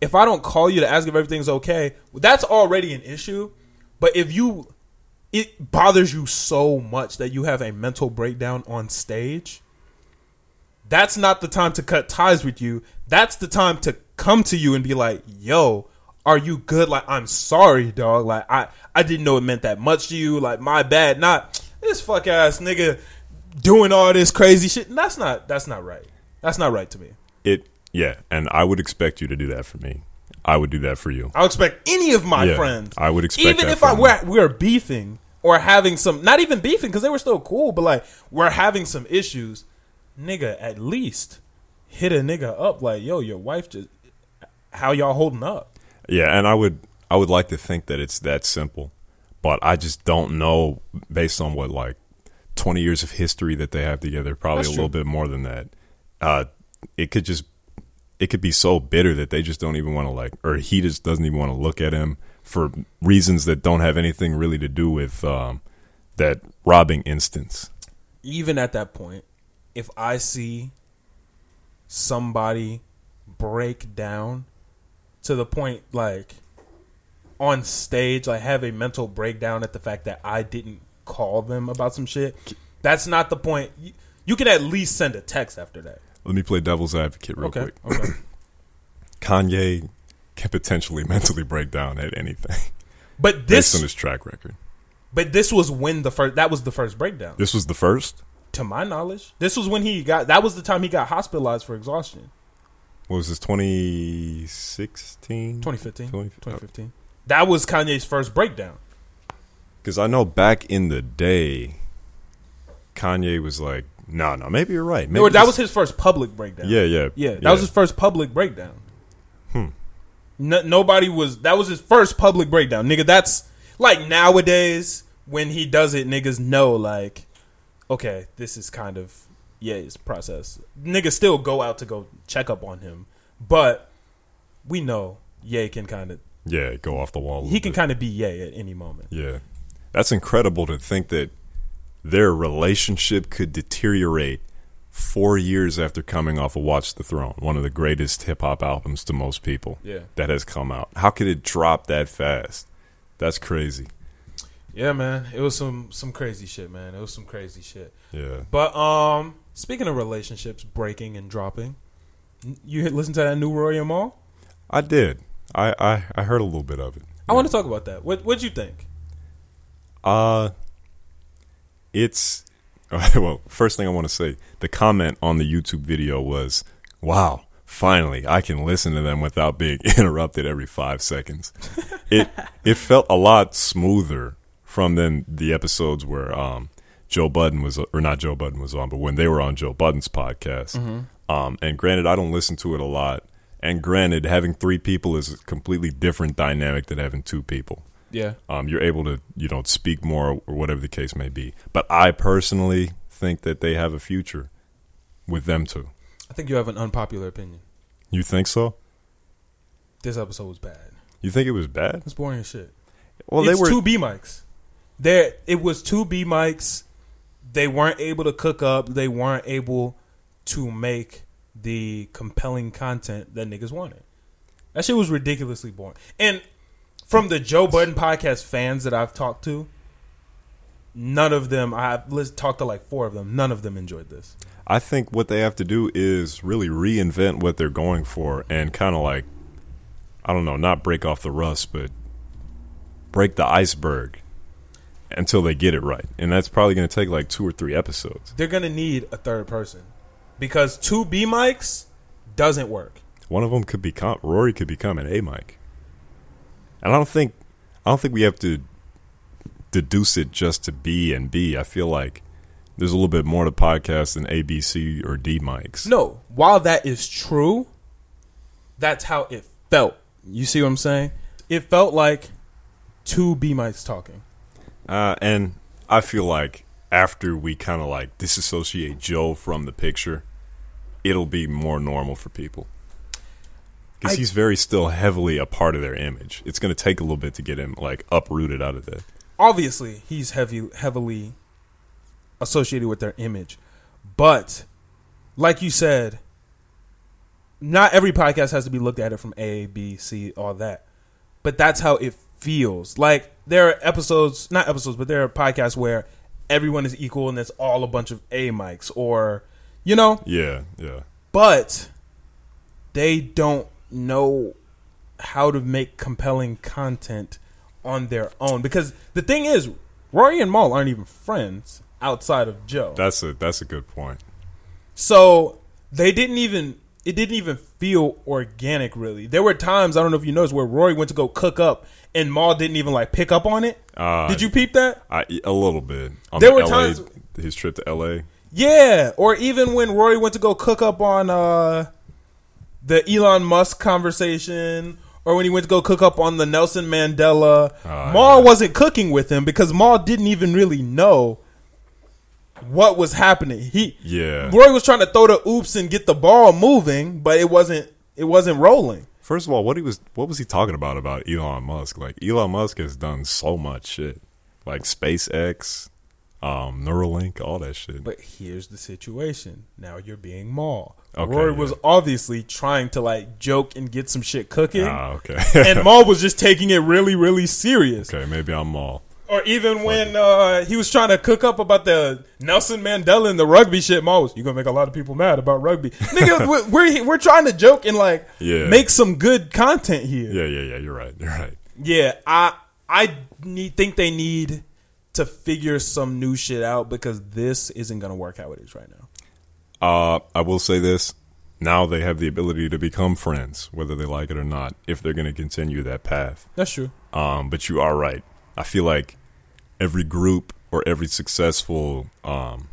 S1: if I don't call you to ask if everything's okay, that's already an issue. But if you it bothers you so much that you have a mental breakdown on stage, that's not the time to cut ties with you. That's the time to come to you and be like, "Yo, are you good? Like, I'm sorry, dog. Like, I I didn't know it meant that much to you. Like, my bad. Not this fuck ass nigga doing all this crazy shit. And that's not that's not right. That's not right to me.
S2: it yeah, and I would expect you to do that for me. I would do that for you.
S1: I would expect any of my
S2: Yeah,
S1: friends.
S2: I would expect
S1: even
S2: that
S1: if I
S2: from
S1: we're,
S2: them.
S1: we're beefing or having some, not even beefing because they were still cool, but like we're having some issues. nigga, at least hit a nigga up like, yo, your wife just, how y'all holding up?
S2: Yeah, and I would I would like to think that it's that simple, but I just don't know based on what like twenty years of history that they have together, probably
S1: That's
S2: a little bit more than that. Uh, it could just it could be so bitter that they just don't even want to like, or he just doesn't even want to look at him for reasons that don't have anything really to do with um, that robbing instance.
S1: Even at that point, if I see somebody break down to the point like on stage, like have a mental breakdown at the fact that I didn't call them about some shit, that's not the point. You, you could at least send a text after that.
S2: Let me play devil's advocate real
S1: okay.
S2: quick.
S1: Okay.
S2: Kanye can potentially mentally break down at anything
S1: But
S2: based on
S1: this
S2: his track record.
S1: But this was when the first that was the first breakdown.
S2: This was the first.
S1: To my knowledge, this was when he got that was the time he got hospitalized for exhaustion.
S2: What was this? 2016?
S1: 2015.
S2: 2015.
S1: 2015. That was Kanye's first breakdown.
S2: Because uh, I know back in the day, Kanye was like, "No, no, maybe you're right." Maybe
S1: or that
S2: this-
S1: was his first public breakdown.
S2: yeah, yeah,
S1: Yeah, that was his first public breakdown. Hmm. nobody was. That was his first public breakdown, nigga. That's like nowadays when he does it, niggas know like, okay, this is kind of yeah, it's process. Niggas still go out to go check up on him, but we know Ye can kind of
S2: yeah. Go off the wall. a
S1: he
S2: little
S1: can
S2: bit.
S1: kind of be Ye at any moment.
S2: Yeah. That's incredible to think that their relationship could deteriorate four years after coming off of Watch the Throne, one of the greatest hip hop albums to most people
S1: Yeah.
S2: that has come out. How could it drop that fast? That's crazy.
S1: Yeah, man, it was some some crazy shit, man. It was some crazy shit.
S2: Yeah.
S1: But um, speaking of relationships breaking and dropping, n- you hit- listen to that new Roy Mall?
S2: I did. I, I, I heard a little bit of it.
S1: I want to talk about that. What what'd you think?
S2: Uh it's well, first thing I want to say, the comment on the YouTube video was, "Wow, finally I can listen to them without being interrupted every 5 seconds." It it felt a lot smoother from then the episodes where um Joe Budden was or not Joe Budden was on, but when they were on Joe Budden's podcast. Um and granted I don't listen to it a lot. And granted, having three people is a completely different dynamic than having two people
S1: Yeah.
S2: um, you're able to you know speak more or whatever the case may be. But I personally think that they have a future with them too.
S1: I think you have an unpopular opinion.
S2: You think so?
S1: This episode was bad.
S2: You think it was bad?
S1: It's boring as shit.
S2: Well,
S1: it's
S2: they were.
S1: two B mics. There, it was two B mics. They weren't able to cook up. They weren't able to make the compelling content that niggas wanted. That shit was ridiculously boring. And from the Joe Budden podcast fans that I've talked to, none of them. I've lis- talked to like four of them. None of them enjoyed this.
S2: I think what they have to do is really reinvent what they're going for and kind of like, I don't know, not break off the rust, but break the iceberg until they get it right. And that's probably going to take like two or three episodes.
S1: They're gonna need a third person because two B mics doesn't work.
S2: One of them could become Rory could become an A mic. And I don't think I don't think we have to deduce it just to B and B. I feel like there's a little bit more to podcasts than A, B, C, or D mics.
S1: No, while that is true, that's how it felt. You see what I'm saying? It felt like two B mics talking.
S2: Uh, and I feel like after we kind of like disassociate Joe from the picture, it'll be more normal for people
S1: I-
S2: because he's very still heavily a part of their image. It's going to take a little bit to get him like uprooted out of that.
S1: Obviously, he's heavy, heavily associated with their image, but like you said, not every podcast has to be looked at it from A, B, C, all that. But that's how it feels. Like there are episodes, not episodes, but there are podcasts where everyone is equal and it's all a bunch of A mics or, you know,
S2: Yeah, yeah.
S1: but they don't know how to make compelling content on their own because the thing is rory and maul aren't even friends outside of joe
S2: That's a that's a good point.
S1: so they didn't even it didn't even feel organic really there were times i don't know if you noticed where rory went to go cook up and maul didn't even like pick up on it
S2: Uh,
S1: did you peep that
S2: I, a little bit. On
S1: There
S2: the
S1: were
S2: LA,
S1: times-
S2: his trip to L.A.
S1: Yeah, or even when Rory went to go cook up on uh, the Elon Musk conversation, or when he went to go cook up on the Nelson Mandela,
S2: Oh,
S1: Maul
S2: yeah.
S1: wasn't cooking with him because Maul didn't even really know what was happening. He
S2: Yeah.
S1: Rory was trying to throw the oops and get the ball moving, but it wasn't it wasn't rolling.
S2: First of all, what he was what was he talking about about Elon Musk? Like Elon Musk has done so much shit, like SpaceX, um, Neuralink, all that shit.
S1: But here's the situation. Now you're being Maul.
S2: Okay,
S1: Rory
S2: yeah.
S1: was obviously trying to like joke and get some shit cooking.
S2: ah, okay,
S1: and Maul was just taking it really, really serious.
S2: okay, maybe I'm all.
S1: Or even when uh, he was trying to cook up about the Nelson Mandela and the rugby shit, Maul was, you're going to make a lot of people mad about rugby. Nigga, we're, we're, we're trying to joke and, like,
S2: Yeah.
S1: make some good content here.
S2: Yeah, yeah, yeah. You're right. You're right.
S1: Yeah, I I need, think they need to figure some new shit out because this isn't going to work how it is right now.
S2: Uh, I will say this. Now they have the ability to become friends, whether they like it or not, if they're going to continue that path.
S1: That's true.
S2: Um, but you are right. I feel like every group or every successful um,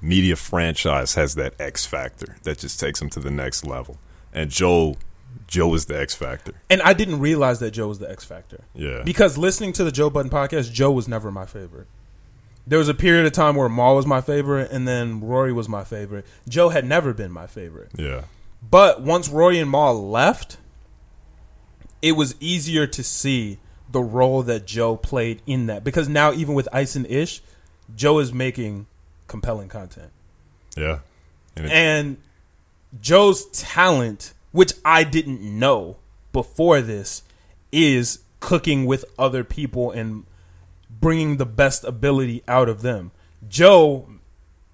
S2: media franchise has that X factor that just takes them to the next level. And Joe, Joe is the X factor.
S1: And I didn't realize that Joe was the X Factor.
S2: Yeah.
S1: Because listening to the Joe Button podcast, Joe was never my favorite. There was a period of time where Maul was my favorite, and then Rory was my favorite. Joe had never been my favorite.
S2: yeah.
S1: But once Rory and Maul left, it was easier to see the role that Joe played in that. Because now, even with Ice and Ish, Joe is making compelling content.
S2: Yeah. And it,
S1: And Joe's talent, which I didn't know before this, is cooking with other people and bringing the best ability out of them. Joe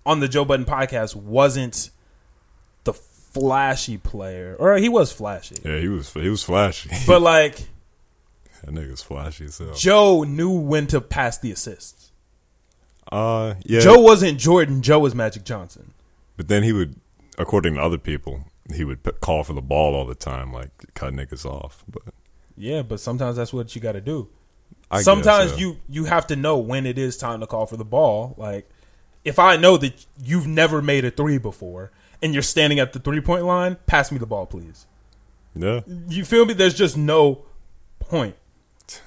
S1: on the Joe Budden podcast wasn't the flashy player, or he was flashy,
S2: yeah, he was he was flashy.
S1: but like
S2: that nigga's flashy as hell.
S1: Joe knew when to pass the assists.
S2: Uh, yeah.
S1: Joe wasn't Jordan. Joe was Magic Johnson.
S2: But then he would, according to other people, he would p- call for the ball all the time, like cut niggas off. But
S1: Yeah, but sometimes that's what you got to do.
S2: I
S1: sometimes
S2: guess, uh,
S1: you you have to know when it is time to call for the ball. Like if I know that you've never made a three before and you're standing at the three point line, pass me the ball, please.
S2: yeah,
S1: You feel me? There's just no point.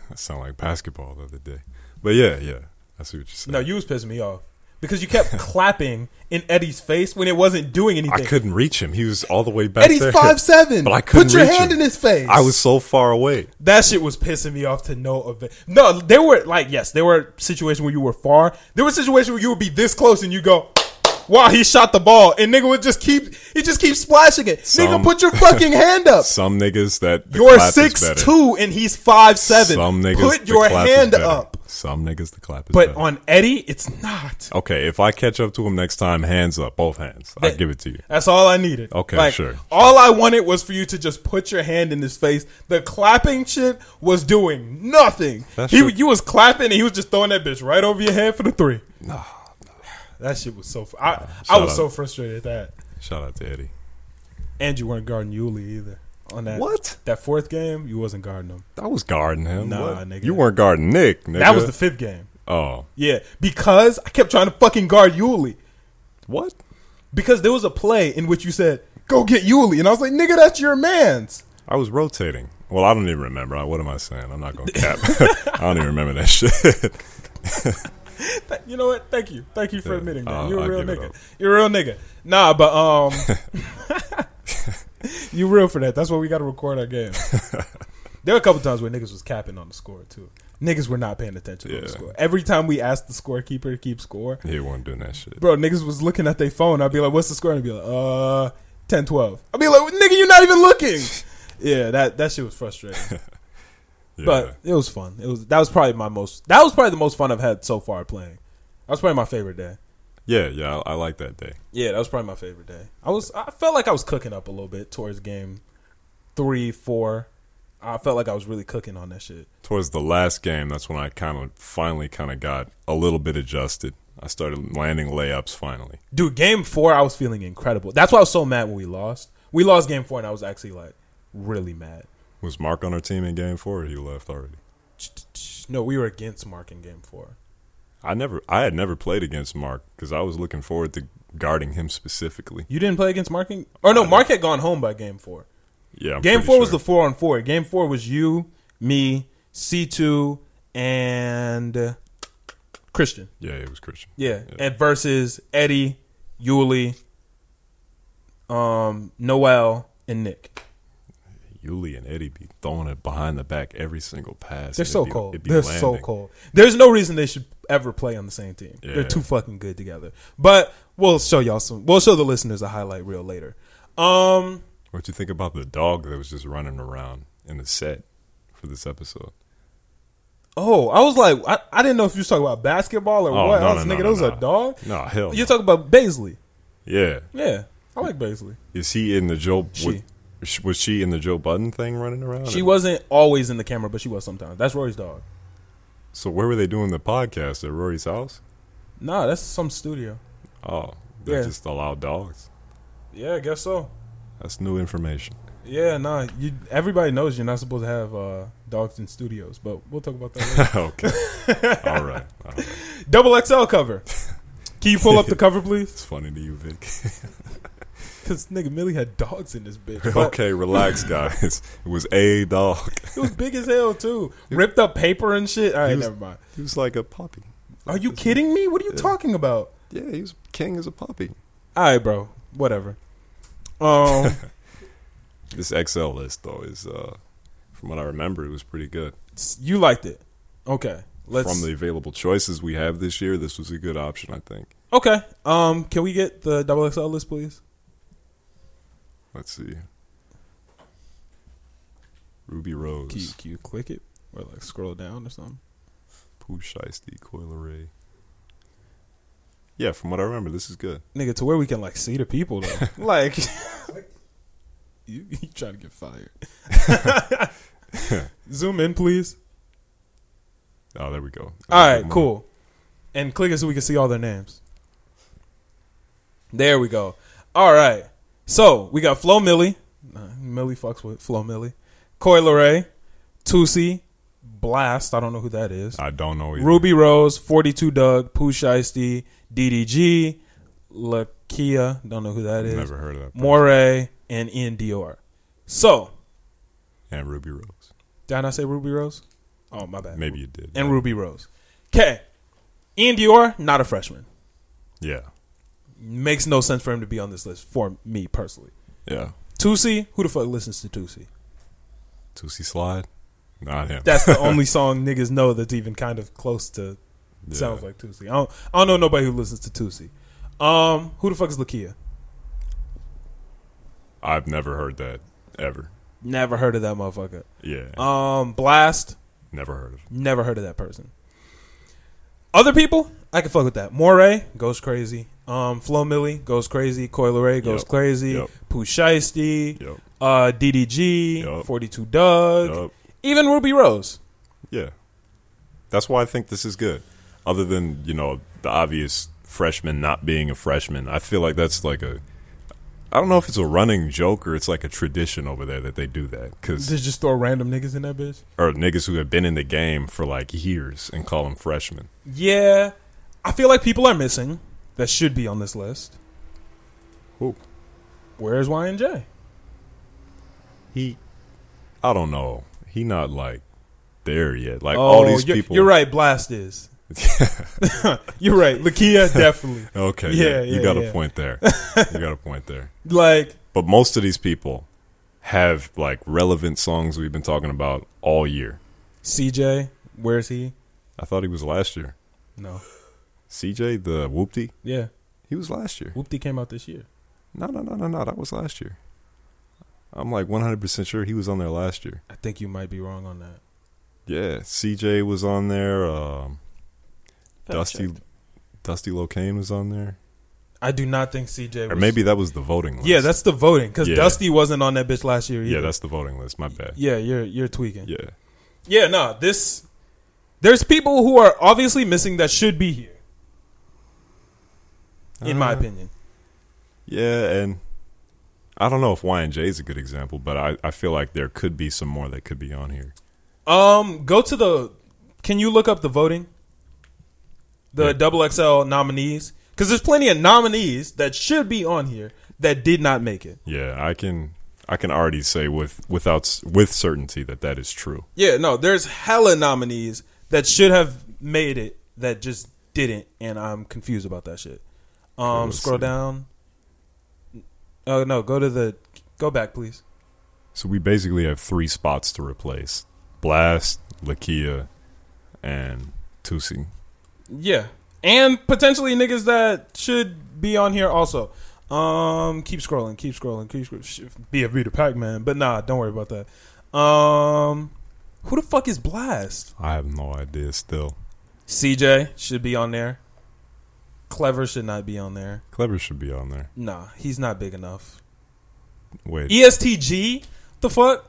S2: that sound like basketball the other day. But yeah, yeah, I see what you're saying.
S1: No, you was pissing me off because you kept clapping in Eddie's face when it wasn't doing
S2: I
S1: anything.
S2: couldn't reach him. He was all the way back
S1: Eddie's
S2: there.
S1: five seven.
S2: But I couldn't
S1: Put your
S2: reach
S1: hand
S2: him.
S1: in his face.
S2: I was so far away.
S1: That shit was pissing me off to no avail. No, there were like yes, there were situations where you were far. There were situations where you would be this close and you go, "Wow, he shot the ball," and nigga would just keep he just keeps splashing it.
S2: Some-
S1: nigga, put your fucking hand up.
S2: Some niggas that the
S1: You're
S2: clap is
S1: six
S2: better.
S1: two and he's five seven.
S2: Some niggas
S1: put
S2: the
S1: your
S2: clap is
S1: hand
S2: better.
S1: up.
S2: Some niggas the clap is
S1: But
S2: better.
S1: on Eddie, it's not.
S2: okay, if I catch up to him next time, hands up, both hands. I
S1: That-
S2: give it to you.
S1: That's all I needed.
S2: Okay, sure.
S1: All I wanted was for you to just put your hand in his face. The clapping shit was doing nothing.
S2: That's
S1: he,
S2: true.
S1: you was clapping and he was just throwing that bitch right over your head for the three. That shit was so. fr- I, I
S2: shout
S1: was
S2: out.
S1: so frustrated at that.
S2: Shout out to Eddie.
S1: And you weren't guarding Yuli either on that.
S2: What?
S1: That fourth game, you wasn't guarding him.
S2: I was guarding him.
S1: Nah,
S2: What?
S1: nigga.
S2: You weren't guarding Nick. Nigga.
S1: That was the fifth game.
S2: oh
S1: Yeah, because I kept trying to fucking guard Yuli.
S2: what?
S1: Because there was a play in which you said, "Go get Yuli," and I was like, "Nigga, that's your man's."
S2: I was rotating. Well, I don't even remember. I- What am I saying? I'm not gonna cap. I don't even remember that shit.
S1: Th- you know what? Thank you. Thank you for
S2: Yeah.
S1: admitting that.
S2: Uh,
S1: You're a
S2: I'll
S1: real
S2: give it up.
S1: nigga. You're a real nigga. Nah, but um You real for that. That's why we gotta record our game. there were a couple times where niggas was capping on the score too. Niggas were not paying attention on
S2: Yeah.
S1: the score. Every time we asked the scorekeeper to keep score,
S2: he wasn't doing that shit.
S1: bro, niggas was looking at their phone. I'd be like, What's the score? And I'd be like, uh 10 12. I'd be like, nigga, you're not even looking. yeah, that, that shit was frustrating.
S2: Yeah.
S1: But it was fun. It was that was probably my most that was probably the most fun I've had so far playing. That was probably my favorite day.
S2: yeah, yeah, I, I like that day.
S1: Yeah, that was probably my favorite day. I was I felt like I was cooking up a little bit towards game three, four. I felt like I was really cooking on that shit.
S2: Towards the last game, that's when I kind of finally kind of got a little bit adjusted. I started landing layups finally.
S1: Dude, game four I was feeling incredible. That's why I was so mad when we lost. We lost game four and I was actually like really mad.
S2: Was Mark on our team in game four? Or he left already.
S1: No, we were against Mark in game four.
S2: I never, I had never played against Mark because I was looking forward to guarding him specifically.
S1: You didn't play against Marking? Or no, Mark had gone home by game four.
S2: Yeah. I'm
S1: Game
S2: pretty
S1: four was
S2: sure.
S1: the four on four. Game four was you, me, C two, and uh, Christian.
S2: yeah, it was Christian.
S1: Yeah. And versus Eddie, Yuli, um, Noel, and Nick.
S2: Yuli and Eddie be throwing it behind the back every single pass.
S1: They're
S2: and
S1: so
S2: it'd be-
S1: cold.
S2: it'd be
S1: They're so
S2: landing.
S1: cold. There's no reason they should ever play on the same team.
S2: Yeah.
S1: They're too fucking good together. But we'll show y'all some we'll show the listeners a highlight reel later. Um
S2: What you think about the dog that was just running around in the set for this episode?
S1: Oh, I was like, I, I didn't know if you was talking about basketball or
S2: Oh,
S1: what.
S2: no,
S1: I was
S2: no, no,
S1: thinking
S2: no,
S1: it was
S2: no.
S1: a dog.
S2: No, hell.
S1: You're
S2: No.
S1: talking about Baisley.
S2: yeah.
S1: Yeah, I like Baisley.
S2: Is he in the Joe?
S1: She.
S2: Was, was she in the Joe Budden thing running around?
S1: She wasn't always in the camera, but she was sometimes. That's Rory's dog.
S2: So where were they doing the podcast at Rory's house?
S1: Nah, that's some studio.
S2: Oh, they
S1: Yeah.
S2: just allow dogs.
S1: Yeah, I guess so.
S2: That's new information.
S1: Yeah, nah. You everybody knows you're not supposed to have uh, dogs in studios, but we'll talk about that. later.
S2: okay. All right. Oh, All right.
S1: Double XL cover. Can you pull up the cover, please?
S2: It's funny to you, Vic.
S1: Because nigga Millie had dogs in this bitch. But
S2: okay, relax, guys. It was a dog.
S1: It was big as hell too. Ripped up paper and shit. All right,
S2: He was-
S1: never mind.
S2: He was like a puppy.
S1: Are you kidding me? What are you talking about?
S2: Yeah, he was king as a puppy.
S1: All right, bro. Whatever. Um,
S2: This XL list, though, is uh, from what I remember, it was pretty good.
S1: s- you liked it. Okay. Let's.
S2: from the available choices we have this year, this was a good option, I think.
S1: okay. Um, can we get the double XL list, please?
S2: Let's see. Ruby Rose,
S1: Can you, can you click it or like scroll down or something?
S2: Pooh Shiesty, Coil Ray. Yeah, from what I remember, this is good.
S1: Nigga, to where we can like see the people though. like, you, you trying to get fired? Zoom in, please.
S2: Oh, there we go.
S1: All right,
S2: Come on.
S1: cool. And click it so we can see all their names. There we go. All right. So we got Flo Millie. Nah, Millie fucks with Flo Millie. Coy Leray. Tusi. Blast. I don't know who that is.
S2: I don't know. Either.
S1: Ruby Rose. 42 Doug. Pooh Shiesty. DDG. Lakia. Don't know who that is.
S2: Never heard of that. person.
S1: Moray. And Ian Dior. So,
S2: And Ruby Rose.
S1: did I not say Ruby Rose? Oh, my bad.
S2: Maybe you did.
S1: And Ruby Rose. Okay. Ian Dior, not a freshman.
S2: Yeah.
S1: makes no sense for him to be on this list for me personally.
S2: Yeah.
S1: Tusi, who the fuck listens to Tusi?
S2: Tootsie Slide. Not him.
S1: That's the only song niggas know that's even kind of close to
S2: Yeah.
S1: sounds like Tusi. I don't, I don't know nobody who listens to Tusi. Um, who the fuck is Lakia?
S2: I've never heard that ever.
S1: Never heard of that motherfucker.
S2: Yeah.
S1: Um, Blast,
S2: never heard of him.
S1: never heard of that person. Other people, I can fuck with that. Moray goes crazy. Um, Flo Millie goes crazy. Coil Ray goes
S2: Yep.
S1: crazy.
S2: Yep.
S1: Pooh Shiesty,
S2: Yep.
S1: uh, DDG,
S2: Yep.
S1: 42 Doug,
S2: Yup.
S1: even Ruby Rose.
S2: Yeah. That's why I think this is good. Other than, you know, the obvious freshman not being a freshman, I feel like that's like a. I don't know if it's a running joke or it's like a tradition over there that they do that. Cause,
S1: They just throw random niggas in that bitch.
S2: or niggas who have been in the game for like years and call them freshmen.
S1: Yeah, I feel like people are missing that should be on this list.
S2: Who?
S1: Where's Y and J?
S2: He. I don't know. He not like there yet. Like all these
S1: Oh, you're,
S2: people.
S1: You're right. Blast is. you're right. Lakia definitely.
S2: Okay. Yeah.
S1: Yeah,
S2: you
S1: yeah,
S2: got a
S1: yeah.
S2: point there. you got a point there.
S1: Like
S2: But most of these people have like relevant songs we've been talking about all year.
S1: CJ. Where's he?
S2: I thought he was last year.
S1: No.
S2: CJ the Whoopty,
S1: Yeah.
S2: he was last year.
S1: Whoopty came out this year.
S2: No, no, no, no, no. That was last year. I'm like 100% sure he was on there last year.
S1: I think you might be wrong on that.
S2: Yeah, CJ was on there. Um,
S5: Fact
S2: Dusty,
S5: check.
S2: Dusty Locane was on there,
S1: I do not think CJ. Was,
S2: or maybe that was the voting list.
S1: Yeah, that's the voting because
S2: Yeah.
S1: Dusty wasn't on that bitch last year. Either.
S2: yeah, that's the voting list. My bad.
S1: yeah. You're you're tweaking.
S2: Yeah,
S1: Yeah, no, this there's people who are obviously missing that should be here. In my
S2: Uh,
S1: opinion.
S2: yeah, and I don't know if Y and J is a good example, but I, I feel like there could be some more that could be on here.
S1: Um go to the can you look up the voting?
S2: Yeah.
S1: The double XL nominees. Because there's plenty of nominees that should be on here that did not make it.
S2: Yeah, I can I can already say with without s- with certainty that that is true.
S1: Yeah, no, there's hella nominees that should have made it that just didn't, and I'm confused about that shit. Um,
S2: let's
S1: scroll
S2: see.
S1: down. Oh no, go to the go back, please.
S2: So we basically have three spots to replace: Blast, Lakia, and Tusi.
S1: Yeah, and potentially niggas that should be on here also. Um, keep scrolling, keep scrolling, keep scrolling. BFB to Pac Man, but nah, don't worry about that. Um, who the fuck is Blast?
S2: I have no idea. Still,
S1: CJ should be on there. Clever should not be on there.
S2: Clever should be on there.
S1: Nah, he's not big enough. E-
S2: Wait,
S1: ESTG, the fuck?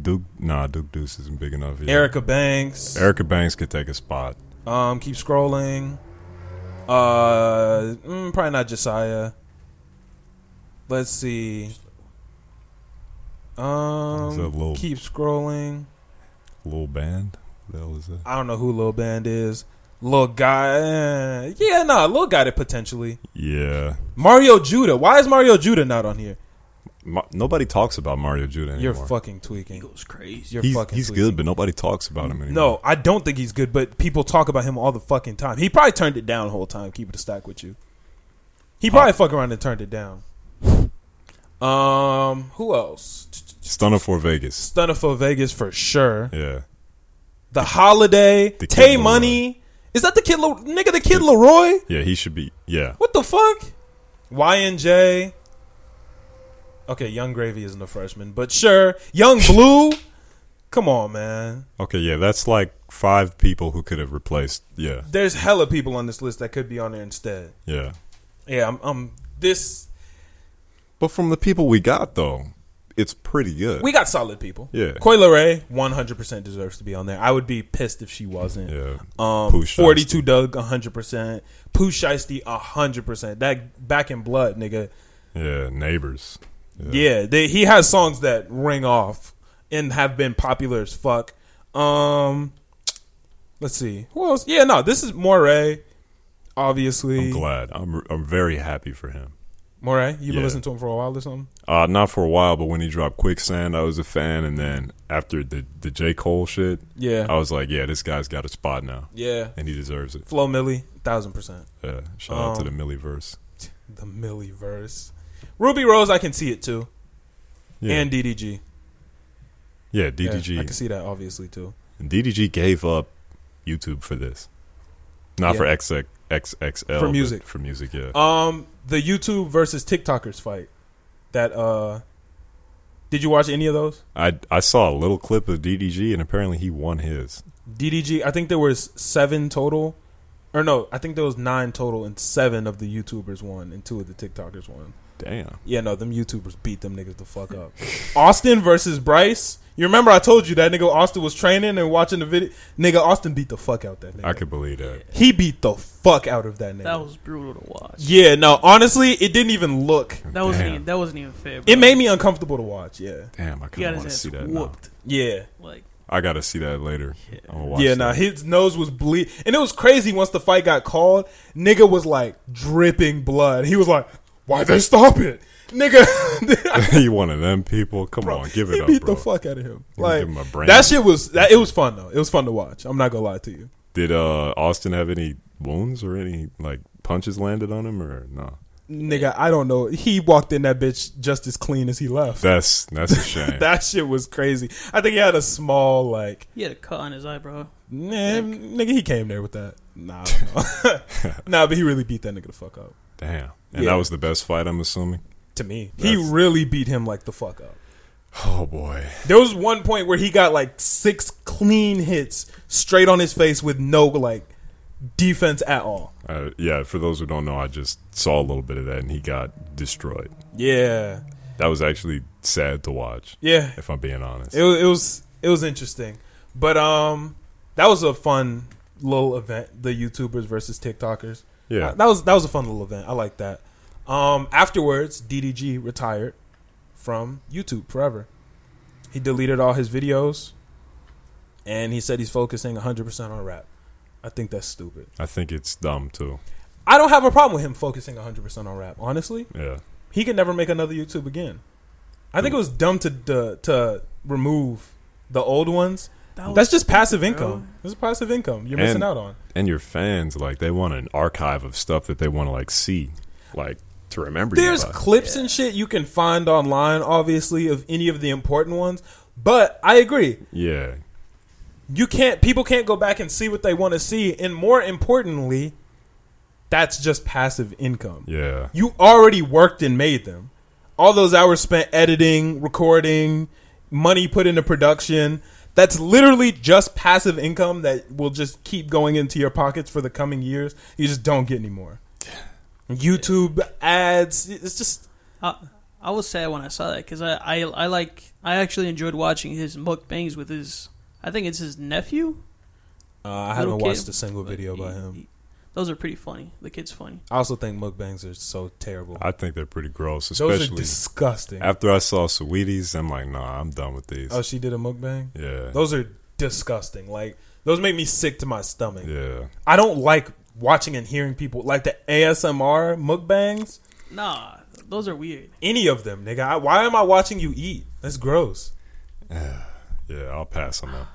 S2: Duke? Nah, Duke Deuce isn't big enough. Yet.
S1: Erica Banks.
S2: Erica Banks could take a spot.
S1: Um, keep scrolling. Uh, mm, probably not Josiah. Let's see.
S2: Is that
S1: Um,
S2: Lil
S1: keep scrolling.
S2: Lil Band? What the hell is that?
S1: I don't know who Lil Band is. Lil guy, eh, yeah, nah, Lil got it potentially.
S2: Yeah,
S1: Mario Judah, why is Mario Judah not on here?
S2: Ma- nobody talks about Mario Judah anymore.
S1: You're fucking tweaking.
S5: goes crazy.
S1: You're
S2: he's
S1: fucking.
S2: he's
S1: tweaking.
S2: good, but nobody talks about him anymore.
S1: No, I don't think he's good, but people talk about him all the fucking time. He probably turned it down the whole time, keep it a stack with you. He probably fuck around and turned it down. Um, who else?
S2: Stunner for Vegas.
S1: Stunner for Vegas for sure.
S2: Yeah,
S1: The Holiday,
S2: The Kid
S1: Tay
S2: Leroy.
S1: Money. Is that the kid, Le- nigga, the kid Leroy?
S2: yeah, he should be. Yeah,
S1: What the fuck? YNJ. Okay, Young Gravy isn't a freshman, but sure. Young Blue. Come on, man.
S2: okay, yeah, that's like five people who could have replaced. Yeah,
S1: There's hella people on this list that could be on there instead.
S2: yeah.
S1: Yeah, I'm, I'm this
S2: But from the people we got though, it's pretty good.
S1: we got solid people.
S2: Yeah.
S1: Coil Ray, one hundred percent deserves to be on there. I would be pissed if she wasn't.
S2: yeah,
S1: Um
S2: Pooh Shiesty.
S1: forty two Doug, hundred percent. Pooh Shiesty, hundred percent. That back in blood, nigga.
S2: yeah. Neighbors.
S1: Yeah, they, he has songs that ring off and have been popular as fuck. Um let's see. Who else? Yeah, no, this is Moray. Obviously.
S2: I'm glad. I'm I'm very happy for him.
S1: Moray, you've been
S2: Yeah.
S1: listening to him for a while or something?
S2: Uh, not for a while, but when he dropped Quicksand, I was a fan, and then after the the J Cole shit,
S1: Yeah.
S2: I was like, yeah, this guy's got a spot now,
S1: Yeah.
S2: and he deserves it.
S1: Flo Millie, thousand percent.
S2: Yeah, shout out to
S1: Um,
S2: the Milliverse.
S1: The Milliverse. Ruby Rose, I can see it too.
S2: Yeah,
S1: And DDG.
S2: yeah,
S1: Yeah,
S2: DDG.
S1: I can see that obviously too.
S2: And DDG gave up YouTube for this, not
S1: Yeah.
S2: for XX, XXL
S1: For
S2: but
S1: music.
S2: For music, yeah.
S1: Um the YouTube versus TikTokers fight. That uh did you watch any of those?
S2: I I saw a little clip of DDG, and apparently he won his.
S1: DDG, I think there was 7 total. Or no, I think there was 9 total and 7 of the YouTubers won and 2 of the TikTokers won.
S2: Damn.
S1: Yeah, no, them YouTubers beat them niggas the fuck up. Austin versus Bryce. You remember I told you that nigga Austin was training and watching the video. Nigga Austin beat the fuck out that nigga.
S2: I could believe that.
S1: He beat the fuck out of that nigga.
S5: That was brutal to watch.
S1: yeah, no, honestly, it didn't even look.
S5: That wasn't
S2: Damn.
S5: even, that wasn't even fair. Bro.
S1: It made me uncomfortable to watch. Yeah,
S2: Damn, I
S5: He
S2: kind of
S5: got his
S2: want to
S5: ass
S2: see that now.
S5: whooped.
S1: yeah,
S5: Like
S2: I gotta see that later. I'm gonna watch
S1: yeah.
S2: that.
S1: Nah, his nose was bleed, and it was crazy. Once the fight got called, nigga was like dripping blood. He was like, "Why they stop it, nigga?"
S2: you one of them people? Come
S1: Bro,
S2: on, give
S1: he
S2: it up,
S1: beat
S2: bro.
S1: the fuck out of him.
S2: You
S1: Like
S2: give him a brand.
S1: that shit was that. It was fun though. It was fun to watch. I'm not gonna lie to you.
S2: Did uh, Austin have any wounds or any like punches landed on him or no?
S1: Nigga, I don't know. He walked in that bitch just as clean as he left.
S2: That's that's a shame.
S1: that shit was crazy. I think he had a small like
S5: he had a cut on his eyebrow.
S1: Nah, nigga, he came there with that. Nah, I don't know. nah, but he really beat that nigga the fuck up.
S2: Damn. And
S1: Yeah.
S2: that was the best fight, I'm assuming.
S1: To me, he
S2: That's-
S1: really beat him like the fuck up.
S2: Oh boy.
S1: There was one point where he got like six clean hits straight on his face with no like defense at all.
S2: Uh, yeah, for those who don't know, I just saw a little bit of that, and he got destroyed.
S1: Yeah,
S2: That was actually sad to watch,
S1: yeah.
S2: if I'm being honest.
S1: It, wa- it was it was interesting, but um, that was a fun little event. The YouTubers versus TikTokers.
S2: yeah,
S1: Uh, that was that was a fun little event. I like that. Um, afterwards, DDG retired from YouTube forever. He deleted all his videos, and he said he's focusing 100 percent on rap. I think that's stupid.
S2: I think it's dumb too.
S1: I don't have a problem with him focusing 100% on rap, honestly.
S2: Yeah.
S1: He could never make another YouTube again. I think it was dumb to to, to remove the old ones.
S5: That was
S1: That's just
S5: stupid,
S1: passive
S5: bro.
S1: income. This is passive income. You're missing
S2: And-
S1: out on.
S2: And your fans, like, they want an archive of stuff that they want to, like, see, like, to remember
S1: There's
S2: you by.
S1: clips and shit you can find online, obviously, of any of the important ones. But I agree.
S2: yeah.
S1: you can't people can't go back and see what they want to see and more importantly that's just passive income
S2: Yeah.
S1: you already worked and made them all those hours spent editing recording money put into production that's literally just passive income that will just keep going into your pockets for the coming years you just don't get anymore youtube ads it's just
S5: I, I was sad when I saw that because I, I I like I actually enjoyed watching his mukbangs with his I think it's his nephew.
S1: uh, i
S5: Little
S1: haven't
S5: kid,
S1: watched a single
S5: but
S1: video by
S5: he-
S1: him
S5: he- those are pretty funny. The kid's funny.
S1: i also think mukbangs are so terrible
S2: I think they're pretty gross,
S1: those
S2: especially
S1: are disgusting
S2: after I saw Sweeties. I'm like, nah, I'm done with these.
S1: Oh, she did a mukbang.
S2: yeah.
S1: Those are disgusting. Like those make me sick to my stomach.
S2: yeah.
S1: I don't like watching and hearing people like the ASMR mukbangs.
S5: Nah, those are weird.
S1: Any of them, nigga. I, why am I watching you eat? That's gross.
S2: Yeah, I'll pass on them.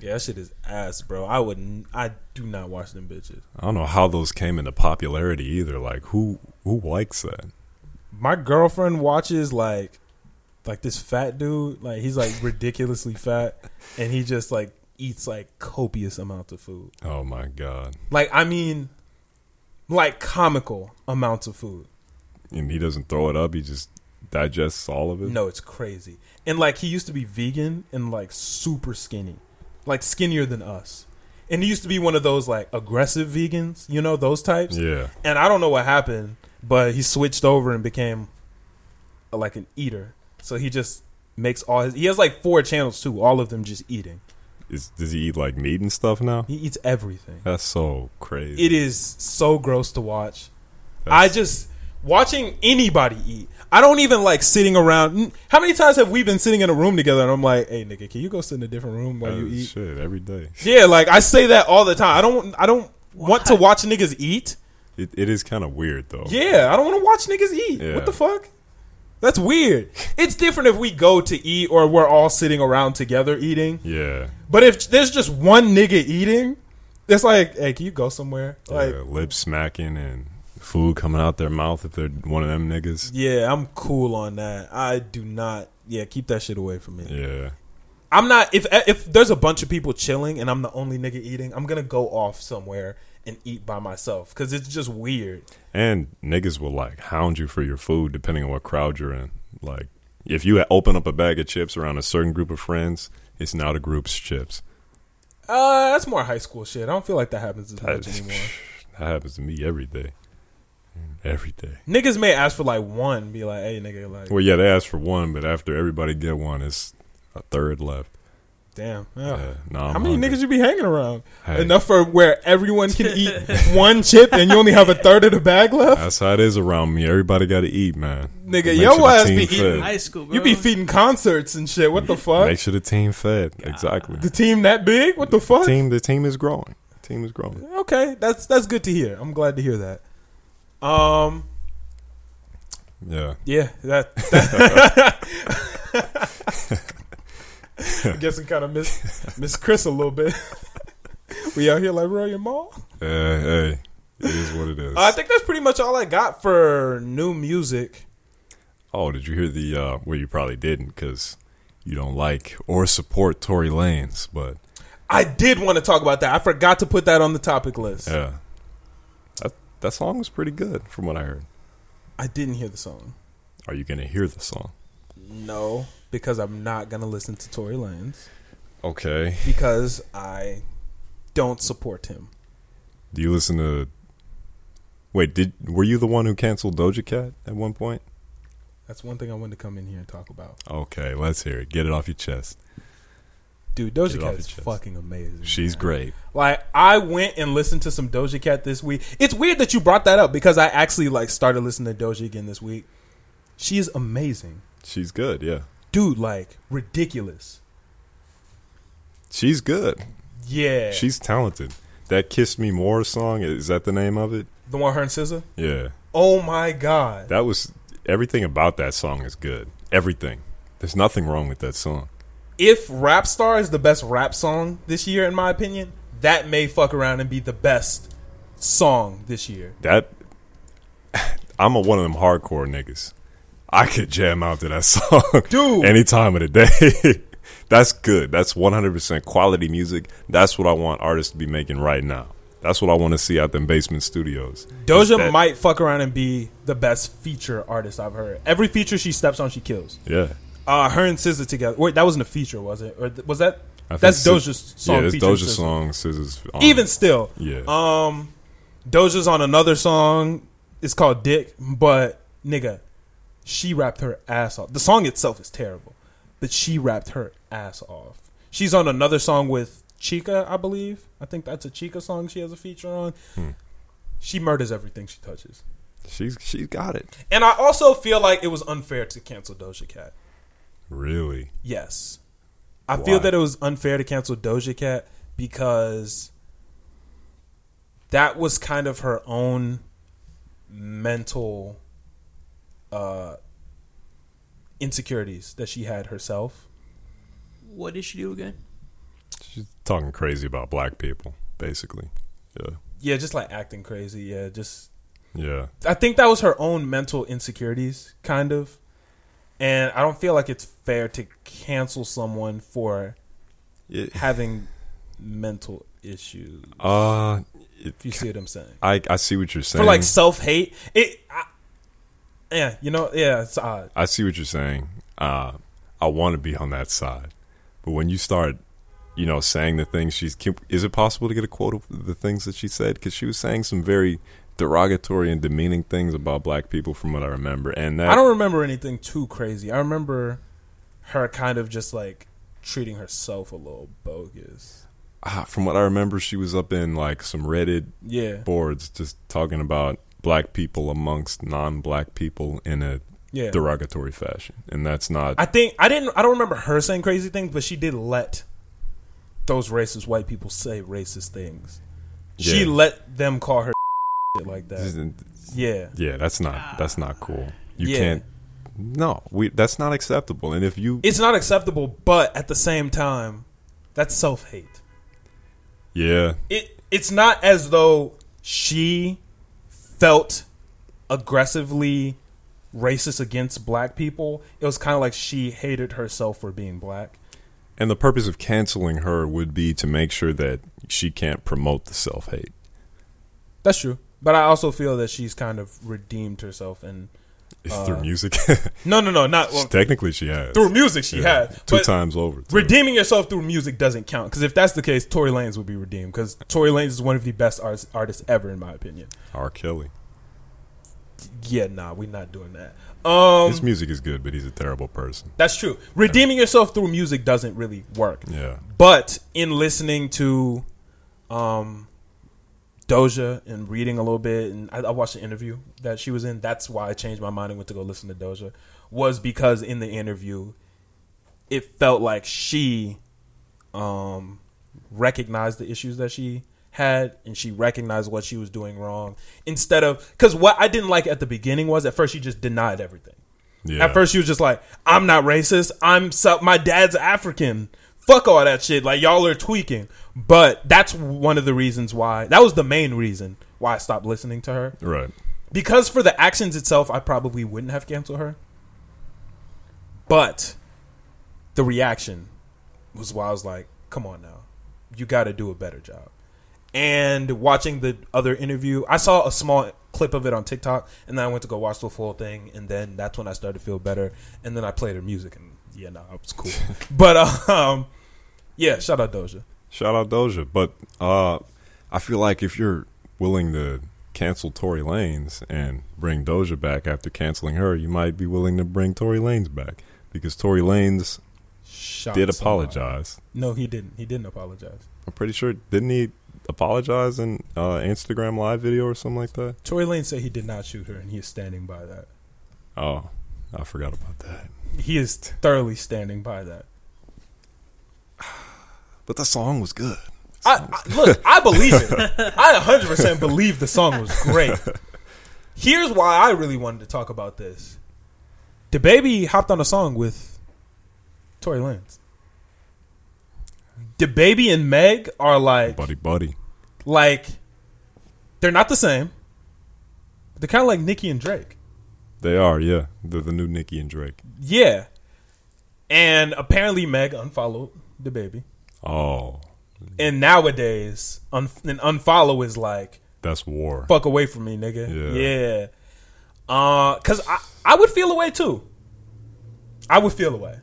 S1: Yeah, that shit is ass, bro. I wouldn't. I do not watch them bitches.
S2: I don't know how those came into popularity either. Like, who who likes that?
S1: My girlfriend watches like, like this fat dude. Like he's like ridiculously fat, and he just like eats like copious amounts of food.
S2: Oh my god!
S1: Like I mean, like comical amounts of food.
S2: And he doesn't throw it up; he just digests all of it.
S1: No, it's crazy. And like he used to be vegan and like super skinny, like skinnier than us. And he used to be one of those like aggressive vegans, you know, those types.
S2: Yeah,
S1: And I don't know what happened, but he switched over and became uh, like an eater. So he just makes all his. He has like four channels too, all of them just eating.
S2: Is, does he eat like meat and stuff now?
S1: He eats everything.
S2: That's so crazy.
S1: It is so gross to watch. I
S2: That's-
S1: just watching anybody eat. I don't even like sitting around. Mm, How many times have we been sitting in a room together and I'm like, "Hey, nigga, can you go sit in a different room while
S2: Oh,
S1: you eat?"
S2: shit every day.
S1: Yeah, like I say that all the time. I don't. I don't want to watch niggas eat.
S2: It, it is kind of weird though.
S1: Yeah, I don't want to watch niggas eat.
S2: Yeah.
S1: What the fuck? That's weird. It's different if we go to eat or we're all sitting around together eating.
S2: yeah,
S1: But if there's just one nigga eating, it's like, "Hey, can you go somewhere?" Like,
S2: yeah. Lip smacking and food coming out their mouth if they're one of them niggas.
S1: yeah, I'm cool on that. I do not. Yeah, keep that shit away from me.
S2: Yeah,
S1: I'm not if if there's a bunch of people chilling and I'm the only nigga eating, I'm gonna go off somewhere and eat by myself because it's just weird.
S2: and niggas will like hound you for your food depending on what crowd you're in. Like, if you open up a bag of chips around a certain group of friends, it's now the group's chips.
S1: Uh, that's more high school shit. I don't feel like that happens as much anymore.
S2: That happens to me every day. Every day.
S1: Niggas may ask for like one, be like, "Hey, nigga, like,
S2: Well, yeah, they asked for one, but after everybody get one, it's a third left.
S1: damn, yeah.
S2: Yeah, nah,
S1: how
S2: I'm
S1: many
S2: hungry.
S1: niggas you be hanging around?
S2: Hey.
S1: Enough for where everyone can eat one chip and you only have a third of the bag left,
S2: That's how it is around me. Everybody got to eat, man.
S1: Nigga,
S2: Make
S1: your
S2: sure the
S1: ass
S2: team
S1: be
S2: fed.
S1: eating-
S5: High school, bro.
S1: you be feeding concerts and shit. What the
S2: Make
S1: fuck?
S2: sure the team fed. Exactly.
S1: The team that big? What the
S2: The
S1: fuck?
S2: team, the team is growing. The team is growing.
S1: Okay, that's that's good to hear. I'm glad to hear that. Um.
S2: Yeah.
S1: Yeah, that. that- I'm guessing kind of miss miss Chris a little bit. we out here like Royal Mall.
S2: Hey, hey. It is what it is.
S1: I think that's pretty much all I got for new music.
S2: oh, did you hear the, uh, well, you probably didn't because you don't like or support Tory Lanez, but
S1: I did want to talk about that. I forgot to put that on the topic list.
S2: yeah. That, that song was pretty good from what I heard.
S1: I didn't hear the song.
S2: Are you going to hear the song?
S1: No, because I'm not gonna listen to Tory Lanez
S2: Okay.
S1: because I don't support him.
S2: Do you listen to? Wait, did were you the one who canceled Doja Cat at one point?
S1: That's one thing I wanted to come in here and talk about.
S2: Okay, let's hear it. Get it off your chest.
S1: Dude,
S2: Get
S1: Doja
S2: it
S1: Cat
S2: off
S1: is
S2: your chest.
S1: fucking amazing.
S2: She's
S1: man.
S2: great.
S1: Like I went and listened to some Doja Cat this week. It's weird that you brought that up because I actually like started listening to Doja again this week. She is amazing.
S2: She's good. Yeah,
S1: Dude, like ridiculous.
S2: she's good.
S1: Yeah.
S2: She's talented. That "Kiss Me More" song is that the name of it?
S1: The one her and SZA.
S2: Yeah,
S1: Oh my god.
S2: that was everything about that song is good. Everything. There's nothing wrong with that song.
S1: if Rap Star is the best rap song this year, in my opinion, that may fuck around and be the best song this year.
S2: That I'm a one of them hardcore niggas. I could jam out to that song
S1: Dude.
S2: any time of the day. That's good. That's 100% quality music. That's what I want artists to be making right now. That's what I want to see out them basement studios.
S1: Doja
S2: That-
S1: might fuck around and be the best feature artist I've heard. Every feature she steps on, she kills.
S2: Yeah.
S1: Uh, her and SZA together. Wait, that wasn't a feature, was it? Or th- was that?
S2: I think
S1: That's
S2: Si-
S1: Doja's song.
S2: yeah, that's
S1: featuring
S2: Doja's
S1: SZA.
S2: song. Scissors. on
S1: Even
S2: it.
S1: still,
S2: Yeah.
S1: um, Doja's on another song. It's called Dick, but nigga, she rapped her ass off. The song itself is terrible, but she rapped her ass off. She's on another song with Chica, I believe. I think that's a Chica song she has a feature on. She murders everything she touches.
S2: she's she's got it.
S1: And I also feel like it was unfair to cancel Doja Cat.
S2: Really.
S1: Yes. I feel
S2: Why?
S1: that it was unfair to cancel Doja Cat because that was kind of her own mental uh insecurities that she had herself.
S5: What did she do again?
S2: She's talking crazy about black people, basically. Yeah.
S1: Yeah, just like acting crazy. Yeah, just
S2: Yeah.
S1: I think that was her own mental insecurities, kind of. And I don't feel like it's fair to cancel someone for
S2: It,
S1: having mental issues.
S2: uh, it,
S1: If you see what I'm saying.
S2: I I see what you're saying.
S1: for like self hate. It, I, yeah, you know, yeah, it's odd.
S2: I see what you're saying. Uh, I want to be on that side, but when you start, you know, saying the things she's, can, is it possible to get a quote of the things that she said? Because she was saying some very derogatory and demeaning things about black people, from what I remember. And that
S1: I don't remember anything too crazy. I remember her kind of just like treating herself a little bogus.
S2: ah, from what I remember, she was up in like some Reddit
S1: Yeah,
S2: boards, just talking about black people amongst non-black people in a
S1: yeah.
S2: derogatory fashion, and that's not.
S1: I think I didn't. I don't remember her saying crazy things, but she did let those racist white people say racist things. She
S2: Yeah.
S1: let them call her shit like that. Yeah,
S2: yeah, that's not that's not cool. You
S1: Yeah.
S2: can't. No, we. That's not acceptable. And if you,
S1: it's not acceptable, but at the same time, that's self hate.
S2: yeah,
S1: it it's not as though she felt aggressively racist against black people. It was kind of like she hated herself for being black.
S2: and the purpose of canceling her would be to make sure that she can't promote the self hate.
S1: That's true. But I also feel that she's kind of redeemed herself and
S2: through music,
S1: no, no, no, not Uh. well,
S2: technically she has
S1: through music she
S2: Yeah,
S1: had.
S2: two
S1: but
S2: times over. too.
S1: redeeming yourself through music doesn't count because if that's the case, Tory Lanez would be redeemed because Tory Lanez is one of the best artists, artists ever in my opinion.
S2: R. Kelly.
S1: Yeah, nah, we're not doing that. Um,
S2: His music is good, but he's a terrible person.
S1: That's true. Redeeming yourself through music doesn't really work.
S2: Yeah,
S1: But in listening to um, Doja and reading a little bit, and I, I watched an interview that she was in. That's why I changed my mind and went to go listen to Doja. Was because in the interview, it felt like she um, recognized the issues that she had and she recognized what she was doing wrong instead of because what I didn't like at the beginning was at first she just denied everything.
S2: yeah.
S1: At first, she was just like, "I'm not racist. I'm so- my dad's African. Fuck all that shit. Like y'all are tweaking." But that's one of the reasons why. That was the main reason why I stopped listening to her.
S2: right.
S1: Because for the actions itself, I probably wouldn't have canceled her. But the reaction was why I was like, "Come on now, you got to do a better job." And watching the other interview, I saw a small clip of it on TikTok, and then I went to go watch the full thing, and then that's when I started to feel better. And then I played her music, and yeah, no, it was cool. but um, yeah, shout out Doja.
S2: Shout out Doja, but uh, I feel like if you're willing to cancel Tory Lanez and bring Doja back after canceling her, you might be willing to bring Tory Lanez back because Tory Lanez
S1: Shout
S2: did
S1: somebody.
S2: apologize.
S1: No, he didn't. He didn't apologize.
S2: I'm pretty sure didn't he apologize in uh, Instagram live video or something like that?
S1: Tory Lane said he did not shoot her, and he is standing by that.
S2: Oh, I forgot about that.
S1: He is thoroughly standing by that.
S2: But the song was good.
S1: I, I look, I believe it. I 100% believe the song was great. Here's why I really wanted to talk about this. The baby hopped on a song with Tory Lanez. The baby and Meg are like
S2: buddy, buddy.
S1: like they're not the same. They're kind of like Nicki and Drake.
S2: They are, yeah. They're the new Nicki and Drake.
S1: Yeah. And apparently Meg unfollowed the baby.
S2: Oh,
S1: And nowadays, un- an unfollow is like
S2: that's war.
S1: fuck away from me, nigga.
S2: Yeah.
S1: Yeah. Uh, cause I, I would feel away too. I would feel away.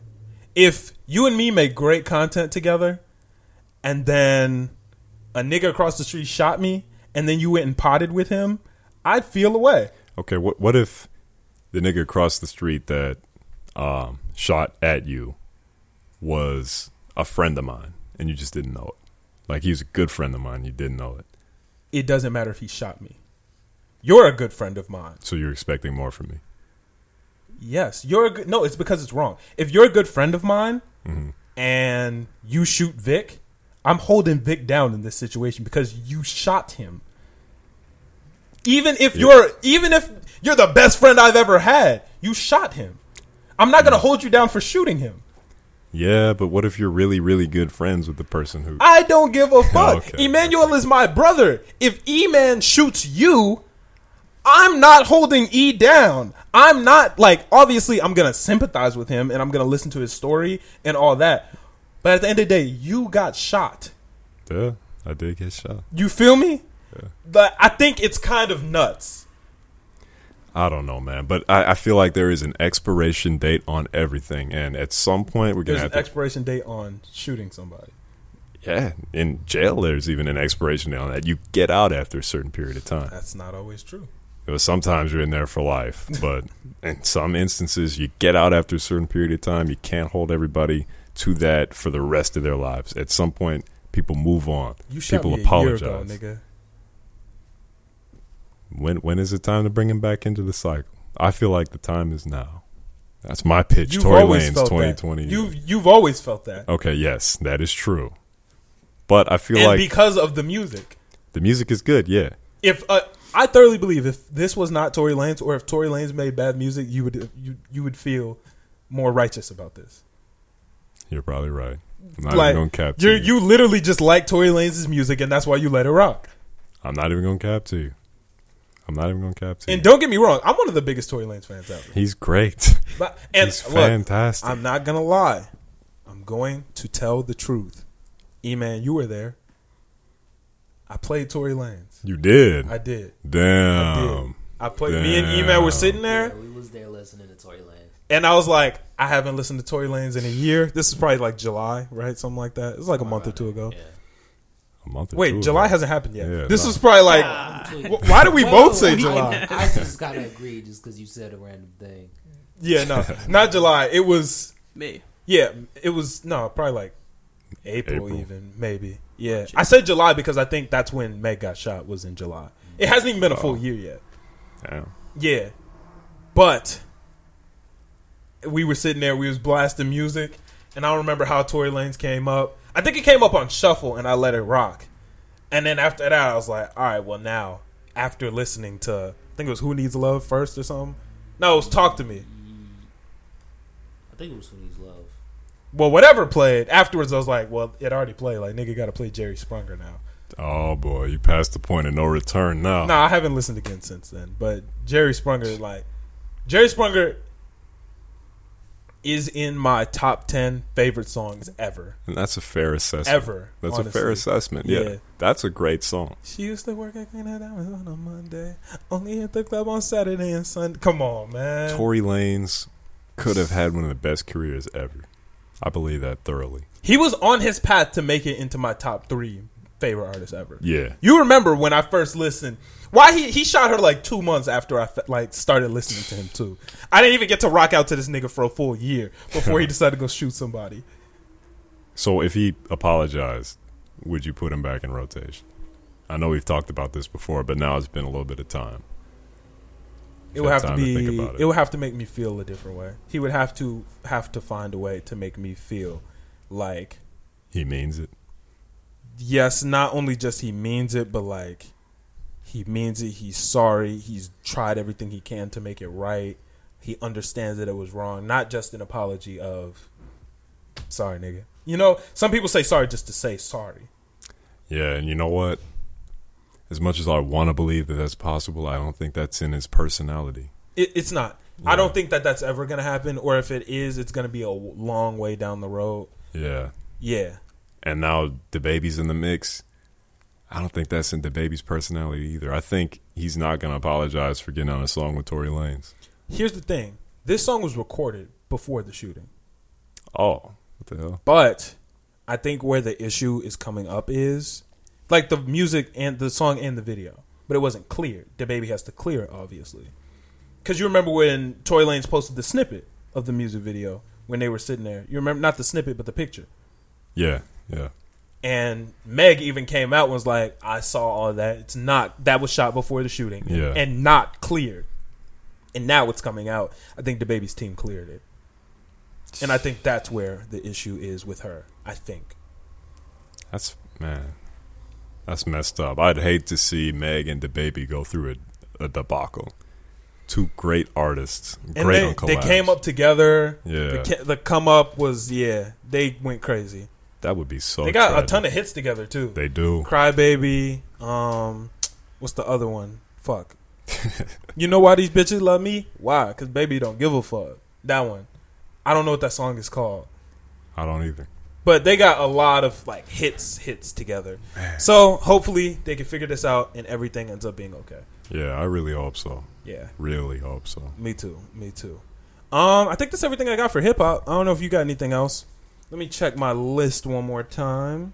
S1: If you and me make great content together and then a nigga across the street shot me and then you went and potted with him, I'd feel away.
S2: Okay, what what if the nigga across the street that um, shot at you was a friend of mine and you just didn't know it? Like he was a good friend of mine, you didn't know it.
S1: It doesn't matter if he shot me. You're a good friend of mine.
S2: So you're expecting more from me.
S1: Yes, you're a good. No, it's because it's wrong. If you're a good friend of mine and you shoot Vic, I'm holding Vic down in this situation because you shot him. Even if you're, even if you're the best friend I've ever had, you shot him. I'm not gonna hold you down for shooting him.
S2: Yeah, but what if you're really, really good friends with the person who
S1: I don't give a fuck.
S2: okay.
S1: Emmanuel is my brother. If E Man shoots you, I'm not holding E down. I'm not like obviously I'm gonna sympathize with him and I'm gonna listen to his story and all that. But at the end of the day, you got shot.
S2: Yeah, I did get shot.
S1: You feel me? But I think it's kind of nuts.
S2: I don't know, man, but I, I feel like there is an expiration date on everything, and at some point we're gonna
S1: There's an
S2: have to.
S1: expiration date on shooting somebody.
S2: yeah, in jail there's even an expiration date on that. You get out after a certain period of time.
S1: That's not always true.
S2: It was sometimes you're in there for life, but in some instances, you get out after a certain period of time. You can't hold everybody to that for the rest of their lives. At some point, people move on.
S1: You shot
S2: people
S1: me a
S2: apologize.
S1: year ago, nigga.
S2: When when is it time to bring him back into the cycle? I feel like the time is now. That's my pitch.
S1: You've
S2: Tory
S1: always
S2: Lanez,
S1: felt
S2: twenty
S1: that.
S2: twenty.
S1: You've you've always felt that,
S2: Okay, yes, that is true. But I feel
S1: and
S2: like
S1: because of the music.
S2: the music is good. Yeah,
S1: if uh, I thoroughly believe if this was not Tory Lanez or if Tory Lanez made bad music, you would you you would feel more righteous about this.
S2: you're probably right. I'm not
S1: like
S2: even gonna cap. to
S1: you
S2: you.
S1: you literally just like Tory Lanez's music and that's why you let it rock.
S2: I'm not even gonna cap to you. I'm not even gonna cap to you.
S1: And don't get me wrong, I'm one of the biggest Tory Lanez fans out there.
S2: He's great.
S1: But, and
S2: He's
S1: look,
S2: fantastic.
S1: I'm not gonna lie. I'm going to tell the truth. E man, you were there. I played Tory Lanez.
S2: you did.
S1: I did. I did.
S2: Damn.
S1: I played. Me and E man were sitting there.
S4: Yeah, we was there listening to Tory Lanez.
S1: And I was like, I haven't listened to Tory Lanez in a year. This is probably like July, right? Something like that. It was like a month or two ago.
S4: Yeah.
S2: A month or
S1: Wait,
S2: two
S1: July
S2: ago.
S1: hasn't happened yet.
S2: Yeah,
S1: this
S2: nah.
S1: was probably like,
S4: Nah.
S1: wh- why do we both say
S4: Well,
S1: July?
S4: I, I just gotta agree, just because you said a random thing.
S1: Yeah, no, not July. It was,
S5: Me.
S1: yeah, it was no, probably like April,
S2: April.
S1: even maybe. Yeah, I said July because I think that's when Meg got shot was in July. It hasn't even been a
S2: Oh.
S1: full year yet.
S2: Damn.
S1: Yeah. But we were sitting there, we was blasting music, and I don't remember how Tory Lanez came up. I think it came up on Shuffle and I let it rock. And then after that I was like, Alright, well now, after listening to I think it was Who Needs Love first or something. No, it was Talk to Me.
S4: I think it was when he's love.
S1: Well, whatever played afterwards, I was like, "Well, it already played. Like, nigga, got to play Jerry Sprunger now."
S2: Oh boy, you passed the point of no return now.
S1: No, I haven't listened again since then. But Jerry Sprunger, like Jerry Sprunger, is in my top ten favorite songs ever,
S2: And that's a fair assessment.
S1: ever.
S2: That's a
S1: honestly.
S2: fair assessment. Yeah.
S1: Yeah.
S2: That's a great song.
S1: She used to work at Green Diamonds on a Monday, only at the club on Saturday and Sunday. Come on, man.
S2: Tory Lanez could have had one of the best careers ever. I believe that thoroughly.
S1: He was on his path to make it into my top three favorite artists ever.
S2: Yeah.
S1: You remember when I first listened? Why he he shot her like two months after I fe- like started listening to him too. I didn't even get to rock out to this nigga for a full year before he decided to go shoot somebody.
S2: So if he apologized, would you put him back in rotation? I know we've talked about this before, but now it's been a little bit of time.
S1: It would have
S2: had
S1: to
S2: time to
S1: be.
S2: think about
S1: it.
S2: it.
S1: would have to make me feel a different way. He would have to have to find a way to make me feel like
S2: He means it.
S1: yes, not only just he means it, but like he means it. He's sorry. He's tried everything he can to make it right. He understands that it was wrong. Not just an apology of sorry, nigga. You know, some people say sorry just to say sorry.
S2: Yeah, and you know what? As much as I want to believe that that's possible, I don't think that's in his personality.
S1: It, it's not. I don't think that that's ever gonna happen. Or if it is, it's gonna be a w- long way down the road.
S2: Yeah.
S1: Yeah.
S2: And now the baby's in the mix. I don't think that's in the baby's personality either. I think he's not going to apologize for getting on a song with Tory Lanez.
S1: Here's the thing. This song was recorded before the shooting.
S2: Oh, what the hell?
S1: But I think where the issue is coming up is like the music and the song and the video, but it wasn't clear. The baby has to clear it, obviously. Because you remember when Toy Lanes posted the snippet of the music video when they were sitting there. You remember not the snippet, but the picture.
S2: Yeah, yeah.
S1: And Meg even came out and was like, "I saw all that. It's not that was shot before the shooting,
S2: Yeah.
S1: and not cleared. And now it's coming out. I think the baby's team cleared it, and I think that's where the issue is with her. I think."
S2: That's, man, that's messed up. I'd hate to see Meg and the baby go through a, a debacle. Two great artists,
S1: And
S2: great on
S1: they, they
S2: collabs.
S1: came up together.
S2: Yeah.
S1: The, ca- the come up was yeah. They went crazy.
S2: That would be so.
S1: they got
S2: tragic.
S1: a ton of hits together too.
S2: They do.
S1: Crybaby. Um, what's the other one? Fuck. you know why these bitches love me? Why? Cause baby don't give a fuck. That one. I don't know what that song is called,
S2: I don't either.
S1: but they got a lot of like hits, hits together. So hopefully they can figure this out and everything ends up being okay.
S2: Yeah, I really hope so.
S1: Yeah.
S2: Really hope so.
S1: Me too. Me too. Um, I think that's everything I got for hip hop. I don't know if you got anything else. Let me check my list one more time.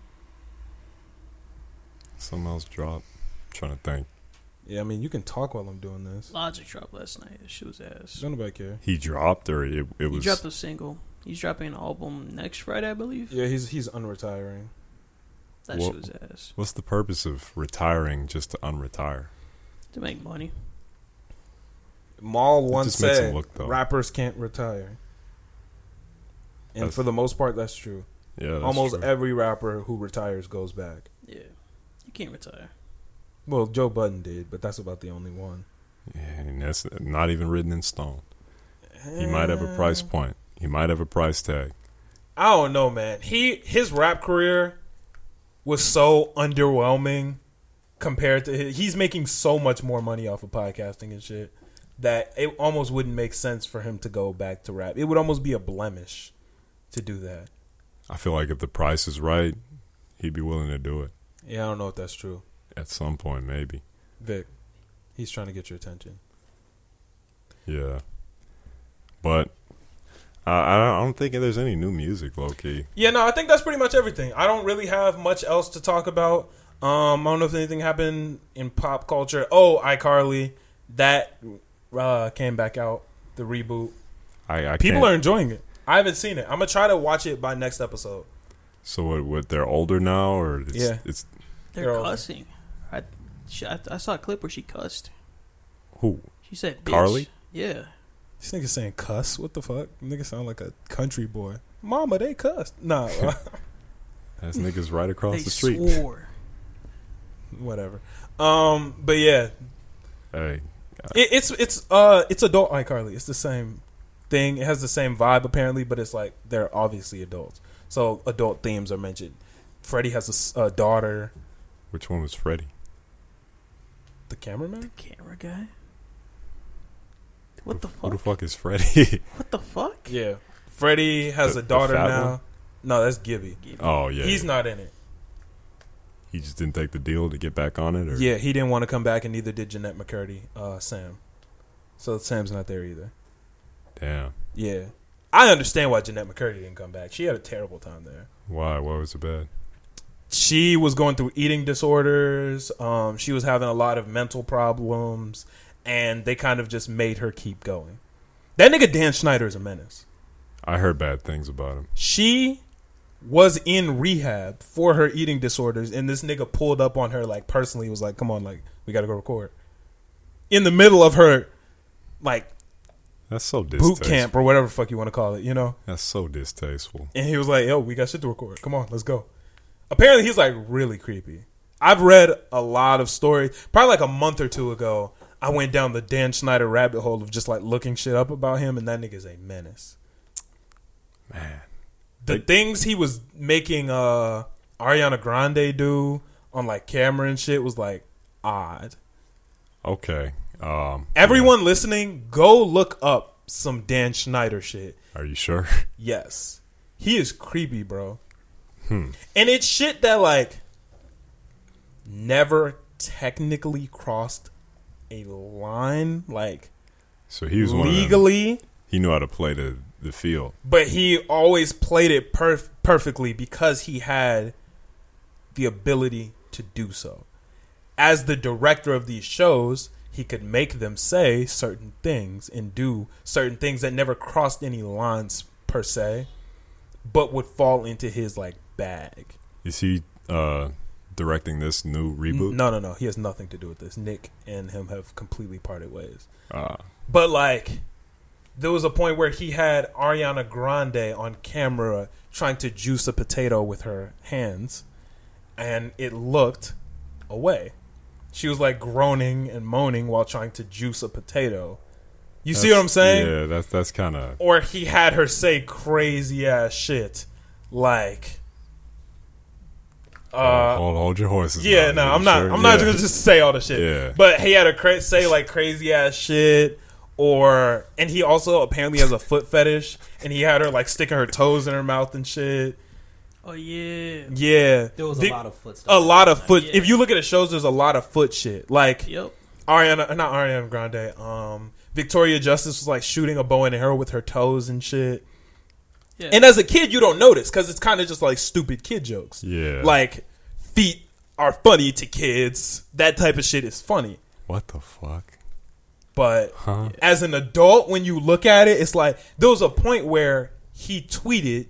S2: Something else dropped. trying to think.
S1: Yeah, I mean you can talk while I'm doing this.
S5: Logic dropped last night. That shit was ass.
S1: Don't nobody care.
S2: He dropped, or it, it
S5: He
S2: was.
S5: dropped a single. He's dropping an album next Friday, I believe.
S1: Yeah, he's he's unretiring.
S5: That
S2: Wha-
S5: shit was ass.
S2: What's the purpose of retiring just to unretire?
S5: To make money.
S1: Maul
S2: It
S1: once
S2: just makes him
S1: said
S2: look dumb.
S1: rappers can't retire. And
S2: That's-
S1: for the most part that's true.
S2: Yeah, that's
S1: Almost
S2: true.
S1: every rapper who retires goes back.
S5: Yeah. You can't retire.
S1: Well, Joe Budden did, but that's about the only one.
S2: Yeah, and that's not even written in stone. He might have a price
S1: Uh,
S2: point. He might have a price tag.
S1: I don't know, man. He his rap career was so underwhelming compared to his, he's making so much more money off of podcasting and shit that it almost wouldn't make sense for him to go back to rap. It would almost be a blemish to do that.
S2: I feel like if the price is right, he'd be willing to do it
S1: Yeah, I don't know if that's true.
S2: at some point, maybe.
S1: Vic, he's trying to get your attention.
S2: Yeah, but I, I don't- I don't think there's any new music, low key.
S1: Yeah, no, I think that's pretty much everything. I don't really have much else to talk about. Um, I don't know if anything happened in pop culture. Oh, iCarly, that uh, came back out, the reboot.
S2: I, I
S1: People
S2: can't-
S1: are enjoying it. I haven't seen it. I'm gonna try to watch it by next episode.
S2: So what? What? They're older now, or it's,
S1: Yeah.
S2: It's
S5: They're
S1: Girl.
S5: cussing. I, she, I, I saw a clip where she cussed.
S2: who?
S5: She said, Bitch.
S2: Carly?
S5: Yeah.
S1: This nigga saying cuss. What the fuck? Nigga sound like a country boy. Mama, they cussed. Nah, uh,
S2: That's niggas right across
S5: they
S2: the street.
S5: swore.
S1: whatever. Um, but yeah,
S2: Hey,
S1: it, it's it's uh it's adult iCarly. It's the same thing. It has the same vibe apparently, but it's like they're obviously adults, so adult themes are mentioned. Freddie has a s- a, daughter.
S2: which one was Freddie?
S1: The cameraman.
S5: Camera guy? What the
S2: Who
S5: fuck?
S2: the fuck is Freddie?
S5: What the fuck?
S1: Yeah, Freddie has
S2: The-
S1: a daughter
S2: the fat
S1: now.
S2: one?
S1: No, that's Gibby.
S2: oh yeah,
S1: He's
S2: yeah.
S1: not in it.
S2: He just didn't take the deal to get back on it, or
S1: Yeah, he didn't want to come back, and neither did Jeanette McCurdy, uh, Sam. So Sam's not there either.
S2: Damn.
S1: Yeah, I understand why Jeanette McCurdy didn't come back. She had a terrible time there.
S2: Why? Why was it bad?
S1: She was going through eating disorders. Um, she was having a lot of mental problems, and they kind of just made her keep going. That nigga Dan Schneider is a menace.
S2: I heard bad things about him.
S1: She was in rehab for her eating disorders, and this nigga pulled up on her like personally. Was like, "Come on, like we gotta go record." In the middle of her, like
S2: That's so distasteful.
S1: boot camp or whatever the fuck you want to call it, you know?
S2: That's so distasteful.
S1: And he was like, yo, we got shit to record. Come on, let's go. Apparently, he's like really creepy. I've read a lot of stories. Probably like a month or two ago, I went down the Dan Schneider rabbit hole of just like looking shit up about him, and that nigga's a menace.
S2: Man.
S1: The things he was making uh Ariana Grande do on like camera and shit was like odd.
S2: Okay. Um,
S1: Everyone listening, go look up some Dan Schneider shit.
S2: Are you sure?
S1: Yes. He is creepy, bro.
S2: Hmm.
S1: And it's shit that like never technically crossed a line like
S2: So he was one of them.
S1: legally,
S2: He knew how to play the, the field.
S1: but he always played it perf- perfectly because he had the ability to do so. As the director of these shows, he could make them say certain things and do certain things that never crossed any lines per se, but would fall into his like bag.
S2: Is he uh, directing this new reboot?
S1: No, no, no. He has nothing to do with this. Nick and him have completely parted ways.
S2: Ah.
S1: But like, there was a point where he had Ariana Grande on camera trying to juice a potato with her hands, and it looked away. She was like groaning and moaning while trying to juice a potato. You see what I'm
S2: That's-
S1: saying?
S2: Yeah, that's that's kind of
S1: Or he had her say crazy ass shit, like. Uh,
S2: hold, hold your horses.
S1: yeah, no,
S2: now,
S1: I'm not.
S2: sure?
S1: I'm not
S2: Yeah.
S1: gonna just say all the shit.
S2: Yeah.
S1: But he had a cra- say like crazy ass shit, or and he also apparently has a foot fetish, and he had her like sticking her toes in her mouth and shit.
S5: Oh yeah.
S1: Yeah,
S4: There was
S1: The-
S4: a lot of foot stuff.
S1: a lot of foot.
S5: Yeah.
S1: If you look at the shows, there's a lot of foot shit. Like
S5: Yep.
S1: Ariana, not Ariana Grande. Um, Victoria Justice was like shooting a bow and arrow with her toes and shit.
S5: Yeah.
S1: And as a kid, you don't notice because it's kind of just like stupid kid jokes.
S2: Yeah.
S1: like feet are funny to kids. That type of shit is funny.
S2: What the fuck?
S1: But
S2: Huh?
S1: as an adult, when you look at it, it's like there was a point where he tweeted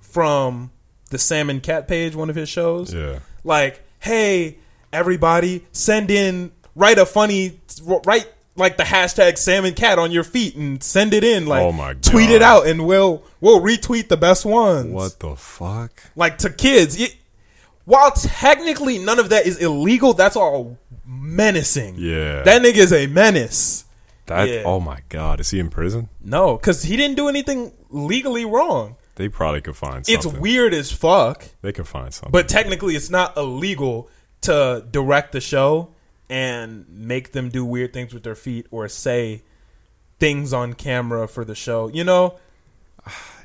S1: from the Salmon Cat page, one of his shows,
S2: Yeah.
S1: like, "Hey, everybody, send in write a funny write like the hashtag Salmon Cat on your feet and send it in, like,
S2: Oh my
S1: tweet it
S2: God.
S1: out, and we'll we'll retweet the best ones."
S2: What the fuck?
S1: like to kids. It, while technically none of that is illegal, that's all menacing.
S2: Yeah.
S1: That nigga is a menace.
S2: That.
S1: yeah.
S2: Oh my god. Is he in prison?
S1: No, because he didn't do anything legally wrong.
S2: They probably could find something.
S1: It's weird as fuck,
S2: They could find something.
S1: but technically it's not illegal to direct the show and make them do weird things with their feet or say things on camera for the show. You know,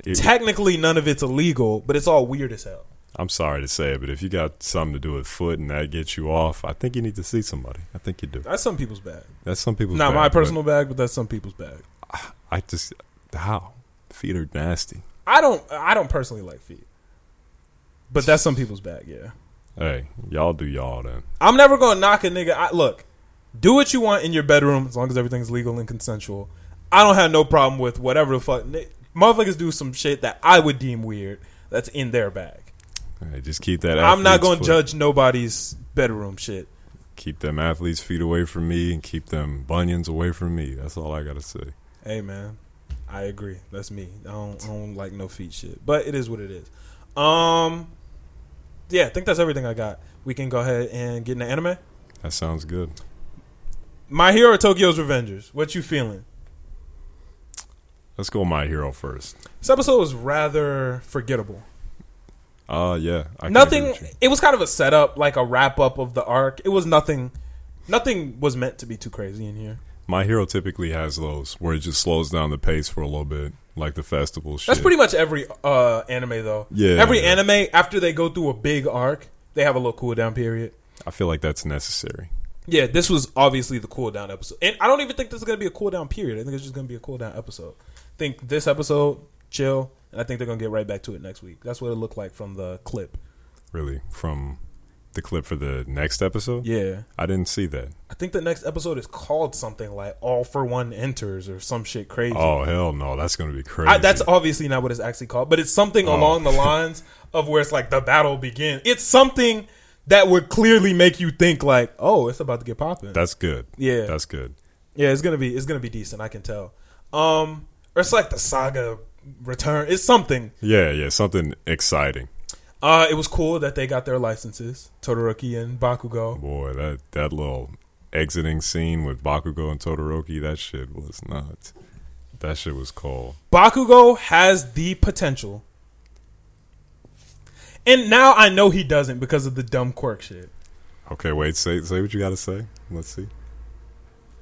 S2: It-
S1: technically none of it's illegal, but it's all weird as hell.
S2: I'm sorry to say it, but if you got something to do with foot and that gets you off, I think you need to see somebody. I think you do.
S1: That's some people's bag.
S2: That's some people's.
S1: Not
S2: bag,
S1: my
S2: but
S1: personal bag, but that's some people's bag.
S2: I just how feet are nasty.
S1: I don't I don't personally like feet. But that's some people's bag, yeah.
S2: Hey, y'all do y'all then.
S1: I'm never gonna knock a nigga. I, look, do what you want in your bedroom as long as everything's legal and consensual. I don't have no problem with whatever the fuck ni- motherfuckers do some shit that I would deem weird that's in their bag.
S2: Hey, just keep that.
S1: I'm not
S2: athlete's
S1: gonna
S2: foot-
S1: judge nobody's bedroom shit.
S2: Keep them athletes' feet away from me, and keep them bunions away from me. That's all I gotta say.
S1: Hey man, I agree. That's me. I don't, I don't like no feet shit, but it is what it is. Um, yeah, I think that's everything I got. We can go ahead and get into anime.
S2: That sounds good.
S1: My Hero Tokyo's Revengers. What you feeling?
S2: Let's go, my hero first.
S1: This episode was rather forgettable.
S2: Uh yeah. I can agree
S1: nothing.
S2: with you.
S1: It was kind of a setup, like a wrap up of the arc. It was nothing. Nothing was meant to be too crazy in here.
S2: My hero typically has those where it just slows down the pace for a little bit, like the festival shit.
S1: That's pretty much every uh, anime, though.
S2: Yeah.
S1: Every anime after they go through a big arc, they have a little cooldown period.
S2: I feel like that's necessary.
S1: Yeah, this was obviously the cooldown episode, and I don't even think this is gonna be a cooldown period. I think it's just gonna be a cooldown episode. I think this episode chill, and I think they're gonna get right back to it next week. That's what it looked like from the clip.
S2: Really, from the clip for the next episode.
S1: Yeah.
S2: I didn't see that.
S1: I think the next episode is called something like "All for One Enters" or some shit crazy.
S2: Oh hell no, that's gonna be crazy.
S1: I, that's obviously not what it's actually called, but it's something
S2: Oh.
S1: along the lines of where it's like the battle begins. It's something that would clearly make you think like, "Oh, it's about to get popping."
S2: that's good.
S1: Yeah.
S2: that's good.
S1: Yeah, it's gonna be it's gonna be decent. I can tell. Um, or it's like the saga return. It's something.
S2: Yeah, yeah, something exciting.
S1: Uh, it was cool that they got their licenses, Todoroki and Bakugo.
S2: Boy, that that little exiting scene with Bakugo and Todoroki, that shit was nuts. That shit was cold.
S1: Bakugo has the potential. And now I know he doesn't because of the dumb quirk shit.
S2: Okay, wait, say say what you gotta say. Let's see.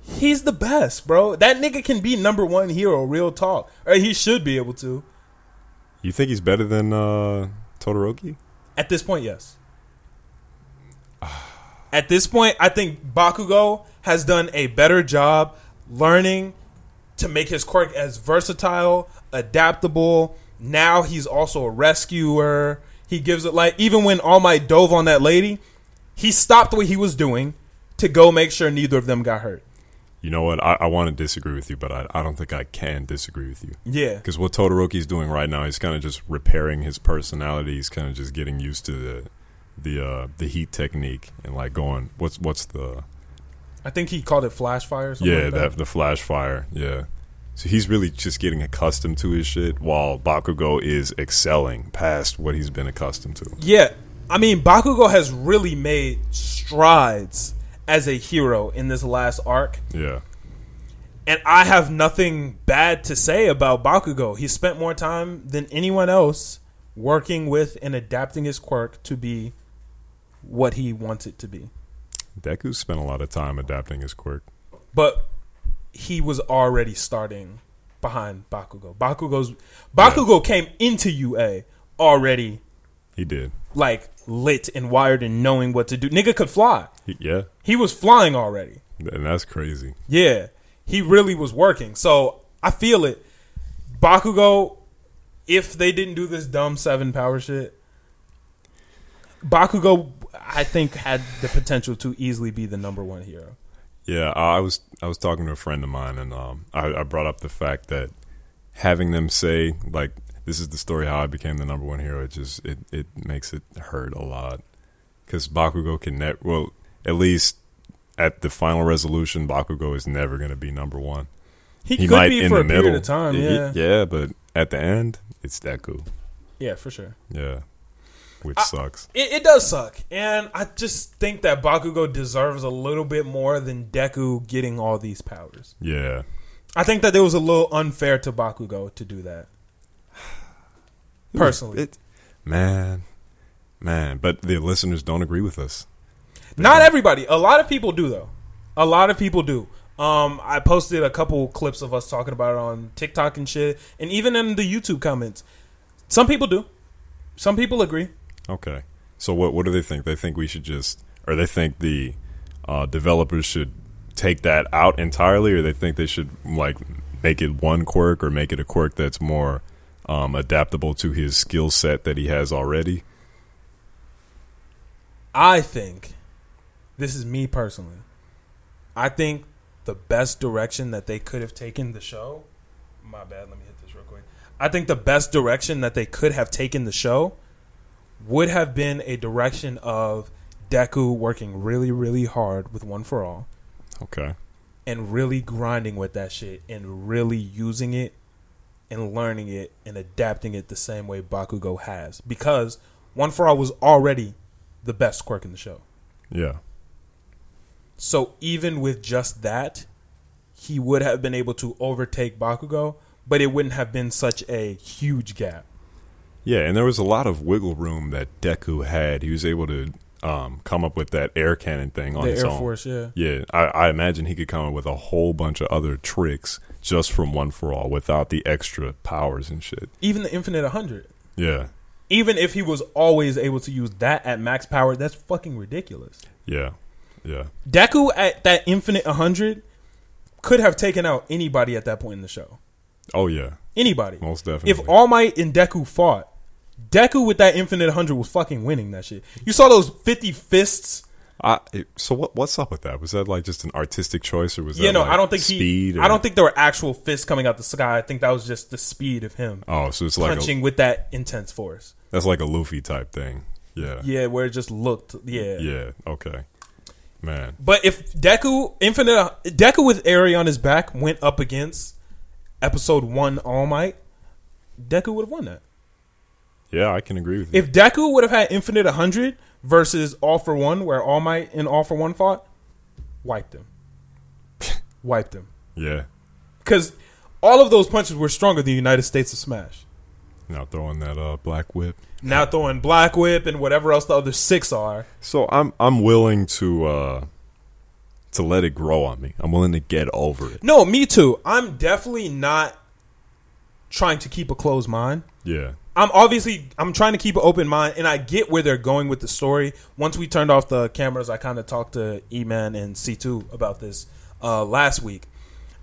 S1: He's the best, bro. That nigga can be number one hero, real talk. Or he should be able to.
S2: You think he's better than uh Todoroki?
S1: At this point, yes. At this point, I think Bakugo has done a better job learning to make his quirk as versatile, adaptable. Now he's also a rescuer. He gives it like even when All Might dove on that lady, he stopped what he was doing to go make sure neither of them got hurt.
S2: You know what? I, I want to disagree with you, but I, I don't think I can disagree with you.
S1: Yeah.
S2: Because what Todoroki's doing right now, he's kind of just repairing his personality. He's kind of just getting used to the the uh, the heat technique and like going, what's what's the
S1: I think he called it flash fire or something.
S2: yeah
S1: like
S2: that. the flash fire yeah. So he's really just getting accustomed to his shit, while Bakugo is excelling past what he's been accustomed to.
S1: Yeah, I mean Bakugo has really made strides as a hero in this last arc,
S2: Yeah,
S1: and I have nothing bad to say about Bakugo. He spent more time than anyone else working with and adapting his quirk to be what he wants it to be.
S2: Deku spent a lot of time adapting his quirk.
S1: But he was already starting behind Bakugo. Bakugo's Bakugo came into UA already
S2: He did.
S1: like lit and wired and knowing what to do. Nigga could fly.
S2: He, yeah,
S1: He was flying already.
S2: and that's crazy.
S1: Yeah, he really was working. So I feel it. Bakugo, if they didn't do this dumb seven power shit, Bakugo, I think, had the potential to easily be the number one hero.
S2: Yeah, I I was I was talking to a friend of mine, and um, I, I brought up the fact that having them say like this is the story how I became the number one hero. It just it it makes it hurt a lot because Bakugo can never well at least at the final resolution, Bakugo is never going to be number one.
S1: He, could be for a period of time.
S2: He- he-
S1: Yeah, yeah,
S2: yeah, but at the end, it's Deku.
S1: for sure.
S2: Yeah, which sucks.
S1: It, it does suck, and I just think that Bakugo deserves a little bit more than Deku getting all these powers.
S2: Yeah,
S1: I think that it was a little unfair to Bakugo to do that. Personally,
S2: It- man, man. But the listeners don't agree with us.
S1: Not everybody. A lot of people do though. A lot of people do. Um, I posted a couple clips of us talking about it on TikTok and shit, and even in the YouTube comments. Some people do. Some people agree.
S2: Okay. So what what do they think? They think we should just, or they think the uh, developers should take that out entirely, or they think they should like make it one quirk, or make it a quirk that's more um, adaptable to his skill set that he has already.
S1: I think this is me personally. I think the best direction that they could have taken the show. My bad. Let me hit this real quick. I think the best direction that they could have taken the show would have been a direction of Deku working really, really hard with One for All.
S2: Okay.
S1: and really grinding with that shit and really using it and learning it and adapting it the same way Bakugo has because One for All was already the best quirk in the show.
S2: Yeah.
S1: So even with just that, he would have been able to overtake Bakugo, but it wouldn't have been such a huge gap.
S2: Yeah, and there was a lot of wiggle room that Deku had. He was able to um, come up with that air cannon thing on
S1: the
S2: his
S1: Air
S2: own.
S1: Force, yeah.
S2: Yeah, I, I imagine he could come up with a whole bunch of other tricks just from One for All without the extra powers and shit.
S1: Even the Infinite 100.
S2: Yeah,
S1: Even if he was always able to use that at max power, that's fucking ridiculous.
S2: yeah, yeah.
S1: Deku at that infinite 100 could have taken out anybody at that point in the show.
S2: Oh yeah,
S1: Anybody.
S2: most definitely.
S1: If All Might and Deku fought, Deku with that infinite 100 was fucking winning that shit. You saw those 50 fists?
S2: I, it- so what what's up with that? Was that like just an artistic choice, or was
S1: you
S2: that
S1: know,
S2: like
S1: I don't think
S2: speed?
S1: he
S2: or-
S1: I don't think there were actual fists coming out the sky. I think that was just the speed of him
S2: Oh, so it's like
S1: punching
S2: a,
S1: with that intense force.
S2: that's like a Luffy type thing. Yeah,
S1: Yeah, where it just looked yeah.
S2: yeah. Okay, man.
S1: But if Deku Infinite Deku with Eri on his back went up against episode 1 All Might, Deku would have won that.
S2: Yeah, I can agree with you.
S1: If Deku would have had Infinite 100 versus All for One, where All Might and All for One fought, wiped him. wiped him.
S2: yeah,
S1: Because all of those punches were stronger than United States of Smash.
S2: now throwing that uh, black whip.
S1: Now throwing Black Whip and whatever else the other six are.
S2: So I'm I'm willing to uh to let it grow on me. I'm willing to get over it.
S1: No, me too. I'm definitely not trying to keep a closed mind.
S2: Yeah.
S1: I'm obviously I'm trying to keep an open mind, and I get where they're going with the story. Once we turned off the cameras, I kind of talked to E-Man and C2 about this uh, last week.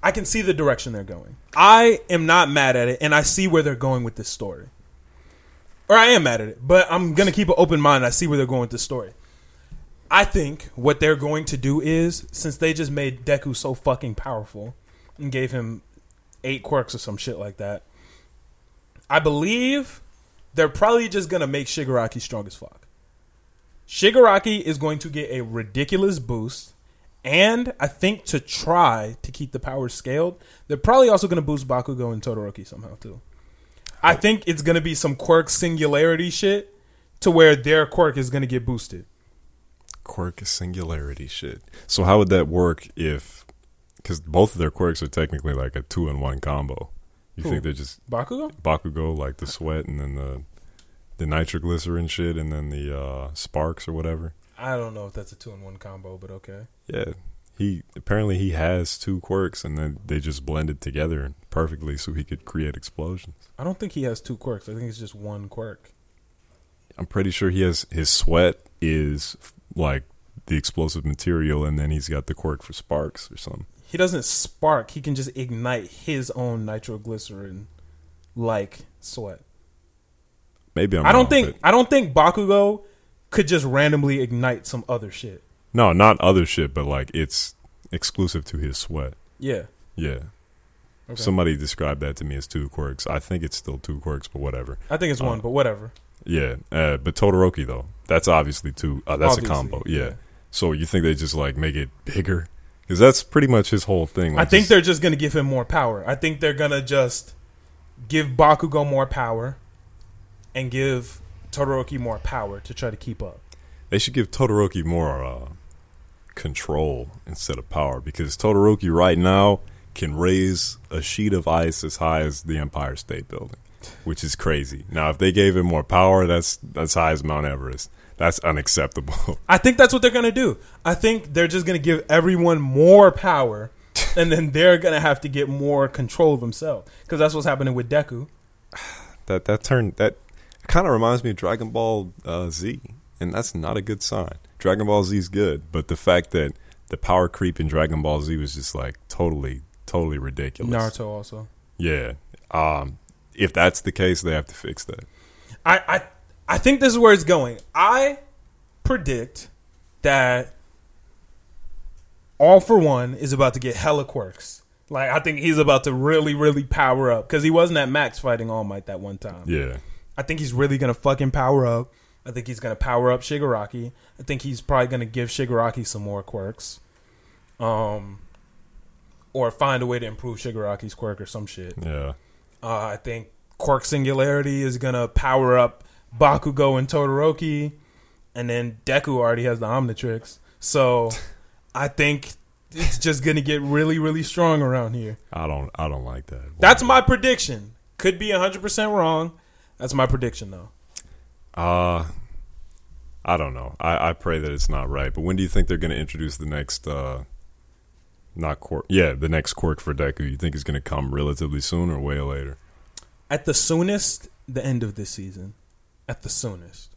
S1: I can see the direction they're going. I am not mad at it, and I see where they're going with this story. Or I am mad at it, but I'm gonna keep an open mind. I see where they're going with this story. I think what they're going to do is, since they just made Deku so fucking powerful and gave him eight quirks or some shit like that, I believe they're probably just gonna make Shigaraki strong as fuck. Shigaraki is going to get a ridiculous boost, and I think to try to keep the power scaled, they're probably also gonna boost Bakugo and Todoroki somehow too. I think it's gonna be some quirk singularity shit to where their quirk is gonna get boosted.
S2: Quirk is singularity shit. So how would that work if cuz both of their quirks are technically like a 2 in 1 combo. You
S1: Who?
S2: think they're just
S1: Bakugo?
S2: Bakugo like the sweat and then the the nitroglycerin shit and then the uh sparks or whatever?
S1: I don't know if that's a two in one combo, but okay.
S2: Yeah. He apparently he has two quirks and then they just blended together perfectly so he could create explosions.
S1: I don't think he has two quirks. I think it's just one quirk.
S2: I'm pretty sure he has his sweat is like the explosive material, and then he's got the quirk for sparks or something.
S1: he doesn't spark. He can just ignite his own nitroglycerin like sweat.
S2: Maybe I'm.
S1: I'm I do
S2: wrong,
S1: not think
S2: but-
S1: I don't think Bakugo could just randomly ignite some other shit.
S2: no, not other shit, but like it's exclusive to his sweat.
S1: Yeah.
S2: Yeah.
S1: Okay.
S2: Somebody described that to me as two quirks. I think it's still two quirks, but whatever.
S1: I think it's one, but whatever.
S2: Yeah. Uh, but Todoroki though, that's obviously two. Uh, that's
S1: Obviously,
S2: a combo. Yeah.
S1: yeah.
S2: So you think they just like make it bigger? Because that's pretty much his whole thing.
S1: I
S2: like,
S1: think
S2: just-
S1: they're just gonna give him more power. I think they're gonna just give Bakugo more power and give Todoroki more power to try to keep up.
S2: They should give Todoroki more uh, control instead of power because Todoroki right now can raise a sheet of ice as high as the Empire State Building, which is crazy. Now, if they gave him more power, that's that's high as Mount Everest. That's unacceptable.
S1: I think that's what they're gonna do. I think they're just gonna give everyone more power, and then they're gonna have to get more control of themselves because that's what's happening with Deku.
S2: that that turned that kind of reminds me of Dragon Ball uh, Z, and that's not a good sign. Dragon Ball Z is good, but the fact that the power creep in Dragon Ball Z was just like totally, totally ridiculous.
S1: Naruto also.
S2: Yeah. Um, if that's the case, they have to fix that.
S1: I, I I think this is where it's going. I predict that all for one is about to get hella quirks. Like I think he's about to really, really power up because he wasn't at max fighting All Might that one time.
S2: Yeah.
S1: I think he's really gonna fucking power up. I think he's gonna power up Shigaraki. I think he's probably gonna give Shigaraki some more quirks, um, or find a way to improve Shigaraki's quirk or some shit.
S2: Yeah.
S1: Uh, I think Quirk Singularity is gonna power up Bakugo and Todoroki, and then Deku already has the Omnitrix. So I think it's just gonna get really, really strong around here.
S2: I don't. I don't like that.
S1: That's my prediction. Could be hundred percent wrong. That's my prediction though.
S2: Uh I don't know. I, I pray that it's not right. But when do you think they're going to introduce the next? uh Not quirk. Yeah, the next quirk for Deku. You think is going to come relatively soon or way later?
S1: At the soonest, the end of this season. At the soonest.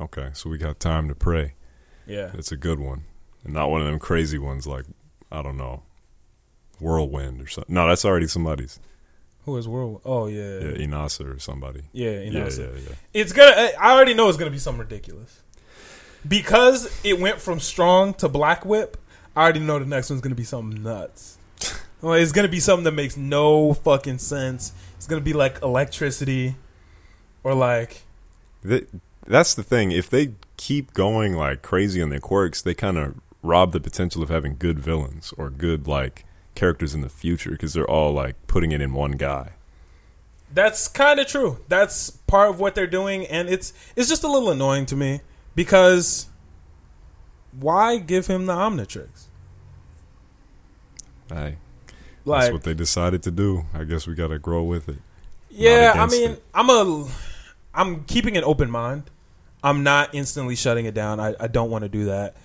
S2: Okay, so we got time to pray.
S1: Yeah.
S2: It's a good one, and not one of them crazy ones like I don't know, whirlwind or something. No, that's already somebody's.
S1: Who is World? Oh yeah.
S2: Yeah,
S1: Yeah.
S2: Inasa or somebody.
S1: you know,
S2: yeah,
S1: so-
S2: yeah, yeah.
S1: It's gonna. I- I already know it's gonna be something ridiculous because it went from strong to black whip. I already know the next one's gonna be something nuts. Well, it's gonna be something that makes no fucking sense. It's gonna be like electricity, or like
S2: Th that's the thing. If they keep going like crazy on their quirks, they kind of rob the potential of having good villains or good like characters in the future because they're all like putting it in one guy.
S1: That's kind of true. That's part of what they're doing, and it's it's just a little annoying to me because why give him the Omnitrix?
S2: Hey, that's
S1: Like,
S2: what they decided to do. I guess we got to grow with it.
S1: yeah, I
S2: against
S1: mean,
S2: it.
S1: I'm a I'm keeping an open mind. I'm not instantly shutting it down. I, I don't want to do that.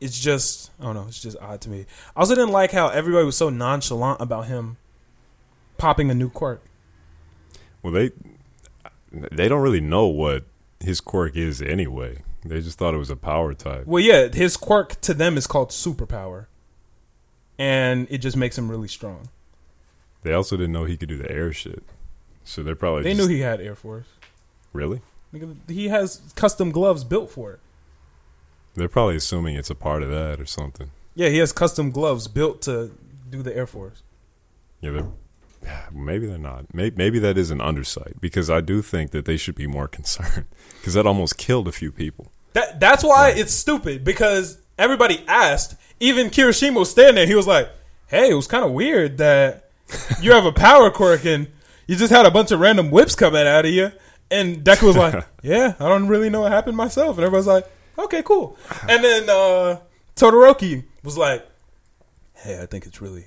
S1: It's just I don't know. It's just odd to me. I also didn't like how everybody was so nonchalant about him popping a new quirk.
S2: Well, they they don't really know what his quirk is anyway. They just thought it was a power type.
S1: Well, yeah, his quirk to them is called superpower, and it just makes him really strong.
S2: They also didn't know he could do the air shit. So they're probably
S1: They
S2: just,
S1: knew he had Air Force.
S2: really.
S1: Nigga, He has custom gloves built for it.
S2: They're probably assuming it's a part of that or something.
S1: Yeah, he has custom gloves built to do the Air Force.
S2: Yeah, they're maybe they're not. Maybe, maybe that is an undersight because I do think that they should be more concerned because that almost killed a few people.
S1: That that's why it's stupid because everybody asked. Even Kirishima was standing there. He was like, "Hey, it was kind of weird that you have a power quirk and you just had a bunch of random whips coming out of you." And Deku was like, "Yeah, I don't really know what happened myself." And everybody's like, "Okay, cool." And then uh, Todoroki was like, "Hey, I think it's really."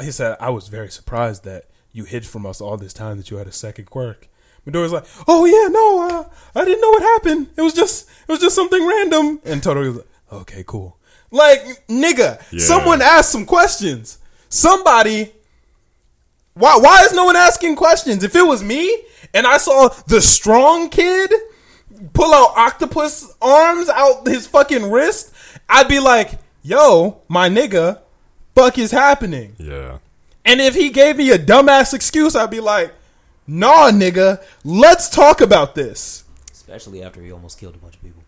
S1: He said, "I was very surprised that you hid from us all this time that you had a second quirk." Midoriya's like, "Oh yeah, no, uh, I didn't know what happened. It was just, it was just something random." And Todoroki was like, "Okay, cool." Like, nigga,
S2: Yeah.
S1: someone asked some questions. Somebody why why is no one asking questions? If it was me and I saw the strong kid pull out octopus arms out his fucking wrist, I'd be like, "Yo, my nigga, fuck is happening."
S2: Yeah,
S1: And if he gave me a dumbass excuse, I'd be like, "Nah, nigga, let's talk about this."
S4: Especially after he almost killed a bunch of people.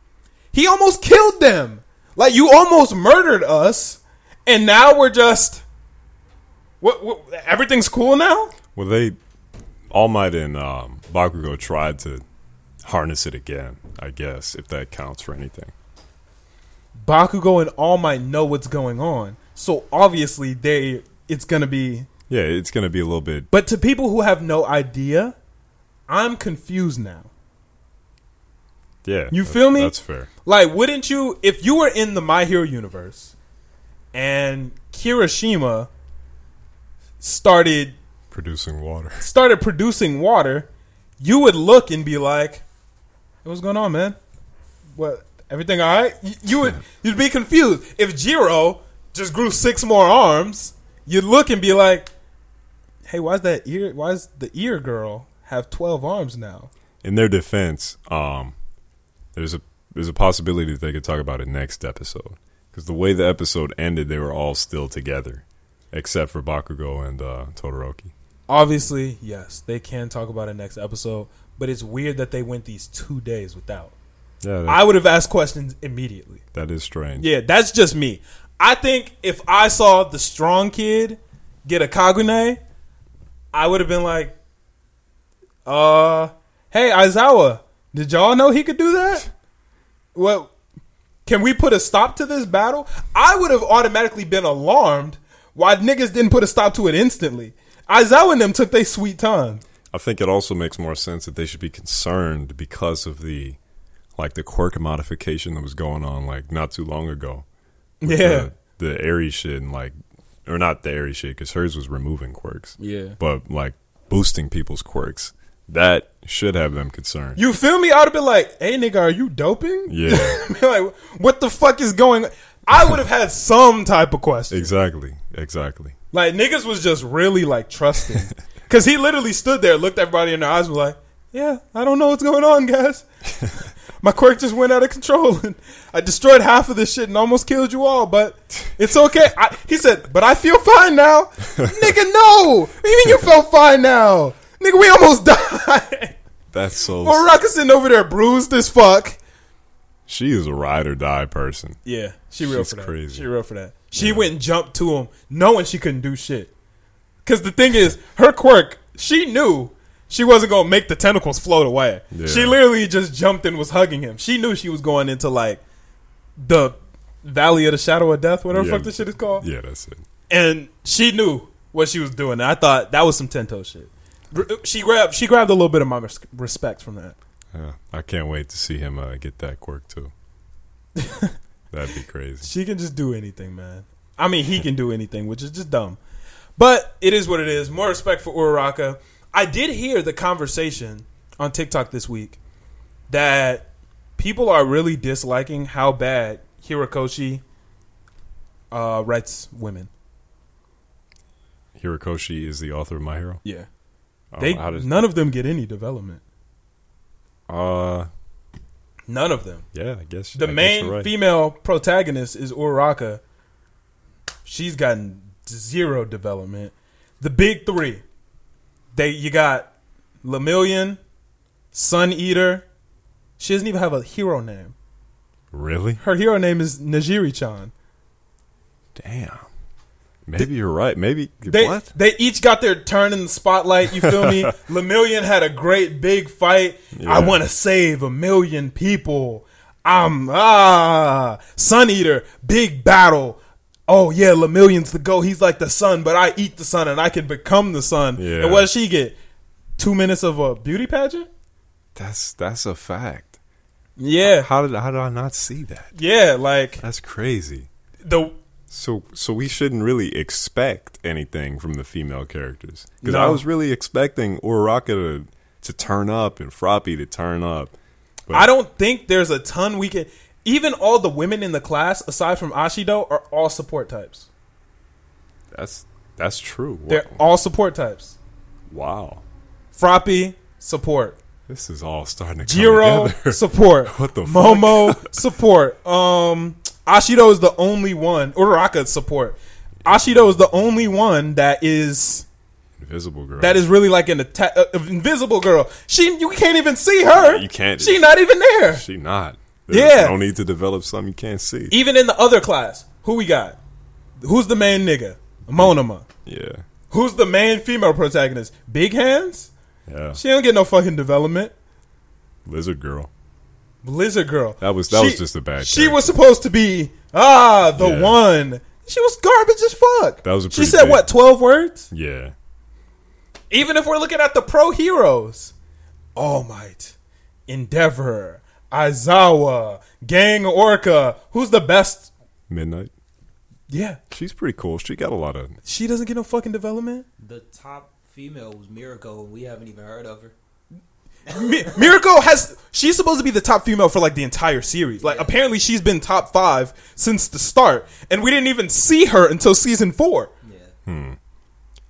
S1: He almost killed them. Like you almost murdered us, and now we're just what, what everything's cool now?
S2: Well, they All Might and um, Bakugo tried to harness it again. I guess if that counts for anything.
S1: Bakugo and All Might know what's going on, so obviously they it's gonna be.
S2: Yeah, it's gonna be a little bit.
S1: But to people who have no idea, I'm confused now.
S2: Yeah,
S1: You
S2: that-
S1: feel me?
S2: That's fair.
S1: Like, wouldn't you if you were in the My Hero universe and Kirishima started
S2: Producing water.
S1: started producing water, you would look and be like, "Hey, "What's going on, man? What? Everything all right?" You, you would you'd be confused if Jiro just grew six more arms. You'd look and be like, "Hey, why's that ear? Why's the ear girl have twelve arms now?"
S2: in their defense, um, there's a there's a possibility that they could talk about it next episode because the way the episode ended, they were all still together, except for Bakugo and uh, Todoroki.
S1: Obviously, yes, they can talk about it next episode. But it's weird that they went these two days without.
S2: Yeah, that,
S1: I would have asked questions immediately.
S2: that is strange.
S1: Yeah, that's just me. I think if I saw the strong kid get a Kagune, I would have been like, uh, hey, Aizawa, did y'all know he could do that? Well, can we put a stop to this battle? I would have automatically been alarmed why niggas didn't put a stop to it instantly. Aizawa and them took their sweet time.
S2: I think it also makes more sense that they should be concerned because of the like the quirk modification that was going on like not too long ago.
S1: Yeah.
S2: the, the airy shit and like or not the airy shit because hers was removing quirks.
S1: Yeah.
S2: but like boosting people's quirks. That should have them concerned.
S1: You feel me? I would have been like, hey, nigga, are you doping?
S2: Yeah,
S1: Be like, what the fuck is going I would have had some type of question.
S2: exactly, exactly.
S1: Like, niggas was just really, like, trusting. Because he literally stood there, looked everybody in the eyes, was like, yeah, I don't know what's going on, guys. My quirk just went out of control. And I destroyed half of this shit and almost killed you all, but it's okay. I, he said, but I feel fine now. Nigga, no. What do you mean you felt fine now? Nigga, we almost died.
S2: That's so.
S1: Well, Ruckus sitting over there bruised as fuck.
S2: She is a ride or die person.
S1: Yeah, she real
S2: She's
S1: for that.
S2: crazy.
S1: She real for that. She went and jumped to him, knowing she couldn't do shit. Cause the thing is, her quirk, she knew she wasn't gonna make the tentacles float away.
S2: Yeah.
S1: She literally just jumped and was hugging him. She knew she was going into like the Valley of the Shadow of Death, whatever the
S2: Yeah.
S1: fuck this shit is called.
S2: Yeah, that's it.
S1: And she knew what she was doing. And I thought that was some Tento shit. She grabbed she grabbed a little bit of my res- respect from that.
S2: Yeah, I can't wait to see him uh, get that quirk too. That'd be crazy.
S1: She can just do anything, man. I mean, he can do anything, which is just dumb. But it is what it is. More respect for Uraraka. I did hear the conversation on TikTok this week that people are really disliking how bad Hirokoshi uh, writes women.
S2: Hirokoshi is the author of My Hero.
S1: Yeah,
S2: Oh,
S1: they
S2: how does-
S1: none of them get any development.
S2: uh,
S1: None of them.
S2: yeah, I guess
S1: The
S2: I guess
S1: main
S2: you're right.
S1: female protagonist is Uraraka. She's gotten zero development. The big three. They you got Lemillion, Sun Eater. She doesn't even have a hero name.
S2: Really?
S1: Her hero name is Najiri Chan.
S2: Damn. Maybe you're right. Maybe
S1: They
S2: what?
S1: they each got their turn in the spotlight, you feel me? Lemillion had a great big fight.
S2: Yeah.
S1: I wanna save a million people. I'm ah Sun Eater, big battle. Oh yeah, Lemillion's the go. He's like the sun, but I eat the sun and I can become the sun.
S2: Yeah.
S1: And what does she get? Two minutes of a beauty pageant?
S2: That's that's a fact.
S1: Yeah.
S2: How did how did I not see that?
S1: Yeah, like
S2: That's crazy.
S1: the
S2: So so we shouldn't really expect anything from the female characters because I
S1: No.
S2: was really expecting Uraraka to to turn up and Froppy to turn up. But
S1: I don't think there's a ton we can even all the women in the class, aside from Ashido, are all support types.
S2: That's that's true. Wa-
S1: They're all support types.
S2: Wow,
S1: Froppy support.
S2: this is all starting to come
S1: Jiro
S2: together.
S1: support.
S2: What the
S1: Momo support. Um Ashido is the only one. Uraraka support. Ashido is the only one that is
S2: Invisible girl.
S1: that is really like an attack uh, invisible girl. She you can't even see her.
S2: You can't.
S1: She not even there.
S2: She not. There's
S1: Yeah. E
S2: No need to develop something you can't see.
S1: Even in the other class, who we got? Who's the main nigga? Monoma.
S2: yeah.
S1: Who's the main female protagonist? Big Hands?
S2: Yeah.
S1: She don't get no fucking development.
S2: Lizard girl.
S1: Lizard Girl.
S2: That was- that was just a bad
S1: She
S2: character.
S1: was supposed to be ah the
S2: Yeah.
S1: one. She was garbage as fuck.
S2: That was a
S1: she
S2: pretty
S1: said
S2: big-
S1: what twelve words.
S2: Yeah.
S1: Even if we're looking at the pro heroes, All Might, Endeavor, Aizawa, Gang Orca. Who's the best?
S2: Midnight.
S1: Yeah,
S2: She's pretty cool. She got a lot of.
S1: she doesn't get no fucking development.
S4: The top female was Miracle, and we haven't even heard of her.
S1: Mi- Miracle has she's supposed to be the top female for like the entire series. Like apparently she's been top five since the start, and we didn't even see her until season four.
S4: Yeah,
S1: Hmm.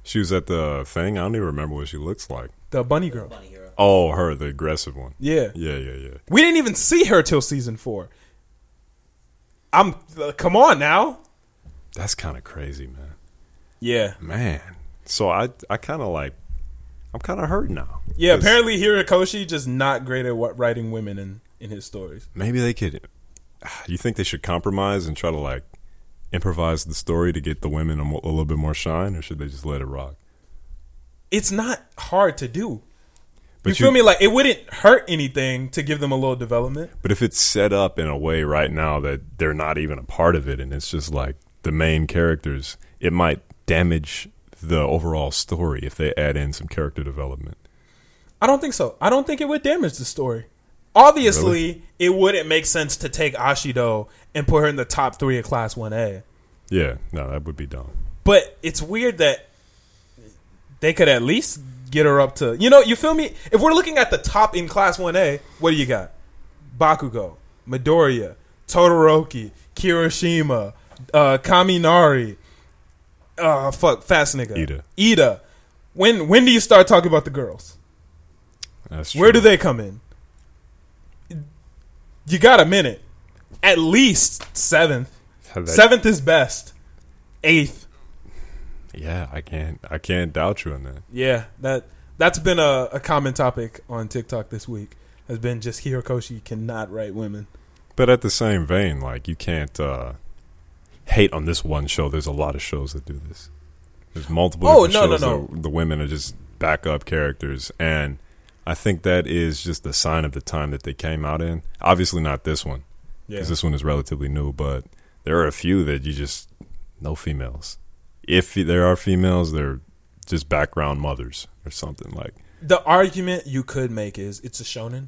S2: She was at the thing. I don't even remember what she looks like.
S1: The bunny girl.
S4: Bunny Hero.
S2: Oh, her, the aggressive one.
S1: Yeah.
S2: Yeah, yeah, yeah.
S1: We didn't even see her till season four. I'm uh, come on now.
S2: That's kind of crazy, man.
S1: Yeah,
S2: Man. So I, I kind of like. I'm kind of hurt now.
S1: yeah.
S2: 'Cause
S1: Apparently, Hirokoshi just not great at what writing women in in his stories.
S2: Maybe they could. ah, You think they should compromise and try to like improvise the story to get the women a, mo- a little bit more shine, or should they just let it rock?
S1: It's not hard to do.
S2: But
S1: you feel me? Like it wouldn't hurt anything to give them a little development.
S2: But if it's set up in a way right now that they're not even a part of it and it's just like the main characters, it might damage the overall story if they add in some character development.
S1: I don't think so. I don't think it would damage the story. Obviously, it wouldn't make sense to take Ashido and put her in the top three of Class One A.
S2: Yeah, no, that would be dumb.
S1: But it's weird that they could at least get her up to you know, you feel me? If we're looking at the top in class one A, what do you got? Bakugo, Midoriya, Todoroki, Kirishima, uh, Kaminari, uh fuck, fast nigga.
S2: Ida.
S1: Ida. When when do you start talking about the girls?
S2: That's
S1: Where do
S2: true.
S1: they come in? You got a minute. At least seventh.
S2: How that-
S1: Seventh is best. Eighth.
S2: Yeah, I can't. I can't doubt you on that.
S1: Yeah, that that's been a, a common topic on TikTok this week. Has been just Hirokoshi cannot write women.
S2: But at the same vein, like you can't uh, hate on this one show. There's a lot of shows that do this. There's multiple.
S1: Oh,
S2: different
S1: no, no,
S2: shows
S1: no.
S2: that the women are just backup characters, and I think that is just a sign of the time that they came out in. Obviously, not this one
S1: Yeah,
S2: because this one is relatively new, but there are a few that you just no females. If there are females, they're just background mothers or something like.
S1: The argument you could make is it's a shonen,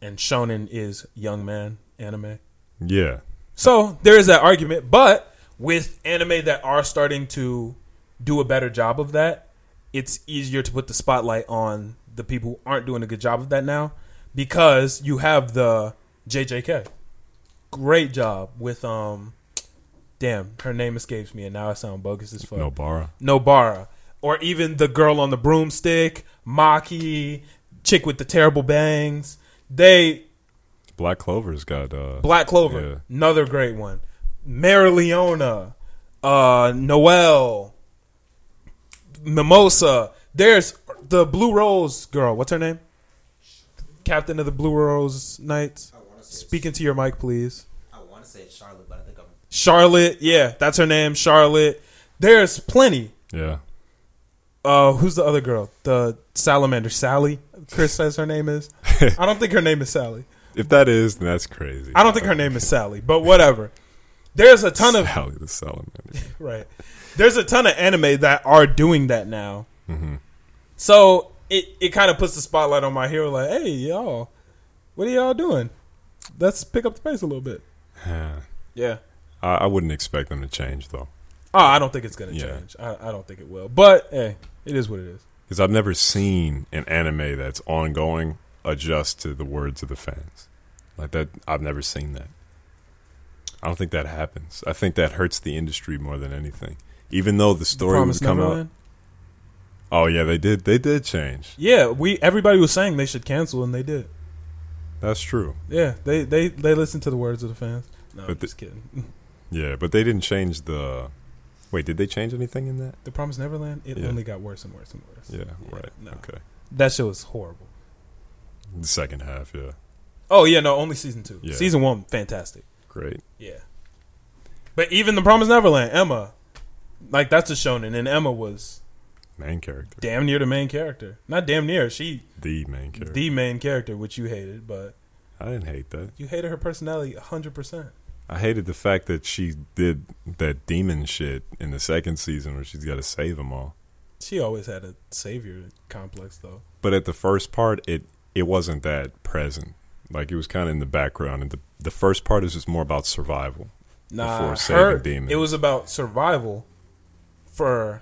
S1: and shonen is young man anime.
S2: Yeah,
S1: So there is that argument, but with anime that are starting to do a better job of that, it's easier to put the spotlight on the people who aren't doing a good job of that now because you have the JJK. Great job with um damn, her name escapes me and now I sound bogus as fuck.
S2: no Nobara.
S1: Nobara, or even the girl on the broomstick, Maki, chick with the terrible bangs. They
S2: Black Clover's got uh
S1: Black Clover,
S2: Yeah.
S1: another great one. Mary Leona, uh, Noelle, Mimosa. There's the Blue Rose girl. What's her name? Captain of the Blue Rose Knights.
S4: I want to say.
S1: Speaking to your mic, please.
S4: I want to say it's Charlotte, but I think I'm.
S1: Charlotte. Yeah, that's her name. Charlotte. There's plenty.
S2: yeah.
S1: Uh, who's the other girl? The salamander, Sally. Chris says her name is. I don't think her name is Sally.
S2: If that is, then that's crazy.
S1: I don't think her name is Sally, but whatever. There's a ton of
S2: Sally the Salamander.
S1: right. There's a ton of anime that are doing that now.
S2: Mhm.
S1: So it, it kind of puts the spotlight on my hero. Like, hey, y'all, what are y'all doing? Let's pick up the pace a little bit.
S2: Yeah.
S1: Yeah.
S2: I, I wouldn't expect them to change though,
S1: Oh, I don't think it's gonna
S2: Yeah.
S1: change. I, I don't think it will. But hey, it is what it is.
S2: because I've never seen an anime that's ongoing adjust to the words of the fans. Like that, I've never seen that. I don't think that happens. I think that hurts the industry more than anything. Even though the story would
S1: Promise
S2: come out.
S1: Neverland?
S2: Oh yeah, they did. They did change.
S1: Yeah, we everybody was saying they should cancel, and they did.
S2: That's true.
S1: Yeah, they they they listened to the words of the fans. No, I'm
S2: But the-
S1: just kidding.
S2: Yeah, but they didn't change the. Wait, did they change anything in that?
S1: The Promise Neverland, it
S2: Yeah.
S1: only got worse and worse and worse.
S2: Yeah, right.
S1: no.
S2: Okay.
S1: That show was horrible.
S2: The second half, yeah.
S1: Oh yeah, no, only season two.
S2: Yeah.
S1: Season one, fantastic.
S2: Great.
S1: Yeah. But even The Promised Neverland, Emma, like that's a shonen, and Emma was
S2: Main character.
S1: damn near the main character. Not damn near, she
S2: The main character.
S1: the main character, which you hated, but
S2: I didn't hate that.
S1: you hated her personality hundred percent.
S2: I hated the fact that she did that demon shit in the second season where she's got to save them all.
S1: She always had a savior complex though.
S2: But at the first part, it it wasn't that present. Like it was kind of in the background, and the the first part is just more about survival.
S1: Nah,
S2: Before saving
S1: her,
S2: demons.
S1: it was about survival for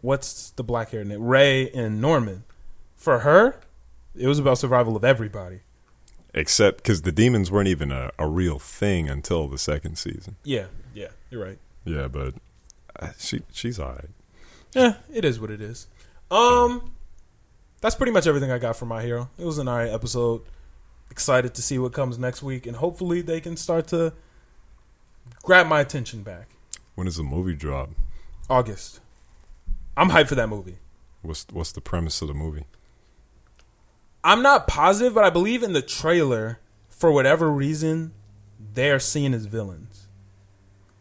S1: what's the black hair name? Ray and Norman. For her, it was about survival of everybody.
S2: Except because the demons weren't even a, a real thing until the second season.
S1: Yeah, yeah, you're right.
S2: Yeah, but uh, she she's alright.
S1: Yeah, Eh, it is what it is. Um, that's pretty much everything I got for my hero. It was an alright episode. Excited to see what comes next week, and hopefully they can start to grab my attention back.
S2: When does the movie drop?
S1: August, I'm hyped for that movie.
S2: What's what's the premise of the movie?
S1: I'm not positive, but I believe in the trailer. For whatever reason, they're seen as villains.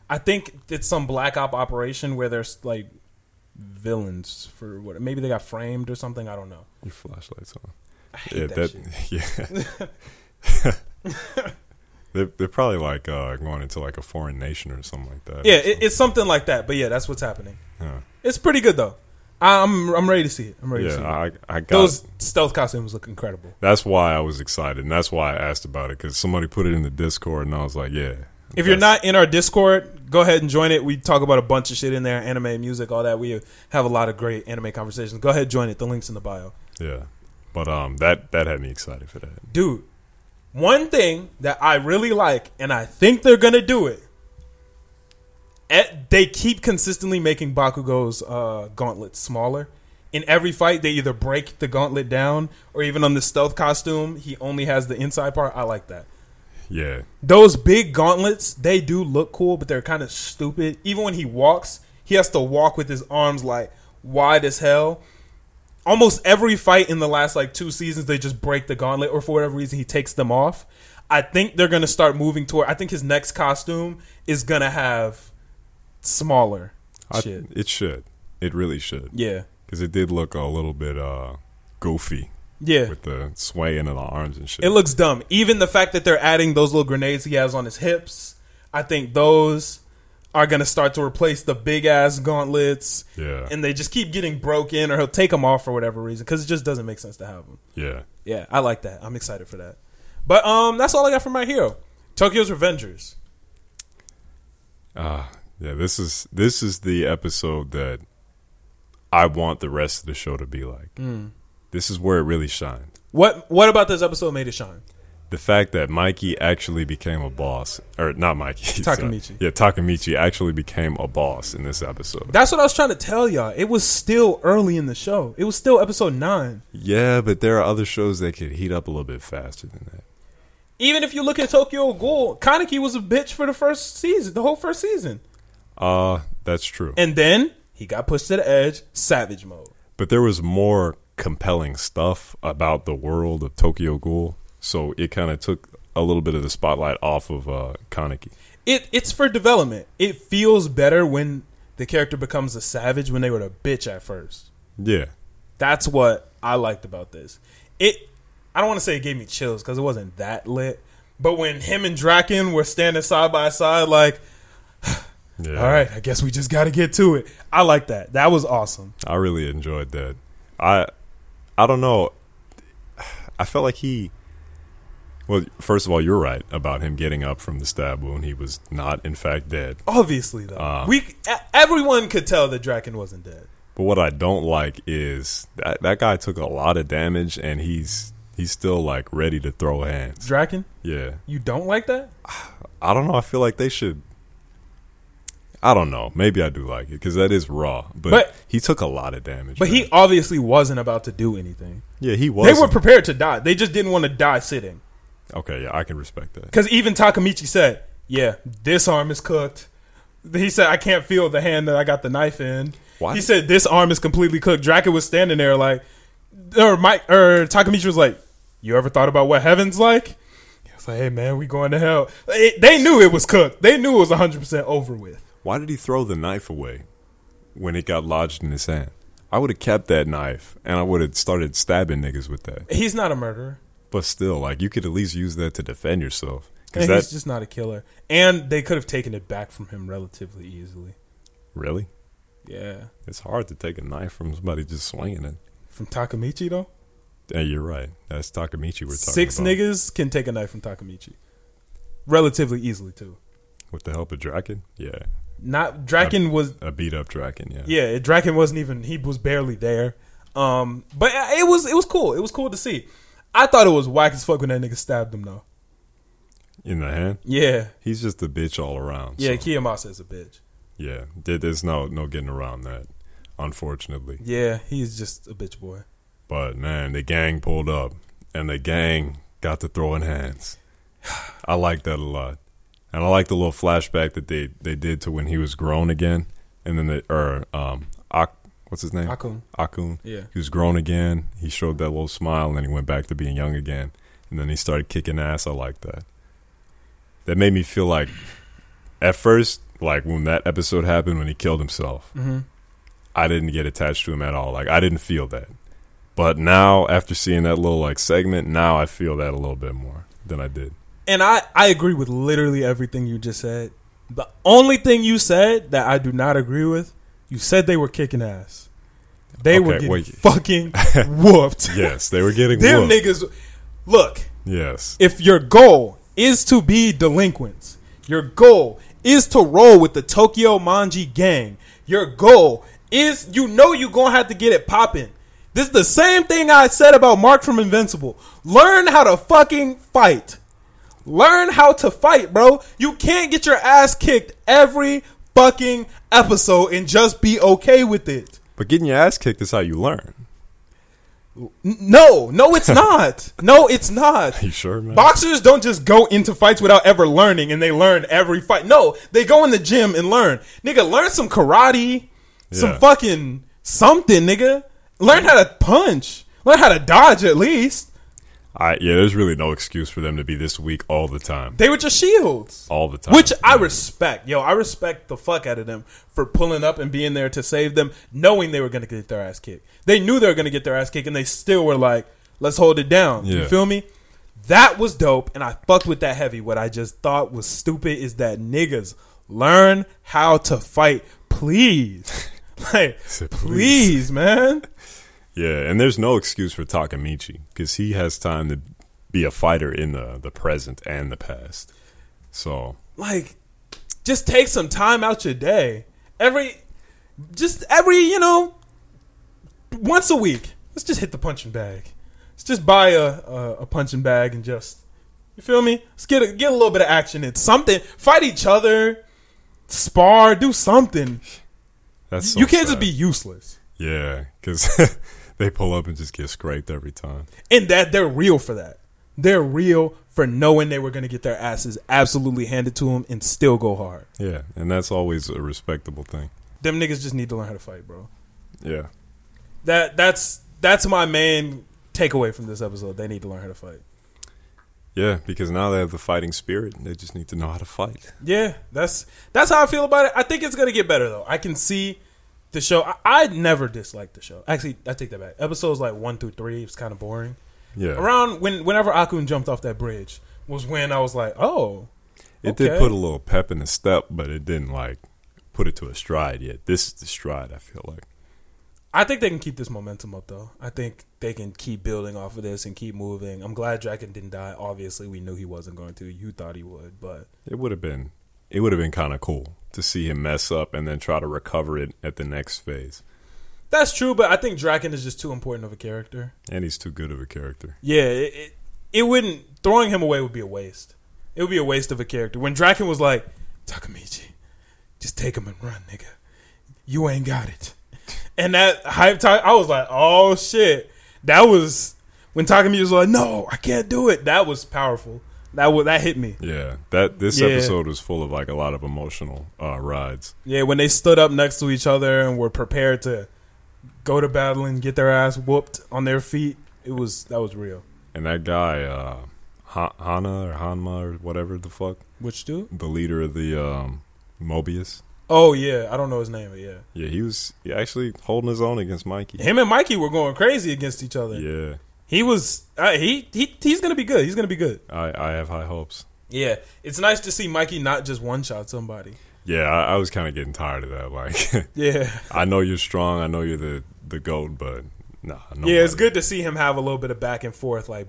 S1: I think it's some black op operation where there's like villains for what maybe they got framed or something. I don't know.
S2: Your flashlight's on.
S1: I hate
S2: Yeah,
S1: that, shit.
S2: yeah. they're, they're probably like uh, going into like a foreign nation or something like that.
S1: Yeah, it, it's something like that. But yeah, that's what's happening.
S2: yeah,
S1: It's pretty good though. I'm I'm ready to see it. I'm ready to
S2: yeah.
S1: see it.
S2: I, I got.
S1: Those stealth costumes look incredible.
S2: that's why I was excited, and that's why I asked about it because somebody put it in the Discord, and I was like, yeah.
S1: If you're not
S2: that's-
S1: in our Discord, go ahead and join it. We talk about a bunch of shit in there, anime, music, all that. We have a lot of great anime conversations. Go ahead, join it. The links in the bio,
S2: yeah. But um, that that had me excited for that.
S1: dude. One thing that I really like, and I think they're gonna do it. At, they keep consistently making Bakugo's uh, gauntlet smaller. In every fight, they either break the gauntlet down, or even on the stealth costume, he only has the inside part. I like that.
S2: Yeah,
S1: those big gauntlets they do look cool but they're kind of stupid even when he walks he has to walk with his arms like wide as hell almost every fight in the last like two seasons they just break the gauntlet or for whatever reason he takes them off i think they're gonna start moving toward i think his next costume is gonna have smaller
S2: I,
S1: shit
S2: it should. It really should
S1: yeah
S2: because it did look a little bit uh goofy
S1: yeah
S2: with the swaying of the arms and shit.
S1: It looks dumb. Even the fact that they're adding those little grenades he has on his hips, I think those. are gonna start to replace the big ass gauntlets,
S2: Yeah.
S1: and they just keep getting broken, or he'll take them off for whatever reason because it just doesn't make sense to have them.
S2: yeah.
S1: Yeah, I like that. I'm excited for that. But um, that's all I got from my hero, Tokyo's Revengers.
S2: Ah, yeah. This is this is the episode that I want the rest of the show to be like. This is where it really shined.
S1: What What about this episode made it shine?
S2: The fact that Mikey actually became a boss, or not Mikey, sorry.
S1: Takemichi.
S2: Yeah, Takamichi actually became a boss in this episode.
S1: That's what I was trying to tell y'all. It was still early in the show. It was still episode nine.
S2: Yeah, but there are other shows that could heat up a little bit faster than that.
S1: Even if you look at Tokyo Ghoul, Kaneki was a bitch for the first season, the whole first season,
S2: Uh, that's true.
S1: and then he got pushed to the edge, savage mode.
S2: but there was more compelling stuff about the world of Tokyo Ghoul, so it kind of took a little bit of the spotlight off of uh, Kaneki.
S1: It it's for development. It feels better when the character becomes a savage when they were the bitch at first.
S2: Yeah,
S1: That's what I liked about this. It I don't want to say it gave me chills because it wasn't that lit, but when him and Draken were standing side by side, like,
S2: yeah.
S1: all right, I guess we just got to get to it. I like that. That was awesome.
S2: I really enjoyed that. I, I don't know. I felt like he. Well, first of all, you're right about him getting up from the stab wound. He was not, in fact, dead.
S1: Obviously, though,
S2: Uh.
S1: we e- everyone could tell that Draken wasn't dead.
S2: But what I don't like is that that guy took a lot of damage, and he's he's still like ready to throw hands.
S1: Draken,
S2: Yeah.
S1: you don't like that?
S2: I don't know. I feel like they should. I don't know. Maybe I do like it because that is raw. But,
S1: But-
S2: he took a lot of damage.
S1: But he
S2: man.
S1: obviously wasn't about to do anything.
S2: yeah, he was.
S1: They were prepared to die. They just didn't want to die sitting.
S2: okay, yeah, I can respect that.
S1: Because even Takamichi said, "Yeah, this arm is cooked." He said, "I can't feel the hand that I got the knife in."
S2: Why?
S1: He said, "This arm is completely cooked." Draken was standing there like, or Mike, or Takamichi was like, "You ever thought about what heaven's like?" He was like, "Hey man, we going to hell." It- they knew it was cooked. They knew it was 100 percent over with.
S2: Why did he throw the knife away when it got lodged in his hand? I would have kept that knife and I would have started stabbing niggas with that.
S1: He's not a murderer,
S2: But still, like you could at least use that to defend yourself.
S1: and
S2: Because that
S1: he's just not a killer. And they could have taken it back from him relatively easily.
S2: really,
S1: Yeah,
S2: it's hard to take a knife from somebody just swinging it.
S1: from Takamichi though,
S2: Hey, you're right. That's Takamichi we're talking
S1: six
S2: about.
S1: niggas can take a knife from Takamichi, relatively easily too.
S2: with the help of Draken. Yeah,
S1: not Draken was
S2: a beat up Draken.
S1: yeah Draken wasn't even he was barely there um but it was it was cool it was cool to see I thought it was whack as fuck when that nigga stabbed him though
S2: in the hand.
S1: yeah
S2: He's just a bitch all around.
S1: yeah
S2: so,
S1: Kiyomasa is a bitch
S2: yeah. There- There's no no getting around that, unfortunately.
S1: yeah he's just a bitch boy
S2: But man, the gang pulled up, and the gang got to throwing hands. I like that a lot, and I like the little flashback that they they did to when he was grown again, and then the or um Ak, what's his name
S1: Akun
S2: Akun.
S1: yeah
S2: He was grown again. He showed that little smile, and then he went back to being young again. And then he started kicking ass. I like that. That made me feel like, at first, like when that episode happened when he killed himself,
S1: mm-hmm.
S2: I didn't get attached to him at all. Like I didn't feel that. But now, after seeing that little like segment, now I feel that a little bit more than I did.
S1: and I I agree with literally everything you just said the only thing you said that I do not agree with you said they were kicking ass they were
S2: Okay,
S1: getting
S2: wait.
S1: fucking whooped
S2: Yes, they were getting
S1: them
S2: whooped.
S1: niggas look
S2: Yes,
S1: if your goal is to be delinquents, your goal is to roll with the Tokyo Manji gang, your goal is you know you're gonna have to get it popping. This is the same thing I said about Mark from Invincible. Learn how to fucking fight. Learn how to fight, bro. You can't get your ass kicked every fucking episode and just be okay with it.
S2: but getting your ass kicked is how you learn.
S1: N- no, no, it's not. no, it's not.
S2: You sure, man?
S1: Boxers don't just go into fights without ever learning and they learn every fight. No, they go in the gym and learn. Nigga, learn some karate, some
S2: Yeah.
S1: fucking something, nigga. Learn how to punch. Learn how to dodge at least.
S2: I yeah. There's really no excuse for them to be this weak all the time.
S1: They were just shields.
S2: All the time.
S1: Which I
S2: Yeah.
S1: respect. Yo, I respect the fuck out of them for pulling up and being there to save them, knowing they were going to get their ass kicked. They knew they were going to get their ass kicked, and they still were like, let's hold it down. You
S2: Yeah.
S1: feel me? That was dope, and I fucked with that heavy. What I just thought was stupid is that niggas Learn how to fight, please. Like,
S2: Said,
S1: please, man.
S2: Yeah, and there's no excuse for Takamichi because he has time to be a fighter in the, the present and the past. So
S1: Like, just take some time out your day. Every, just every, you know, once a week. Let's just hit the punching bag. Let's just buy a, a, a punching bag and just, you feel me? Let's get a, get a little bit of action. It's something. Fight each other. Spar. Do something.
S2: that's so
S1: you can't just
S2: sad.
S1: be useless.
S2: yeah because they pull up and just get scraped every time.
S1: and that they're real for that. They're real for knowing they were going to get their asses absolutely handed to them and still go hard.
S2: Yeah, and that's always a respectable thing.
S1: Them niggas just need to learn how to fight, bro.
S2: Yeah,
S1: That that's that's my main takeaway from this episode. They need to learn how to fight.
S2: yeah, because now they have the fighting spirit. and They just need to know how to fight.
S1: Yeah, that's that's how I feel about it. I think it's gonna get better though. I can see the show. I, I never disliked the show. Actually, I take that back. Episodes like one through three, it's kind of boring.
S2: Yeah,
S1: Around when whenever Akun jumped off that bridge was when I was like, oh,
S2: it
S1: okay.
S2: did put a little pep in the step, but it didn't like put it to a stride yet. This is the stride. I feel like.
S1: I think they can keep this momentum up, though. I think they can keep building off of this and keep moving. I'm glad Draken didn't die. Obviously, we knew he wasn't going to. You thought he would, but
S2: It would have been it would have been kind of cool to see him mess up and then try to recover it at the next phase.
S1: that's true. But I think Draken is just too important of a character.
S2: And he's too good of a character.
S1: Yeah, it, it, it wouldn't throwing him away would be a waste. It would be a waste of a character. When Draken was like, Takamichi, just take him and run, nigga. You ain't got it. And that hype time, I was like, oh shit. That was when Takamichi was like, no, I can't do it. That was powerful. That wa- that hit me.
S2: Yeah, that this
S1: Yeah.
S2: episode was full of like a lot of emotional uh, rides.
S1: Yeah, when they stood up next to each other and were prepared to go to battle and get their ass whooped on their feet, it was that was real.
S2: And that guy uh, ha- Hana or Hanma or whatever the fuck,
S1: Which dude?
S2: the leader of the um, Mobius.
S1: Oh yeah, I don't know his name, but yeah.
S2: Yeah, he was he actually holding his own against Mikey.
S1: Him and Mikey were going crazy against each other.
S2: Yeah,
S1: He was uh, he he he's gonna be good. He's gonna be good.
S2: I, I have high hopes.
S1: Yeah, it's nice to see Mikey not just one shot somebody.
S2: Yeah, I, I was kind of getting tired of that. Like,
S1: Yeah,
S2: I know you're strong. I know you're the the goat, but nah. No
S1: yeah, it's
S2: way.
S1: good to see him have a little bit of back and forth. Like,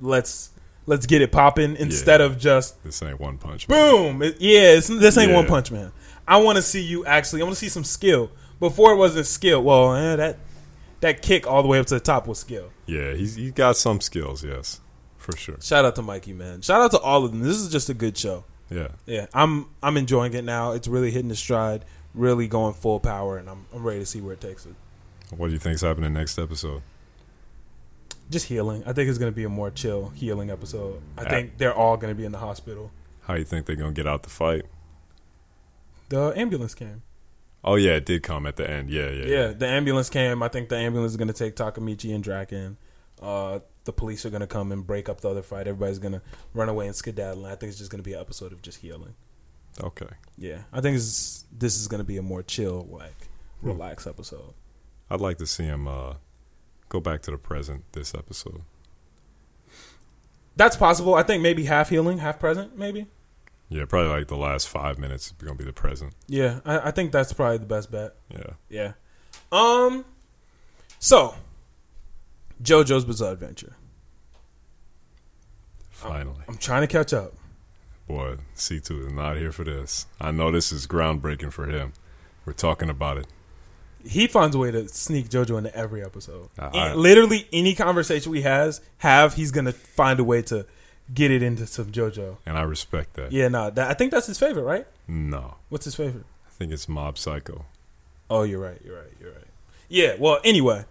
S1: let's let's get it popping instead of just
S2: This ain't one punch. Man.
S1: boom. It- yeah, it's, this ain't One
S2: Yeah.
S1: Punch Man. I want to see you actually. I want to see some skill. Before it wasn't skill. Well, eh, that that kick all the way up to the top was skill.
S2: Yeah, he's he's got some skills, yes, for sure.
S1: Shout out to Mikey, man. Shout out to all of them. This is just a good show.
S2: Yeah,
S1: Yeah, I'm I'm enjoying it now. It's really hitting the stride, really going full power, and I'm I'm ready to see where it takes it.
S2: what do you think's happening next episode?
S1: Just healing. I think it's gonna be a more chill healing episode. I
S2: Yeah.
S1: think they're all gonna be in the hospital.
S2: How you think they're gonna get out the fight?
S1: The ambulance came.
S2: Oh yeah, it did come at the end. Yeah, yeah,
S1: Yeah, the ambulance came. I think the ambulance is gonna take Takamichi and Draken. Uh, the police are gonna come and break up the other fight. Everybody's gonna run away and skedaddle. And I think it's just gonna be an episode of just healing.
S2: Okay,
S1: Yeah, I think it's, this is gonna be a more chill, like
S2: Hmm.
S1: relaxed episode.
S2: I'd like to see him uh, go back to the present this episode.
S1: That's possible. I think maybe half healing, half present, maybe.
S2: Yeah, probably like the last five minutes is gonna be the present.
S1: Yeah, I, I think that's probably the best bet.
S2: Yeah,
S1: Yeah. Um. So, JoJo's Bizarre Adventure.
S2: finally.
S1: I'm trying to catch up.
S2: Boy, C two is not here for this. I know this is groundbreaking for him. We're talking about it.
S1: He finds a way to sneak JoJo into every episode.
S2: Uh,
S1: In-
S2: I-
S1: literally any conversation we has have, he's gonna find a way to get it into some JoJo.
S2: And I respect that.
S1: Yeah, nah. That, I think that's his favorite, right?
S2: No.
S1: What's his favorite?
S2: I think it's Mob Psycho.
S1: Oh, you're right. You're right. You're right. Yeah. Well, anyway,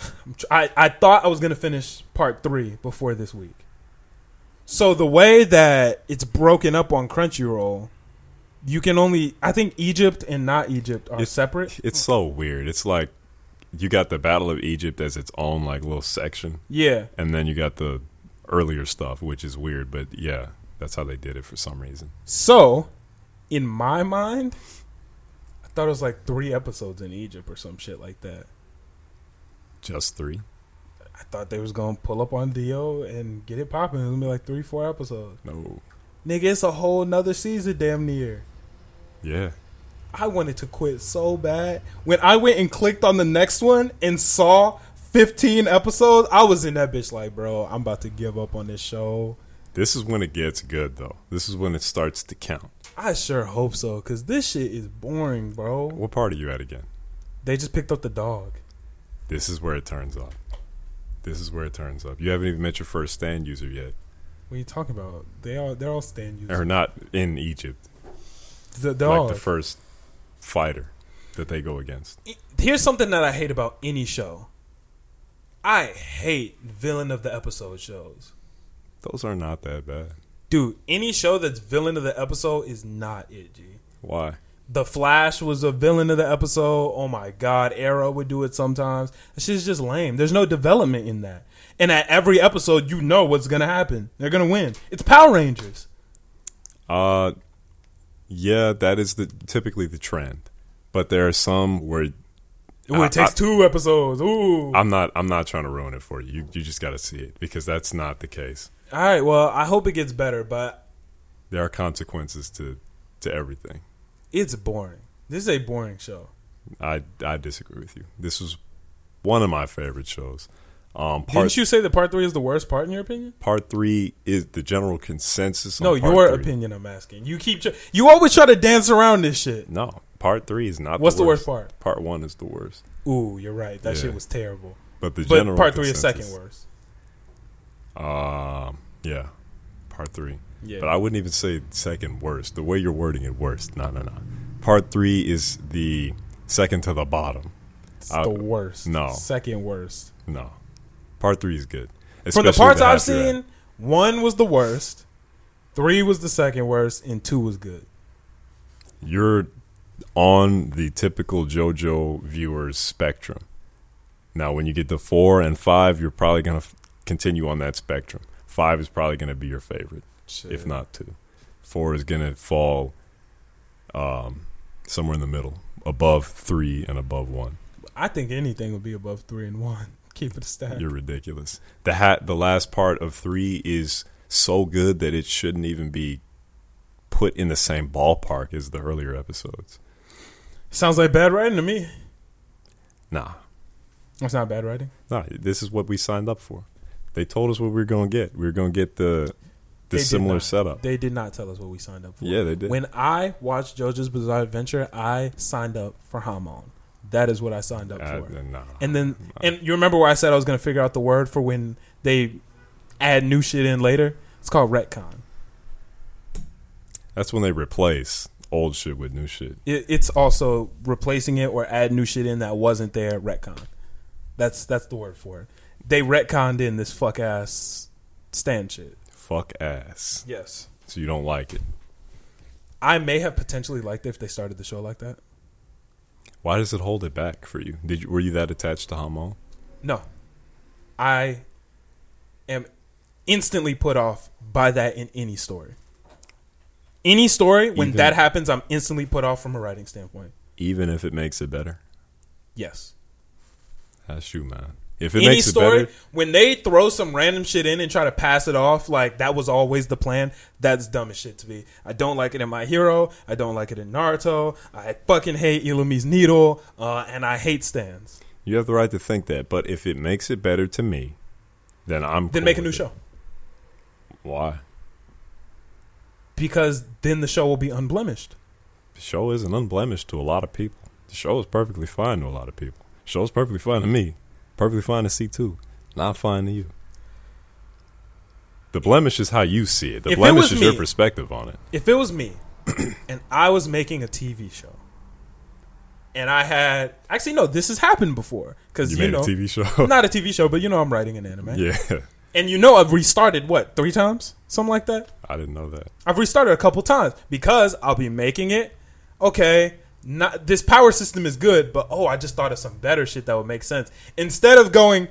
S1: I'm tr- I I thought I was gonna finish part three before this week. So the way that it's broken up on Crunchyroll, you can only I think Egypt and not Egypt are
S2: It's-
S1: separate.
S2: It's so weird. It's like you got the Battle of Egypt as its own like little section,
S1: Yeah.
S2: and then you got the earlier stuff, which is weird. But yeah, that's how they did it for some reason.
S1: So, in my mind, I thought it was like three episodes in Egypt or some shit like that.
S2: Just three.
S1: I thought they was gonna pull up on Dio and get it popping. It was gonna be like three, four episodes.
S2: No,
S1: Nigga, it's a whole nother season damn near.
S2: Yeah.
S1: I wanted to quit so bad. When I went and clicked on the next one and saw 15 episodes, I was in that bitch like, bro, I'm about to give up on this show.
S2: This is when it gets good, though. This is when it starts to count.
S1: I sure hope so, because this shit is boring, bro.
S2: What part are you at again?
S1: They just picked up the dog.
S2: This is where it turns up. This is where it turns up. You haven't even met your first stand user yet,
S1: What are you talking about? They are, they're all stand users.
S2: or not in Egypt.
S1: The dog.
S2: Like the first fighter that they go against.
S1: Here's something that I hate about any show. I hate villain of the episode shows.
S2: Those are not that bad.
S1: Dude, any show that's villain of the episode is not it, G.
S2: Why?
S1: The Flash was a villain of the episode. Oh my god, Arrow would do it sometimes. That shit's just lame. There's no development in that. And at every episode, you know what's gonna happen. They're gonna win. It's Power Rangers.
S2: Uh, yeah, that is the typically the trend, but there are some where
S1: Ooh,
S2: I-
S1: it takes
S2: I-
S1: two episodes. Ooh.
S2: I'm not. I'm not trying to ruin it for you. You, you just got to see it because that's not the case.
S1: All right. Well, I hope it gets better, but
S2: There are consequences to to everything.
S1: it's boring. This is a boring show.
S2: I I disagree with you. This was one of my favorite shows. Um, part
S1: Didn't you say that part three is the worst part in your opinion?
S2: part three is the general consensus. On
S1: No,
S2: part
S1: your
S2: three.
S1: opinion. I'm asking. You keep. Tr- you always try to dance around this shit.
S2: No, part three is not.
S1: What's
S2: the
S1: the
S2: worst.
S1: worst part?
S2: Part one is the worst,
S1: Ooh, you're right. That
S2: Yeah.
S1: shit was terrible.
S2: but the
S1: But
S2: general
S1: part three is
S2: consensus-
S1: second worst.
S2: Um, yeah, part three.
S1: Yeah.
S2: But I wouldn't even say second worst. The way you're wording it, worst. No, no, no. Part three is the second to the bottom.
S1: It's
S2: I-
S1: the worst.
S2: Uh, no.
S1: Second worst.
S2: No, part three is good.
S1: From the
S2: Especially
S1: parts I've
S2: half you're at.
S1: seen, one was the worst, three was the second worst, and two was good.
S2: you're on the typical JoJo viewer's spectrum. Now, when you get to four and five, you're probably going to f- continue on that spectrum. Five is probably going to be your favorite, if not two. Four is going to fall um, somewhere in the middle, above three and above one.
S1: I think anything would be above three and one. Keep it a stack.
S2: You're ridiculous. The hat, the last part of three is so good that it shouldn't even be put in the same ballpark as the earlier episodes.
S1: Sounds like bad writing to me.
S2: Nah,
S1: That's not bad writing.
S2: No, this is what we signed up for. They told us what we were going to get. We were going to get the
S1: They
S2: the
S1: did
S2: similar
S1: not.
S2: setup.
S1: They did not tell us what we signed up for.
S2: yeah, they did.
S1: When I watched JoJo's Bizarre Adventure, I signed up for Hamon. That is what I signed up
S2: Uh,
S1: for.
S2: nah.
S1: And then, and you remember where I said I was going to figure out the word for when they add new shit in later? It's called retcon.
S2: That's when they replace old shit with new shit.
S1: It, it's also replacing it or add new shit in that wasn't there. Retcon. That's that's the word for it. They retconned in this fuck ass stand shit.
S2: Fuck ass.
S1: Yes.
S2: So you don't like it.
S1: I may have potentially liked it if they started the show like that.
S2: Why does it hold it back for you? Did you were you that attached to Hamo?
S1: No. I am instantly put off by that in any story. Any story, when
S2: Even-
S1: that happens, I'm instantly put off from a writing standpoint.
S2: Even if it makes it better.
S1: Yes.
S2: That's you, man. If it
S1: any
S2: makes
S1: story,
S2: it better,
S1: when they throw some random shit in and try to pass it off like that was always the plan, that's dumb as shit to me. I don't like it in My Hero. I don't like it in Naruto. I fucking hate Ilumi's Needle. Uh, and I hate stands.
S2: you have the right to think that. But if it makes it better to me, then I'm
S1: Then
S2: cool
S1: make a
S2: with
S1: new
S2: it.
S1: show.
S2: Why?
S1: Because then the show will be unblemished.
S2: the show isn't unblemished to a lot of people. The show is perfectly fine to a lot of people. The show's perfectly fine to me. Perfectly fine to see too. Not fine to you. The blemish is how you see it. The
S1: If it
S2: blemish
S1: was
S2: is your
S1: me-
S2: perspective on it.
S1: if it was me and I was making a TV show and I had actually no, this has happened before because
S2: You
S1: you,
S2: made
S1: know
S2: a TV show.
S1: not a TV show, but you know I'm writing an anime,
S2: yeah.
S1: and you know I've restarted what three times, something like that.
S2: I didn't know that.
S1: I've restarted a couple times because I'll be making it. Okay, not this power system is good, but oh, I just thought of some better shit that would make sense. Instead of going,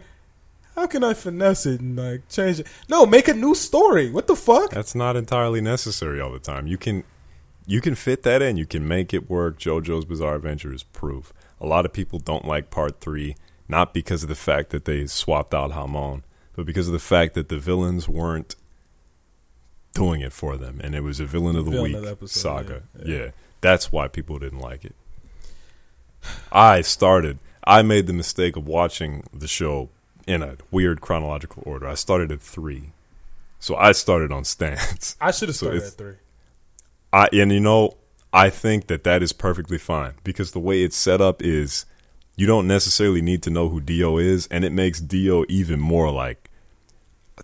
S1: how can I finesse it and like change it? No, make a new story. What the fuck?
S2: That's not entirely necessary all the time. You can you can fit that in. You can make it work. JoJo's Bizarre Adventure is proof. A lot of people don't like part three, not because of the fact that they swapped out Hamon, but because of the fact that the villains weren't doing it for them, and it was a villain of the
S1: Villain
S2: week
S1: of the episode,
S2: saga.
S1: yeah,
S2: Yeah.
S1: yeah.
S2: that's why people didn't like it. I started. I made the mistake of watching the show in a weird chronological order. I started at three, so I started on Stance.
S1: I should have
S2: So
S1: started
S2: it's-
S1: at three.
S2: I and you know I think that that is perfectly fine because the way it's set up is you don't necessarily need to know who Dio is, and it makes Dio even more like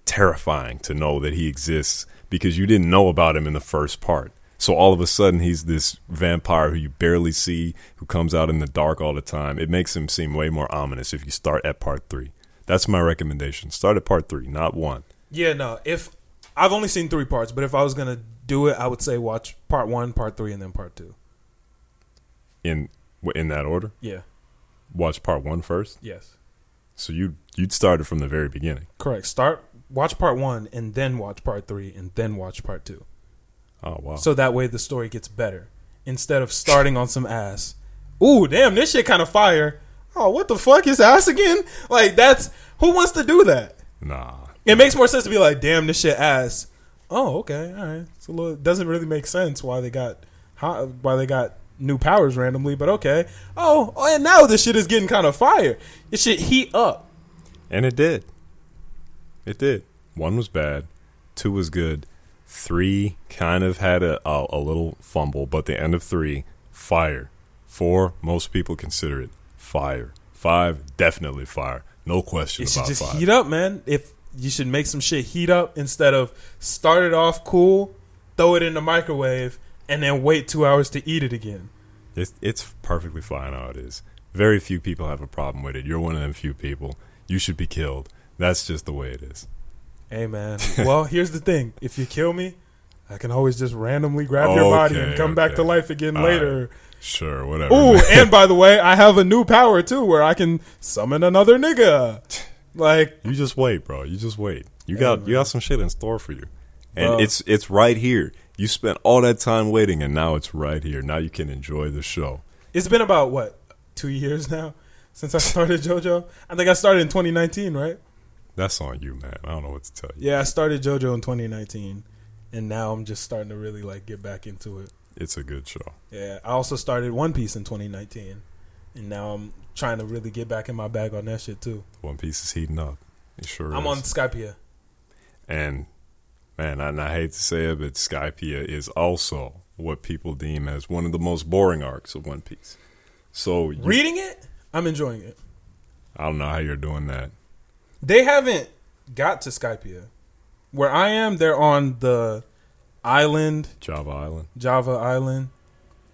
S2: terrifying to know that he exists because you didn't know about him in the first part. So all of a sudden he's this vampire who you barely see, who comes out in the dark all the time. It makes him seem way more ominous if you start at part three. That's my recommendation. Start at part three, not one.
S1: Yeah, no. If I've only seen three parts, but if I was gonna do it, I would say watch part one, part three, and then part two.
S2: In in that order,
S1: Yeah.
S2: watch part one first.
S1: Yes.
S2: So you you'd started from the very beginning.
S1: Correct. Start watch part one, and then watch part three, and then watch part two.
S2: Oh wow.
S1: So that way the story gets better instead of starting on some ass. Ooh, damn, this shit kind of fire. Oh, what the fuck is ass again? Like that's who wants to do that.
S2: nah.
S1: It makes more sense to be like, damn, this shit ass. Oh, okay, all right. It's a little. It doesn't really make sense why they got how, why they got new powers randomly, but okay. Oh, oh, and now this shit is getting kind of fire. This shit heat up.
S2: And it did. It did. One was bad, two was good, three kind of had a a, a little fumble, but the end of three, fire. Four, most people consider it fire. Five, definitely fire. No question
S1: It should
S2: about
S1: just
S2: five.
S1: heat up, man. If you should make some shit heat up instead of start it off cool, throw it in the microwave, and then wait two hours to eat it again.
S2: It's it's perfectly fine how it is. Very few people have a problem with it. You're one of them few people. You should be killed. That's just the way it is.
S1: Hey, man. well, here's the thing: if you kill me, I can always just randomly grab your body and
S2: Okay,
S1: come back
S2: okay.
S1: to life again
S2: All
S1: later.
S2: Sure, whatever.
S1: Ooh,
S2: man.
S1: and by the way, I have a new power too, where I can summon another nigga. Like,
S2: You just wait, bro. You just wait. You got you got some shit in store for you, and
S1: Bro.
S2: it's it's right here. You spent all that time waiting, and now it's right here. Now you can enjoy the show.
S1: it's been about what two years now since I started JoJo. I think I started in 2019, right?
S2: That's on you, man. I don't know what to tell you.
S1: Yeah, I started JoJo in 2019, and now I'm just starting to really like get back into it.
S2: It's a good show.
S1: Yeah, I also started One Piece in 2019, and now I'm trying to really get back in my bag on that shit too.
S2: One Piece is heating up. It sure
S1: I'm
S2: is.
S1: on Skypia.
S2: and man, and I hate to say it, but Skypea is also what people deem as one of the most boring arcs of One Piece. So you-
S1: Reading it, I'm enjoying it.
S2: I don't know how you're doing that.
S1: They haven't got to Skypia. Where I am, they're on the island,
S2: Java Island.
S1: Java Island.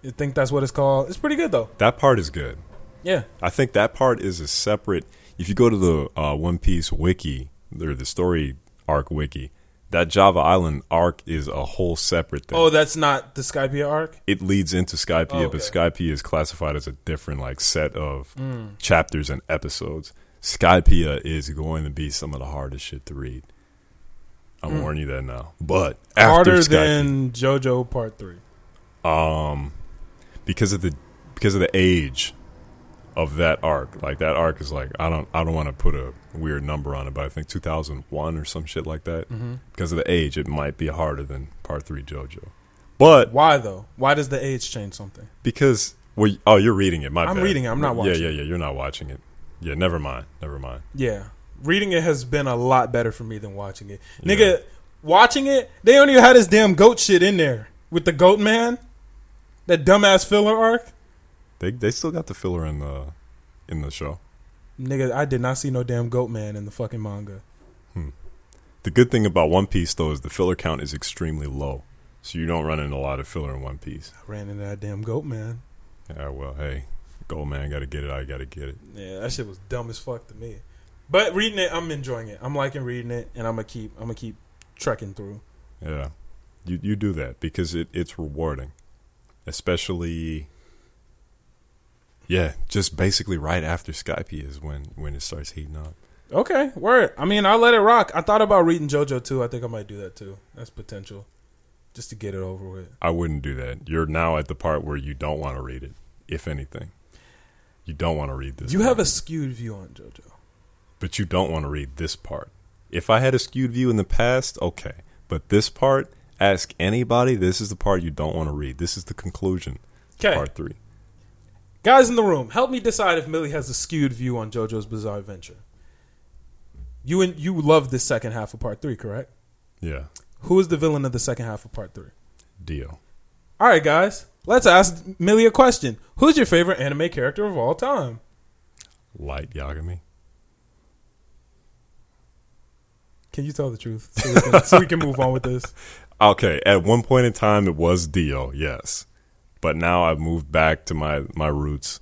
S1: I think that's what it's called. It's pretty good though.
S2: That part is good.
S1: Yeah.
S2: I think that part is a separate. If you go to the uh, One Piece wiki, or the story arc wiki, that Java Island arc is a whole separate thing.
S1: Oh, that's not the Skypia arc.
S2: It leads into Skypea,
S1: Oh,
S2: but
S1: okay.
S2: Skypea is classified as a different like set of
S1: Hmm.
S2: chapters and episodes. Skypea is going to be some of the hardest shit to read. I'm warning you that now. But after
S1: Hmm. Harder
S2: Skypea,
S1: than JoJo Part Three.
S2: because of the because of the age of that arc. Like that arc is like I don't I don't want to put a weird number on it, but I think 2001 or some shit like that.
S1: Mm-hmm.
S2: Because of the age, it might be harder than Part Three JoJo. But
S1: Why though? Why does the age change something?
S2: because well, y- oh, you're reading it. My
S1: I'm
S2: bad.
S1: reading it, I'm not watching
S2: Yeah, yeah, yeah. You're not watching it. Yeah, never mind. Never mind.
S1: Yeah, reading it has been a lot better for me than watching it. Nigga, watching it, they only had this damn goat shit in there with the goat man, that dumbass filler arc.
S2: They they still got the filler in the in the show.
S1: Nigga, I did not see no damn goat man in the fucking manga.
S2: The good thing about One Piece though is the filler count is extremely low, so you don't run into a lot of filler in One Piece.
S1: I ran into that damn goat man.
S2: Yeah, well, hey, Gold Man, gotta get it. I gotta get it.
S1: Yeah, that shit was dumb as fuck to me. But reading it, I'm enjoying it. I'm liking reading it, and I'm gonna keep. I'm gonna keep trekking through.
S2: Yeah, you you do that because it, it's rewarding, especially. Yeah, just basically right after Skypea is when when it starts heating up.
S1: Okay, word. I mean, I let it rock. I thought about reading JoJo too. I think I might do that too. That's potential, just to get it over with.
S2: I wouldn't do that. You're now at the part where you don't want to read it, if anything. You don't want to read this.
S1: You have
S2: part,
S1: a skewed view on JoJo.
S2: but you don't want to read this part. If I had a skewed view in the past, okay, but this part, Ask anybody. This is the part you don't want to read. This is the conclusion.
S1: Okay.
S2: Part three.
S1: Guys in the room, help me decide if Millie has a skewed view on JoJo's Bizarre Adventure. You and you love the second half of part three, correct?
S2: Yeah.
S1: Who is the villain of the second half of part three?
S2: Deal.
S1: All right, guys, let's ask Millie a question. Who's your favorite anime character of all time?
S2: Light Yagami.
S1: Can you tell the truth so we can, so we can move on with this?
S2: Okay. At one point in time, it was Dio. Yes. But now I've moved back to my my roots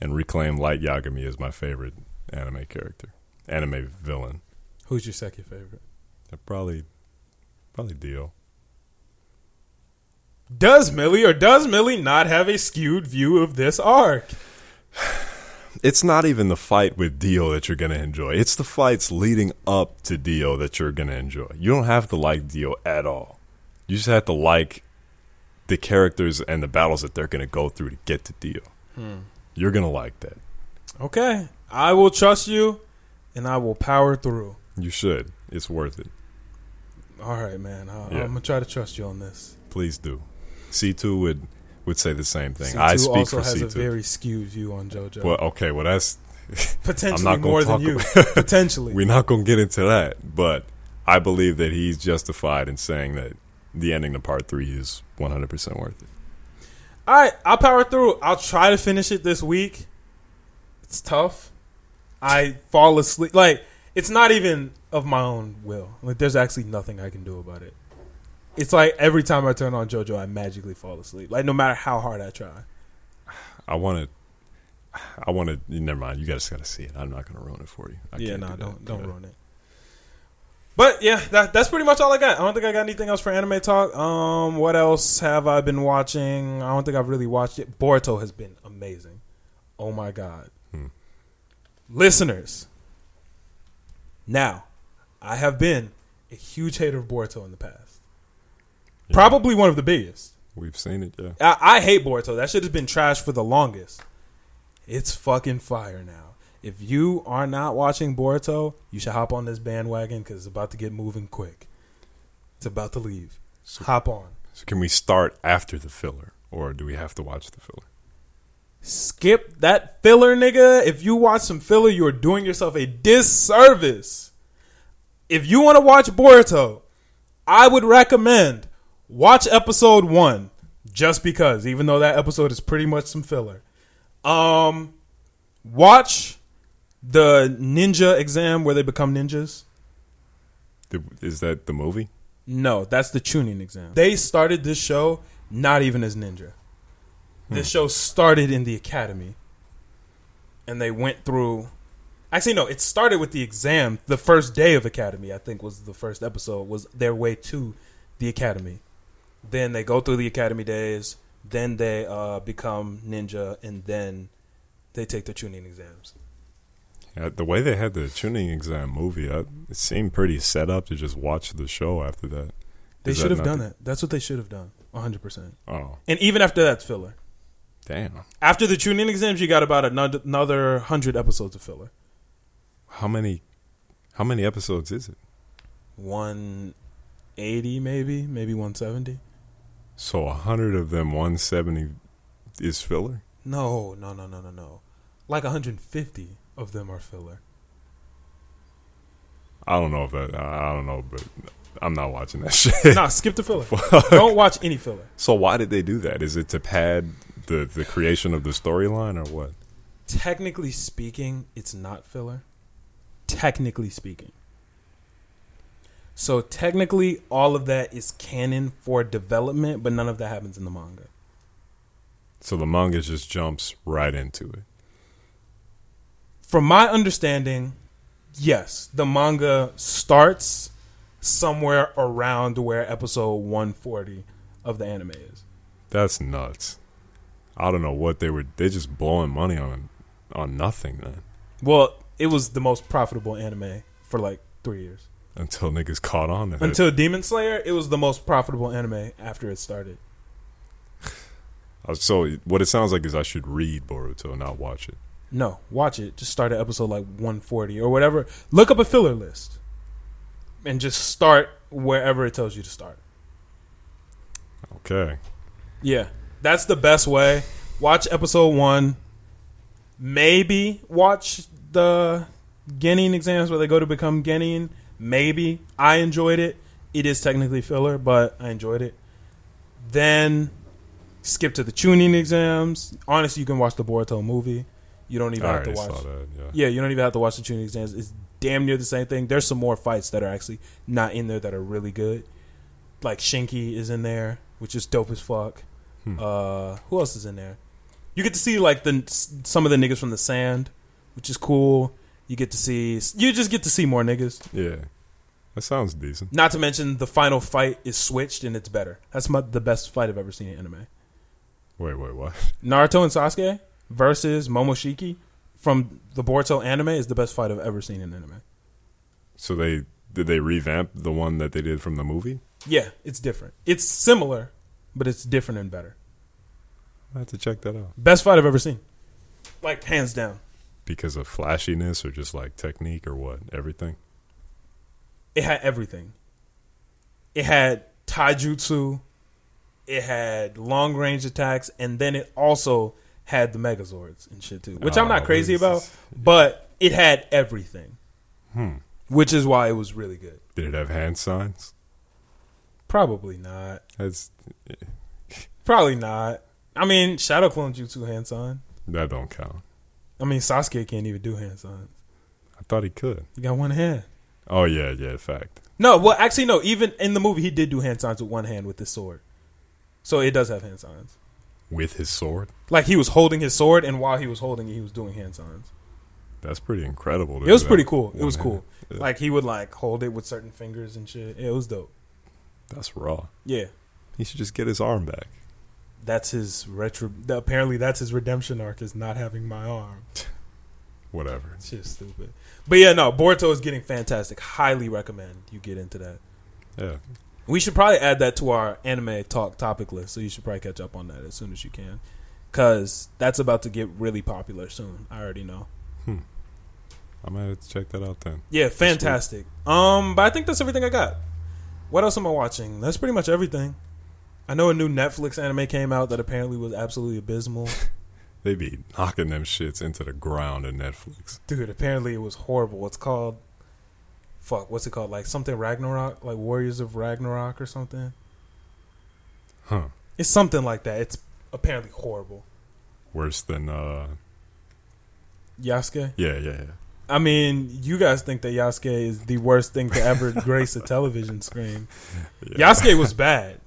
S2: and reclaimed Light Yagami as my favorite anime character, anime villain.
S1: Who's your second favorite?
S2: Probably, probably Dio.
S1: Does Millie or does Millie not have a skewed view of this arc?
S2: it's not even the fight with Dio that you're gonna enjoy. It's the fights leading up to Dio that you're gonna enjoy. You don't have to like Dio at all. You just have to like the characters and the battles that they're gonna go through to get to Dio. You're gonna like that.
S1: Okay, I will trust you, and I will power through.
S2: You should. It's worth it.
S1: All right, man. I,
S2: Yeah.
S1: I'm gonna try to trust you on this.
S2: Please do. C two would would say the same thing.
S1: C2
S2: I speak
S1: also
S2: for
S1: has
S2: C
S1: a
S2: two.
S1: very uh, skewed view on JoJo.
S2: Well, okay. Well, that's
S1: potentially
S2: I'm not gonna
S1: more than
S2: talk
S1: you.
S2: about-
S1: potentially.
S2: we're not gonna get into that. But I believe that he's justified in saying that the ending to part three is 100 percent worth it.
S1: All right, I'll power through. I'll try to finish it this week. It's tough. I fall asleep. Like it's not even of my own will. Like there's actually nothing I can do about it. It's like every time I turn on JoJo, I magically fall asleep. Like no matter how hard I try.
S2: I want to. I want to. Never mind. You guys got to see it. I'm not going to ruin it for you. I
S1: yeah,
S2: can't
S1: no,
S2: do that.
S1: don't don't
S2: Yeah.
S1: ruin it. But yeah, that, that's pretty much all I got. I don't think I got anything else for anime talk. Um, what else have I been watching? I don't think I've really watched it. Boruto has been amazing. Oh my god,
S2: Hmm.
S1: listeners! Now, I have been a huge hater of Boruto in the past.
S2: Yeah.
S1: Probably one of the biggest.
S2: We've seen it. Yeah.
S1: I, I hate Boruto. That shit has been trash for the longest. It's fucking fire now. If you are not watching Boruto, you should hop on this bandwagon because it's about to get moving quick. It's about to leave.
S2: So-
S1: hop on.
S2: So can we start after the filler, or do we have to watch the filler?
S1: Skip that filler, nigga. If you watch some filler, you are doing yourself a disservice. If you want to watch Boruto, I would recommend watch episode one just because, even though that episode is pretty much some filler. Um, watch the ninja exam where they become ninjas.
S2: Did- Is that the movie?
S1: No, that's the tuning exam. They started this show not even as ninja. This
S2: Hmm.
S1: show started in the academy. And they went through Actually no, it started with the exam. The first day of academy, I think was the first episode was their way to the academy. Then they go through the academy days, then they uh, become ninja and then they take the tuning exams.
S2: Yeah, the way they had the tuning exam movie, I, it seemed pretty set up to just watch the show after that.
S1: They
S2: Is
S1: should have
S2: not
S1: done that. That's what they should have done. 100%.
S2: the- Oh,
S1: And even after that's filler.
S2: damn!
S1: After the tuning exams, you got about another, another hundred episodes of filler.
S2: How many? How many episodes is it?
S1: One eighty, maybe, maybe one seventy.
S2: So a hundred of them, one seventy is filler.
S1: No, no, no, no, no, no. Like hundred fifty of them are filler.
S2: I don't know if that. I I don't know, but I'm not watching that shit.
S1: nah, skip the filler. Don't watch any filler.
S2: So why did they do that? Is it to pad the the creation of the storyline or what?
S1: Technically speaking, it's not filler. Technically speaking. So technically, all of that is canon for development, but none of that happens in the manga.
S2: So the manga just jumps right into it.
S1: from my understanding, yes, the manga starts somewhere around where episode 140 of the anime is.
S2: That's nuts. I don't know what they were. They just blowing money on on nothing then
S1: Well, it was the most profitable anime for like three years.
S2: until niggas caught on to that.
S1: Until Demon Slayer, it was the most profitable anime after it started.
S2: Uh, so what it sounds like is I should read Boruto, not watch it.
S1: No, watch it. Just start at episode like 140 or whatever. Look up a filler list and just start wherever it tells you to start.
S2: Okay.
S1: Yeah, that's the best way. Watch episode one. Maybe watch the Guinean exams where they go to become Guinean. Maybe I enjoyed it. It is technically filler, but I enjoyed it. Then skip to the tuning exams. Honestly, you can watch the Boruto movie. You don't even
S2: I
S1: have to
S2: already
S1: watch.
S2: saw that. Yeah.
S1: Yeah, you don't even have to watch the tuning exams. It's damn near the same thing. There's some more fights that are actually not in there that are really good. Like Shinky is in there, which is dope as fuck.
S2: Hmm.
S1: Uh, who else is in there? You get to see like the some of the niggas from the sand, which is cool. You get to see you just get to see more niggas.
S2: Yeah. That sounds decent.
S1: Not to mention the final fight is switched and it's better. That's my, the best fight I've ever seen in anime.
S2: Wait, wait, what?
S1: Naruto and Sasuke versus Momoshiki from the Boruto anime is the best fight I've ever seen in anime.
S2: So they did they revamp the one that they did from the movie?
S1: Yeah, it's different. It's similar, but it's different and better.
S2: I have to check that out.
S1: Best fight I've ever seen. Like hands down.
S2: Because of flashiness or just like technique or what? Everything.
S1: It had everything. It had taijutsu, it had long range attacks, and then it also had the megazords and shit too, which I'm not
S2: Oh,
S1: crazy
S2: this
S1: about,
S2: is-
S1: but it had everything.
S2: Hmm.
S1: Which is why it was really good.
S2: Did it have hand signs?
S1: Probably not.
S2: That's
S1: Probably not. I mean, Shadow Clone Jutsu hand sign.
S2: that don't count.
S1: I mean, Sasuke can't even do hand signs.
S2: I thought he could.
S1: He got one hand.
S2: Oh yeah, yeah. Fact.
S1: No, well, actually, no. Even in the movie, he did do hand signs with one hand with his sword, so it does have hand signs.
S2: With his sword.
S1: Like he was holding his sword, and while he was holding it, he was doing hand signs.
S2: That's pretty incredible. to
S1: It was
S2: do that
S1: pretty cool. It
S2: one
S1: was
S2: hand.
S1: cool.
S2: Yeah.
S1: Like he would like hold it with certain fingers and shit. It was dope.
S2: That's raw.
S1: Yeah,
S2: He should just get his arm back.
S1: that's his retro. Apparently, that's his redemption arc is not having my arm.
S2: Whatever.
S1: It's just stupid. But yeah, no. Boruto is getting fantastic. Highly recommend you get into that.
S2: Yeah.
S1: We should probably add that to our anime talk topic list, so you should probably catch up on that as soon as you can, because that's about to get really popular soon. I already know.
S2: I'm gonna have to check that out then.
S1: Yeah, fantastic. Um, but I think that's everything I got. What else am I watching? That's pretty much everything. I know a new Netflix anime came out that apparently was absolutely abysmal.
S2: They be knocking them shits into the ground in Netflix.
S1: Dude, apparently it was horrible. It's called fuck. What's it called? Like something Ragnarok, like Warriors of Ragnarok or something.
S2: Huh.
S1: It's something like that. It's apparently horrible.
S2: Worse than uh
S1: Yasuke.
S2: yeah, yeah, yeah.
S1: I mean, you guys think that Yasuke is the worst thing to ever grace a television screen.
S2: Yeah.
S1: Yasuke was bad.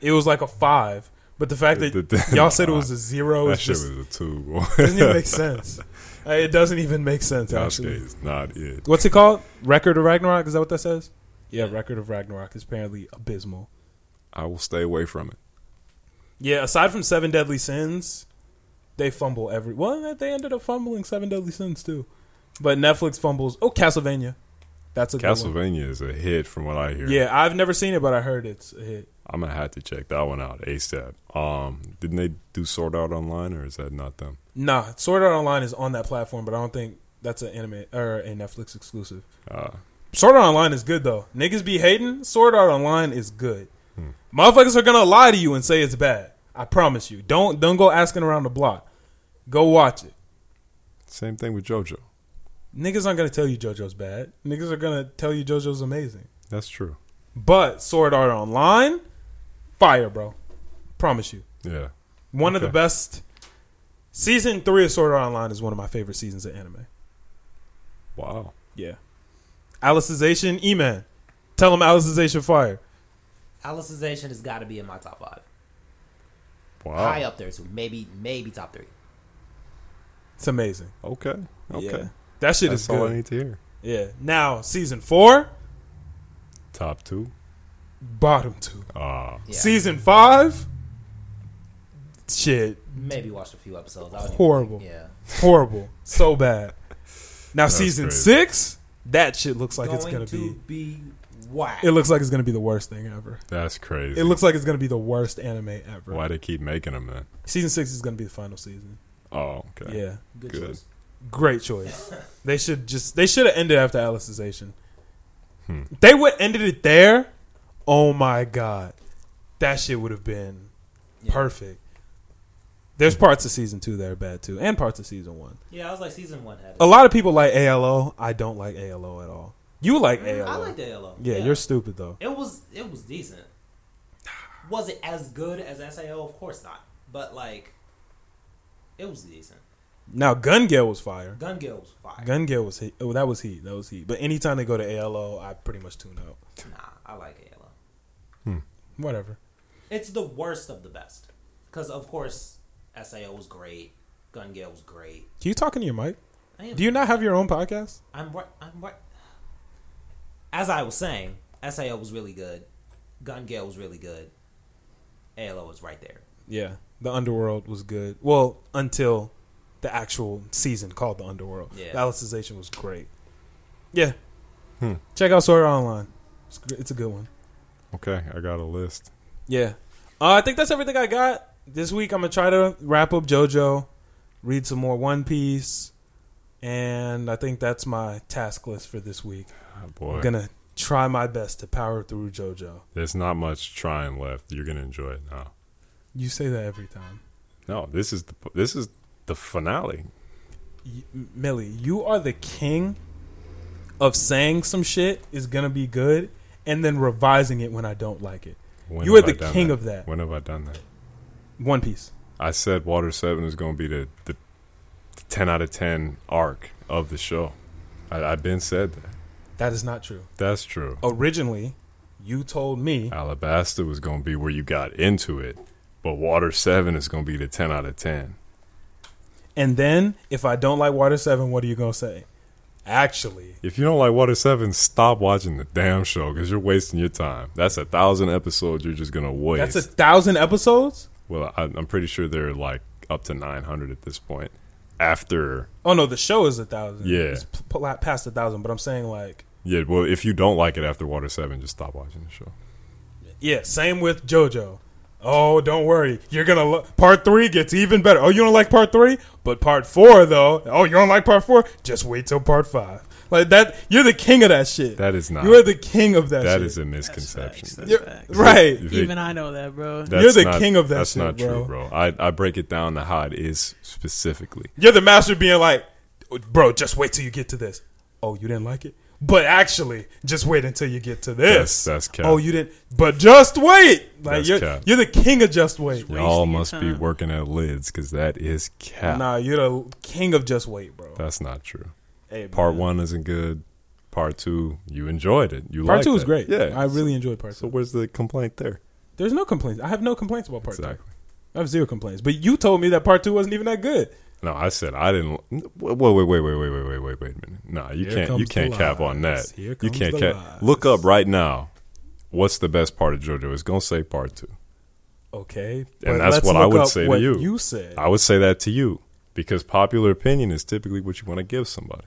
S1: It was like a five, but the fact that
S2: The- the-
S1: y'all said it was a zero
S2: that
S1: is
S2: shit
S1: just
S2: was a two. boy.
S1: doesn't even make sense. Uh, It doesn't even make sense.
S2: Yasuke
S1: Actually,
S2: is not it.
S1: what's it called? Record of Ragnarok? Is that what that says? Yeah, Record of Ragnarok is apparently abysmal.
S2: I will stay away from it.
S1: Yeah, aside from Seven Deadly Sins, they fumble every. Well, they ended up fumbling Seven Deadly Sins too, but Netflix fumbles. Oh, Castlevania. That's a good one.
S2: Castlevania is a hit from what I hear.
S1: Yeah, I've never seen it, but I heard it's a hit.
S2: I'm gonna have to check that one out ASAP. Um didn't they do Sword Art Online or is that not them?
S1: Nah, Sword Art Online is on that platform, but I don't think that's an anime or a Netflix exclusive.
S2: Uh
S1: Sword Art Online is good though. Niggas be hating. Sword Art Online is good.
S2: Hmm.
S1: Motherfuckers are gonna lie to you and say it's bad. I promise you. Don't don't go asking around the block. Go watch it.
S2: same thing with JoJo.
S1: Niggas aren't gonna tell you JoJo's bad. Niggas are gonna tell you JoJo's amazing.
S2: That's true.
S1: But Sword Art Online, fire, bro. Promise you.
S2: Yeah.
S1: One of
S2: Okay.
S1: the best. Season three of Sword Art Online is one of my favorite seasons of anime.
S2: Wow.
S1: Yeah. Alicization, E Man. Tell him Alicization Fire.
S4: Alicization has got to be in my top five.
S2: Wow.
S1: uh,
S4: High up there, so maybe maybe top three.
S1: It's amazing.
S2: Okay. Okay.
S1: Yeah. That shit
S2: That's
S1: is
S2: all I
S1: good.
S2: need to hear.
S1: Yeah. Now, season four,
S2: Top two.
S1: bottom two.
S2: Ah.
S4: Yeah.
S1: Season five, shit,
S4: Maybe watched a few episodes. I don't even-
S1: horrible.
S4: Yeah.
S1: Horrible. So bad. Now,
S2: That's
S1: season
S2: crazy.
S1: six, that shit looks like it's going to be.
S4: be, whack.
S1: It looks like it's going to be the worst thing ever.
S2: That's crazy.
S1: It looks like it's going to be the worst anime ever.
S2: Why they keep making them then?
S1: Season six is going to be the final season.
S2: Oh, okay.
S1: Yeah.
S2: good.
S4: choice.
S1: Great choice. they should just they should have ended after Alicization.
S2: Hmm.
S1: They would ended it there. Oh my god. that shit would have been
S4: Yeah.
S1: perfect. There's parts of season two that are bad too, and parts of season one.
S4: Yeah, I was like season one had. it.
S1: A lot of people like ALO. I don't like ALO at all. You like ALO?
S4: Mm, I liked ALO.
S1: yeah, you're stupid though.
S4: It was it was decent. Was it as good as SAO? Of course not. But like, it was decent.
S1: Now Gun Gale was fire.
S4: Gun Gale was fire.
S1: Gun Gale was heat. Oh, that was heat. That was heat. But anytime they go to ALO, I pretty much tune out.
S4: nah, I like ALO.
S1: Whatever.
S4: It's the worst of the best. Because of course, SAO was great. Gun Gale was great.
S1: Can you talk into your mic?
S4: I am-
S1: Do you not have your own podcast?
S4: I'm right. I'm right. As I was saying, SAO was really good. Gun Gale was really good. ALO was right there.
S1: Yeah, the Underworld was good. Well, until the actual season called the Underworld.
S4: Yeah.
S1: The Alicization was great. Yeah. Check out Sawyer Online. It's, gr- it's a good one.
S2: Okay, I got a list.
S1: Yeah. Uh, I think that's everything I got. This week I'm going to try to wrap up JoJo, read some more One Piece, and I think that's my task list for this week.
S2: Oh, boy,
S1: I'm going to try my best to power through JoJo.
S2: there's not much trying left. You're gonna enjoy it now.
S1: You say that every time.
S2: No, this is the this is the finale.
S1: Y- Millie, you are the king of saying some shit is gonna be good and then revising it when I don't like it.
S2: When
S1: You are
S2: have I
S1: the
S2: done
S1: king of that.
S2: When have I done that?
S1: One Piece.
S2: I said Water Seven is going to be the, the the ten out of ten arc of the show. I, I've been said that.
S1: That is not true.
S2: That's true.
S1: Originally, you told me
S2: Alabasta was going to be where you got into it, but Water Seven is going to be the ten out of ten.
S1: and then if I don't like Water Seven, what are you gonna say? Actually,
S2: If you don't like Water Seven, stop watching the damn show because you're wasting your time. That's a thousand episodes you're just going to waste.
S1: that's a thousand episodes?
S2: well, I, I'm pretty sure they're like up to nine hundred at this point. After
S1: Oh no, the show is a thousand.
S2: Yeah.
S1: It's p- p- like past a thousand, but I'm saying like
S2: yeah, well, if you don't like it after Water Seven, just stop watching the show.
S1: Yeah, same with JoJo. Oh, don't worry. You're gonna lo- part three gets even better. Oh, you don't like part three, but part four though. Oh, you don't like part four? Just wait till part five. Like that, you're the king of that shit.
S2: That is not.
S1: you are the king of that.
S2: That
S1: shit.
S2: is a
S5: That's facts,
S2: misconception.
S5: that's
S1: You're-
S5: facts.
S1: right.
S2: Vic,
S5: Even I know that, bro.
S2: that's
S1: You're the king of that
S2: That's
S1: shit,
S2: not
S1: bro.
S2: true, bro. I, I break it down to how it is specifically.
S1: You're the master being like, bro, just wait till you get to this. Oh, you didn't like it, but actually, just wait until you get to this.
S2: That's- that's cap.
S1: Oh, you didn't, but just wait. Like
S2: That's
S1: you're
S2: cap.
S1: you're the king of just wait.
S2: Y'all
S5: your
S2: must be
S5: time.
S2: working at lids because that is cap.
S1: Nah, you're the king of just wait, bro.
S2: That's not true.
S1: Hey, man.
S2: Part one isn't good. Part two, you enjoyed it. You
S1: Part
S2: liked
S1: two was
S2: it.
S1: great.
S2: Yeah,
S1: I really enjoyed part
S2: So
S1: two.
S2: where's the complaint there?
S1: There's no complaints. I have no complaints about part
S2: Exactly.
S1: two. I have zero complaints. But you told me that part two wasn't even that good.
S2: No, I said I didn't. Wait, wait, wait, wait, wait, wait, wait, wait, wait a minute. Nah, you
S1: Here
S2: can't.
S1: comes
S2: You can't
S1: the
S2: cap on
S1: lies.
S2: that.
S1: Here
S2: you
S1: comes
S2: can't
S1: the
S2: cap.
S1: lies.
S2: Look up right now. What's the best part of JoJo? It's gonna say part two.
S1: Okay,
S2: And that's what I
S1: look
S2: would
S1: up
S2: say to
S1: what
S2: you.
S1: You said
S2: I would say that to you because popular opinion is typically what you want to give somebody.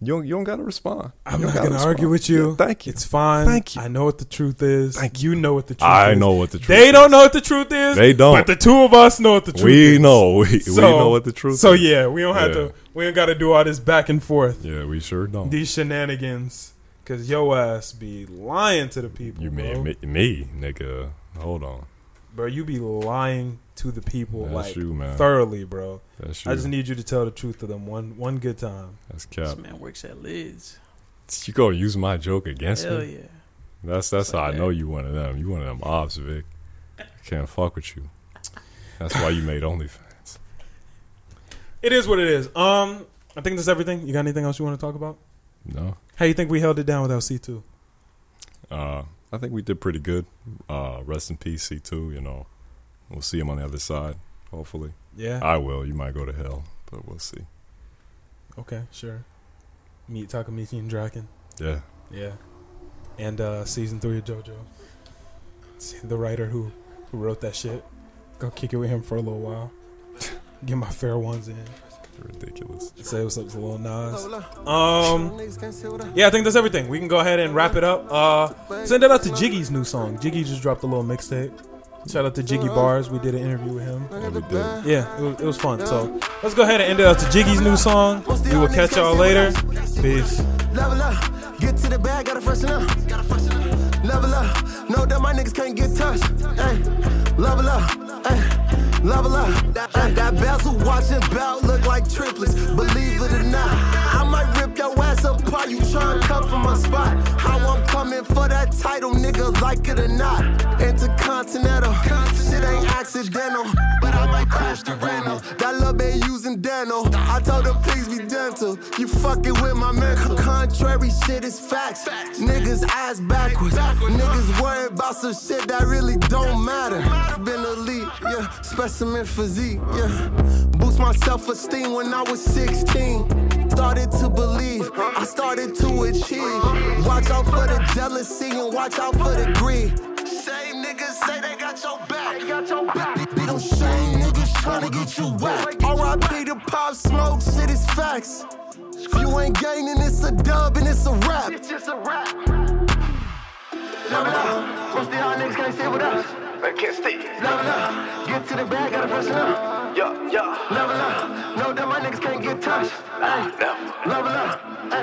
S2: You don't, you don't got to respond.
S1: I'm
S2: You
S1: not
S2: don't gotta
S1: going to argue
S2: respond.
S1: with you.
S2: Yeah, thank you.
S1: It's fine.
S2: Thank you.
S1: I know what the truth is.
S2: Thank
S1: you. know what the truth
S2: I
S1: is.
S2: know what the truth
S1: They
S2: is.
S1: don't know what the truth is.
S2: They don't.
S1: But the two of us know what the truth is.
S2: We know. We, we
S1: So-
S2: know what the truth
S1: So
S2: is.
S1: yeah, we don't have
S2: Yeah.
S1: to. We ain't got to do all this back and forth.
S2: Yeah, we sure don't.
S1: These shenanigans, because yo ass be lying to the people.
S2: you
S1: bro.
S2: mean me, me, nigga? Hold on.
S1: bro. You be lying to the people
S2: That's
S1: like
S2: you, man.
S1: thoroughly, bro.
S2: That's
S1: I
S2: you.
S1: just need you to tell the truth to them one one good time.
S2: That's
S5: This
S2: cap.
S5: man works at Lids.
S2: You gonna use my joke against
S5: Hell
S2: me?
S5: yeah.
S2: That's that's
S5: Like
S2: how
S5: that.
S2: I know you one of them. You one of them obs, Vic. Can't fuck with you. That's why you made OnlyFans.
S1: It is what it is. Um, I think that's everything. You got anything else you want to talk about?
S2: No.
S1: How you think we held it down without C two?
S2: Uh, I think we did pretty good. Uh, rest in peace, C2. You know, we'll see him on the other side, hopefully.
S1: Yeah.
S2: I will. You might go to hell, but we'll see.
S1: Okay. Sure. Meet Takamichi and Draken.
S2: Yeah.
S1: Yeah. And uh, season three of JoJo. See, the writer who who wrote that shit. Go kick it with him for a little while. Get my fair ones in.
S2: Ridiculous.
S1: Say what's up to Lil Nas. Um, yeah, I think that's everything. We can go ahead and wrap it up. Uh, send it out to Jiggy's new song. Jiggy just dropped a little mixtape. Shout out to Jiggy Bars. We did an interview with him.
S2: Yeah, we did.
S1: Yeah, it was, it was fun. So let's go ahead and end it out to Jiggy's new song. We will catch y'all later. Peace.
S6: Level up. Get to the bag, gotta freshen up. Level up. No, that my niggas can't get touched. Hey, level up. Hey, level up. That, that, that bezel watching belt look like triplets. Believe it or not, I might rip your ass apart. You tryna come from my spot. How I'm coming for that title, nigga, like it or not. Intercontinental. Shit ain't accidental. But I might crash the rental. That love been using dental. I told her, please be dental. You fucking with my mental. Contrary shit is facts. Niggas eyes backwards. Niggas worried about some shit that really don't matter. Been elite, yeah. Specimen physique, yeah. Boost my self esteem when I was 16. Started to believe, I started to achieve. Watch out for the jealousy and watch out for the greed. Same niggas say they got your back. They got your back. Be them same niggas tryna get you whacked. R.I.P. to Pop Smoke, shit is facts. If you ain't gaining, it's a dub and it's a rap. It's just a rap. Level up. Most of y'all niggas can't stay with us. They can't stay. Level up. Get to the bag, gotta press it up. Yeah, yeah. Level up. No, that my niggas can't get touched. Ay. Level up. Ay.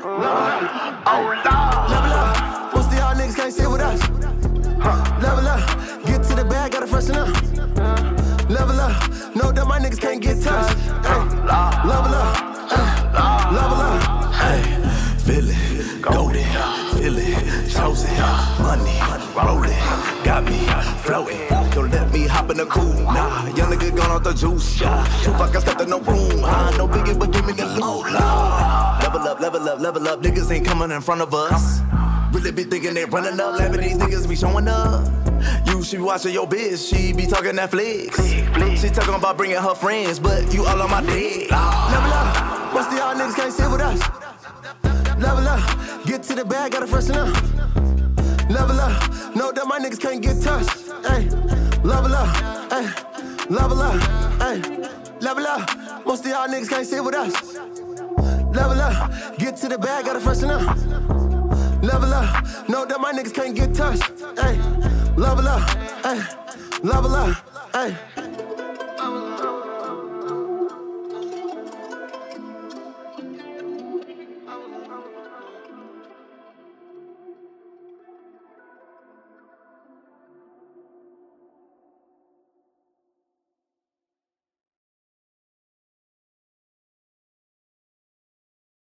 S6: Level up. Oh, Lord. Level up. Most of y'all niggas can't stay with us. Level up, get to the bag, gotta freshen up. Level up, know that my niggas can't get touched. Ay, level up, ay, level up. Ay, feel it, golden, feel it, chosen, money, rolling, got me floating. Don't let me hop in the cool, nah. Young nigga gone off the juice, yeah. Tupac, I stepped in the room, huh? No biggie, but give me the loot, nah. Level up, level up, level up. Niggas ain't coming in front of us. Really be thinking they running up, laughing these niggas be showing up. You should be watching your bitch, she be talking Netflix. She talking about bringing her friends, but you all on my dick. Level up, most of y'all niggas can't sit with us. Level up, get to the bag, gotta freshen up. Level up, know that my niggas can't get touched. Hey, level up, hey, level up, hey, level up. Most of y'all niggas can't sit with us. Level up, get to the bag, gotta freshen up. Level up, know that my niggas can't get touched. Hey, level up, hey, level up, hey.